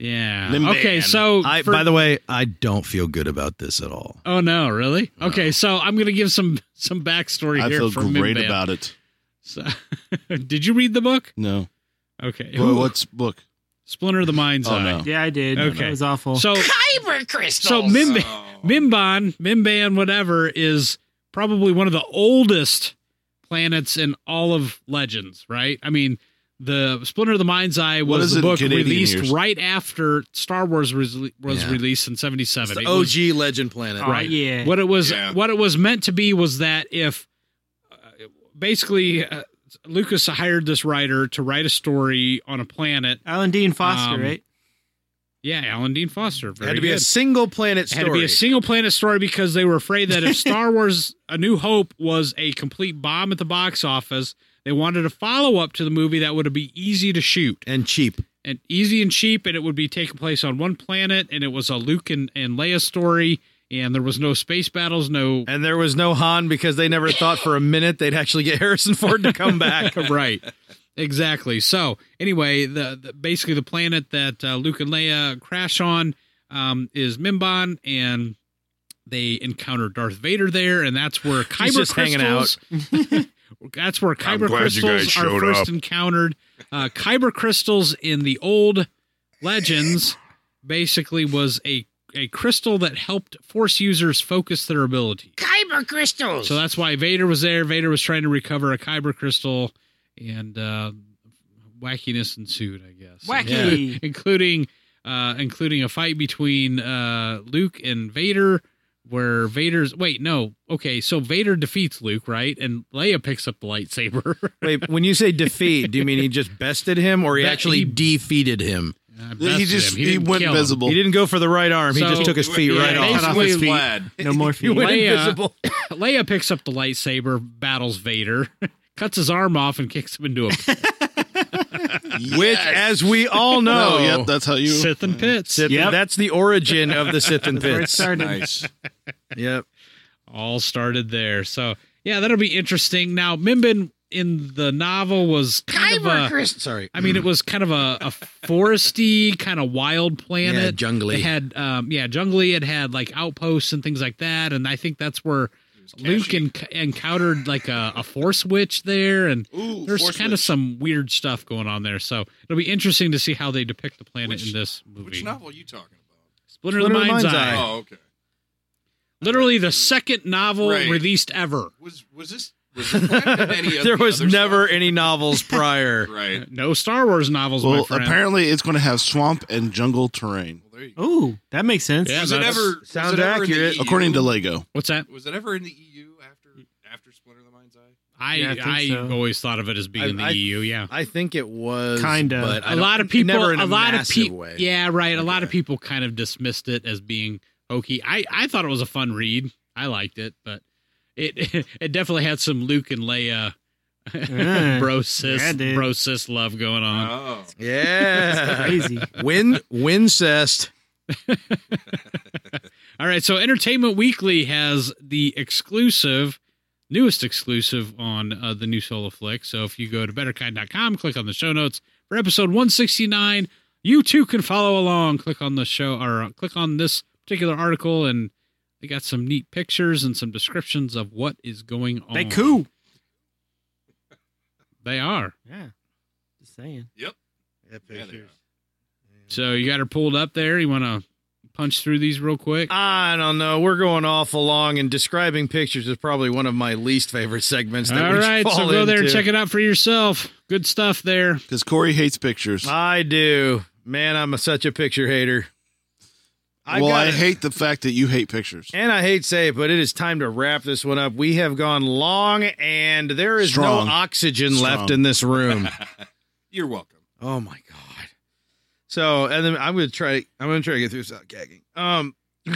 E: yeah.
D: Mimban.
E: Okay, so
A: I,
E: Oh, for-
A: by the way, I don't feel good about this at all.
E: Oh no, really? Okay, so I'm gonna give some some backstory
D: I
E: here
D: feel
E: from
D: great
E: Mimban.
D: about it.
E: So, did you read the book?
D: No.
E: Okay.
D: Well, what's book?
E: Splinter of the Mind's uh,
D: Oh
E: Eye.
D: no.
C: Yeah, I did.
E: Okay.
C: That was awful.
E: So Kyber crystals. So Mim-
B: Oh.
E: Mimban, Mimban, whatever is probably one of the oldest planets in all of legends, right? I mean, The Splinter of the Mind's Eye
D: What
E: was
D: is it
E: the
D: in
E: book
D: Canadian
E: released
D: years?
E: right after Star Wars re- was
S: Yeah.
E: released in '77. It was-
T: OG Legend Planet.
E: right?
C: Uh, yeah.
E: What it was,
B: Yeah.
E: what it was meant to be, was that if uh, basically uh, Lucas hired this writer to write a story on a planet.
C: Alan Dean Foster,
E: Um,
C: right?
E: Yeah, Alan Dean Foster. Very
T: had to be a
E: good.
T: single planet
E: It
T: story.
E: had to be a single planet story because they were afraid that if Star Wars A New Hope was a complete bomb at the box office, they wanted a follow up to the movie that would be easy to shoot
T: and cheap.
E: and easy and cheap, and it would be taking place on one planet, and it was a Luke and, and Leia story, and there was no space battles, no
A: And there was no Han because they never thought for a minute they'd actually get Harrison Ford to come back.
E: right. Exactly. So anyway, the, the basically the planet that uh, Luke and Leia crash on um, is Mimban, and they encounter Darth Vader there, and that's where kyber
A: just hanging
E: crystals. that's where kyber
D: glad you
E: crystals
D: guys
E: are
D: showed
E: first
D: up.
E: encountered. Uh, kyber crystals in the old legends basically was a a crystal that helped force users focus their ability.
U: Kyber crystals.
E: So that's why Vader was there. Vader was trying to recover a kyber crystal, and uh, wackiness ensued, I guess.
C: Wacky.
E: Yeah. including uh, including a fight between uh, Luke and Vader, where Vader's wait no okay, so Vader defeats Luke right, and Leia picks up the lightsaber.
A: Wait, when you say defeat, do you mean he just bested him or he
E: Be-
A: actually
E: he-
A: defeated him?
E: I
D: he
E: bested
D: just
E: him.
D: he,
E: didn't
D: went
E: kill him.
D: invisible.
A: He didn't go for the right arm. he
E: So-
A: just took his feet
B: Yeah,
A: right off.
B: basically,
E: Cut off his feet.
B: Vlad.
C: No more feet.
E: went Leia-
A: invisible.
E: Leia picks up the lightsaber, battles Vader, cuts his arm off, and kicks him into a pit.
A: Which, as we all know,
D: Oh, yep, that's how you.
E: Sith and pits.
A: Sith-
C: Yep.
A: that's the origin of the Sith and
C: Where it
A: Pits.
C: started.
B: Nice.
A: Yep.
E: all started there. So yeah, that'll be interesting. Now Mimbin in the novel was kind of uh, a,
T: Sorry.
E: I mean, it was kind of a, a foresty, kind of wild
T: yeah,
E: planet.
T: jungly.
E: It had um, yeah, jungly. It had like outposts and things like that. And I think that's where Luke enc- encountered like a, a force witch there, and
B: Ooh,
E: there's
B: Force
E: kind of
B: Witch.
E: some weird stuff going on there. So it'll be interesting to see how they depict the planet
B: Which-
E: in this movie.
B: Which novel are you talking
E: Splinter, of the Mind's, Eye.
B: about? Oh, okay.
E: Literally the second novel
B: Right.
E: released ever.
B: Was was this? Was this better than any of
A: There
B: the
A: was
B: other
A: never
B: stuff?
A: any novels prior.
B: Right.
E: No Star Wars novels, my
D: well,
E: friend.
D: apparently it's going to have swamp and jungle terrain,
B: Well, there you go.
C: Ooh, that makes sense.
E: Yeah,
B: was it
E: that's-
B: ever
A: sounds
B: was it ever in the
A: accurate.
B: EU?
D: according to Lego.
E: What's that?
B: Was it ever in the EU after after Splinter of the Mind's Eye?
E: I
C: Yeah, I
E: I,
C: think so.
E: always thought of it as being
A: I-
E: in the
A: I-
E: EU. Yeah,
A: I think it was
C: Kinda.
A: but I
E: a
A: don't-
E: lot of people.
A: never in a,
E: a, lot of
A: massive
E: people.
A: way.
E: Yeah, right. A lot of
A: Okay.
E: people kind of dismissed it as being hokey. I I thought it was a fun read. I liked it, but it it definitely had some Luke and Leia.
C: Yeah.
E: bro sis
C: Eh. Yeah, dude.
E: bro sis love going on
B: Oh,
A: Yeah.
C: Crazy.
A: Win Wincest.
E: all right so entertainment weekly has the exclusive newest exclusive on uh, the new solo flick so if you go to betterkind.com click on the show notes for episode 169 you too can follow along click on the show or uh, click on this particular article and they got some neat pictures and some descriptions of what is going on
C: They cool.
E: they are
C: Yeah. Just saying.
B: yeah, there you go.
E: so you got her pulled up there you want to punch through these real quick
A: I don't know. We're going awful long, and describing pictures is probably one of my least favorite segments. That
E: all
A: we
E: right so
A: fall
E: go there and
A: into.
E: check it out for yourself good stuff there
D: Because Corey hates pictures.
A: I do, man. I'm a, such a picture hater. I
D: well, I
A: gotta-
D: hate the fact that you hate pictures.
A: And I hate to say it, but it is time to wrap this one up. We have gone long, and there is
D: Strong.
A: no oxygen
D: Strong.
A: left in this room.
B: You're welcome.
A: oh my god! So, and then I'm gonna try. I'm gonna try to get through this without gagging. Um,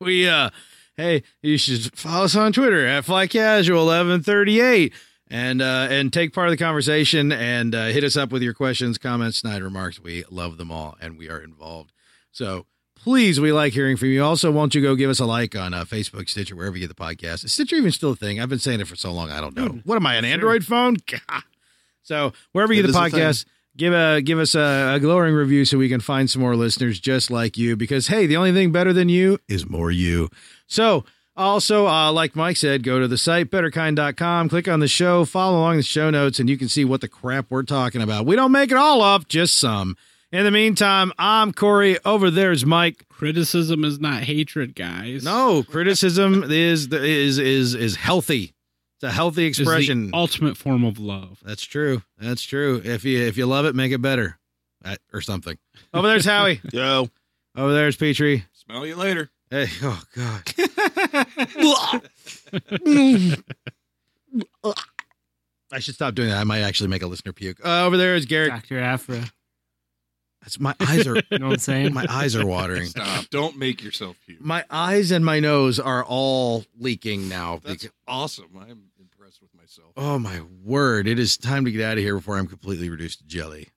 A: we uh, hey, you should follow us on Twitter at Fly Casual 1138, and uh, and take part of the conversation and uh, hit us up with your questions, comments, snide remarks. We love them all, and we are involved. So please, we like hearing from you. Also, won't you go give us a like on uh, Facebook, Stitcher, wherever you get the podcast? Is Stitcher even still a thing? I've been saying it for so long, I don't know. What am I, an Android phone? God. So wherever you
D: It
A: get the
D: is a thing.
A: podcast, give a give us a, a glowing review so we can find some more listeners just like you. Because hey, the only thing better than you is more you. So. Also, uh, like Mike said, go to the site betterkind.com, click on the show, follow along the show notes, and you can see what the crap we're talking about. We don't make it all up, just some. In the meantime, I'm Corey. Over there's Mike.
E: criticism is not hatred guys
A: No, criticism is is is is healthy.
V: It's a healthy
E: Is the
V: expression.
E: ultimate form of love.
A: That's true. That's true. If you if you love it, make it better, Uh, or something.
V: Over there's Howie.
D: Yo,
V: Over there's Petrie.
B: Smell you later.
A: Hey, oh god. I should stop doing that. I might actually make a listener puke. Uh, over there is Garrett.
C: Dr. Afra. You
A: That's, my eyes are
C: know what I'm saying?
A: my eyes are watering.
B: Stop. Don't make yourself puke.
A: My eyes and my nose are all leaking now.
B: That's
A: beca-
B: awesome. I'm impressed with myself.
A: oh my word! It is time to get out of here before I'm completely reduced to jelly.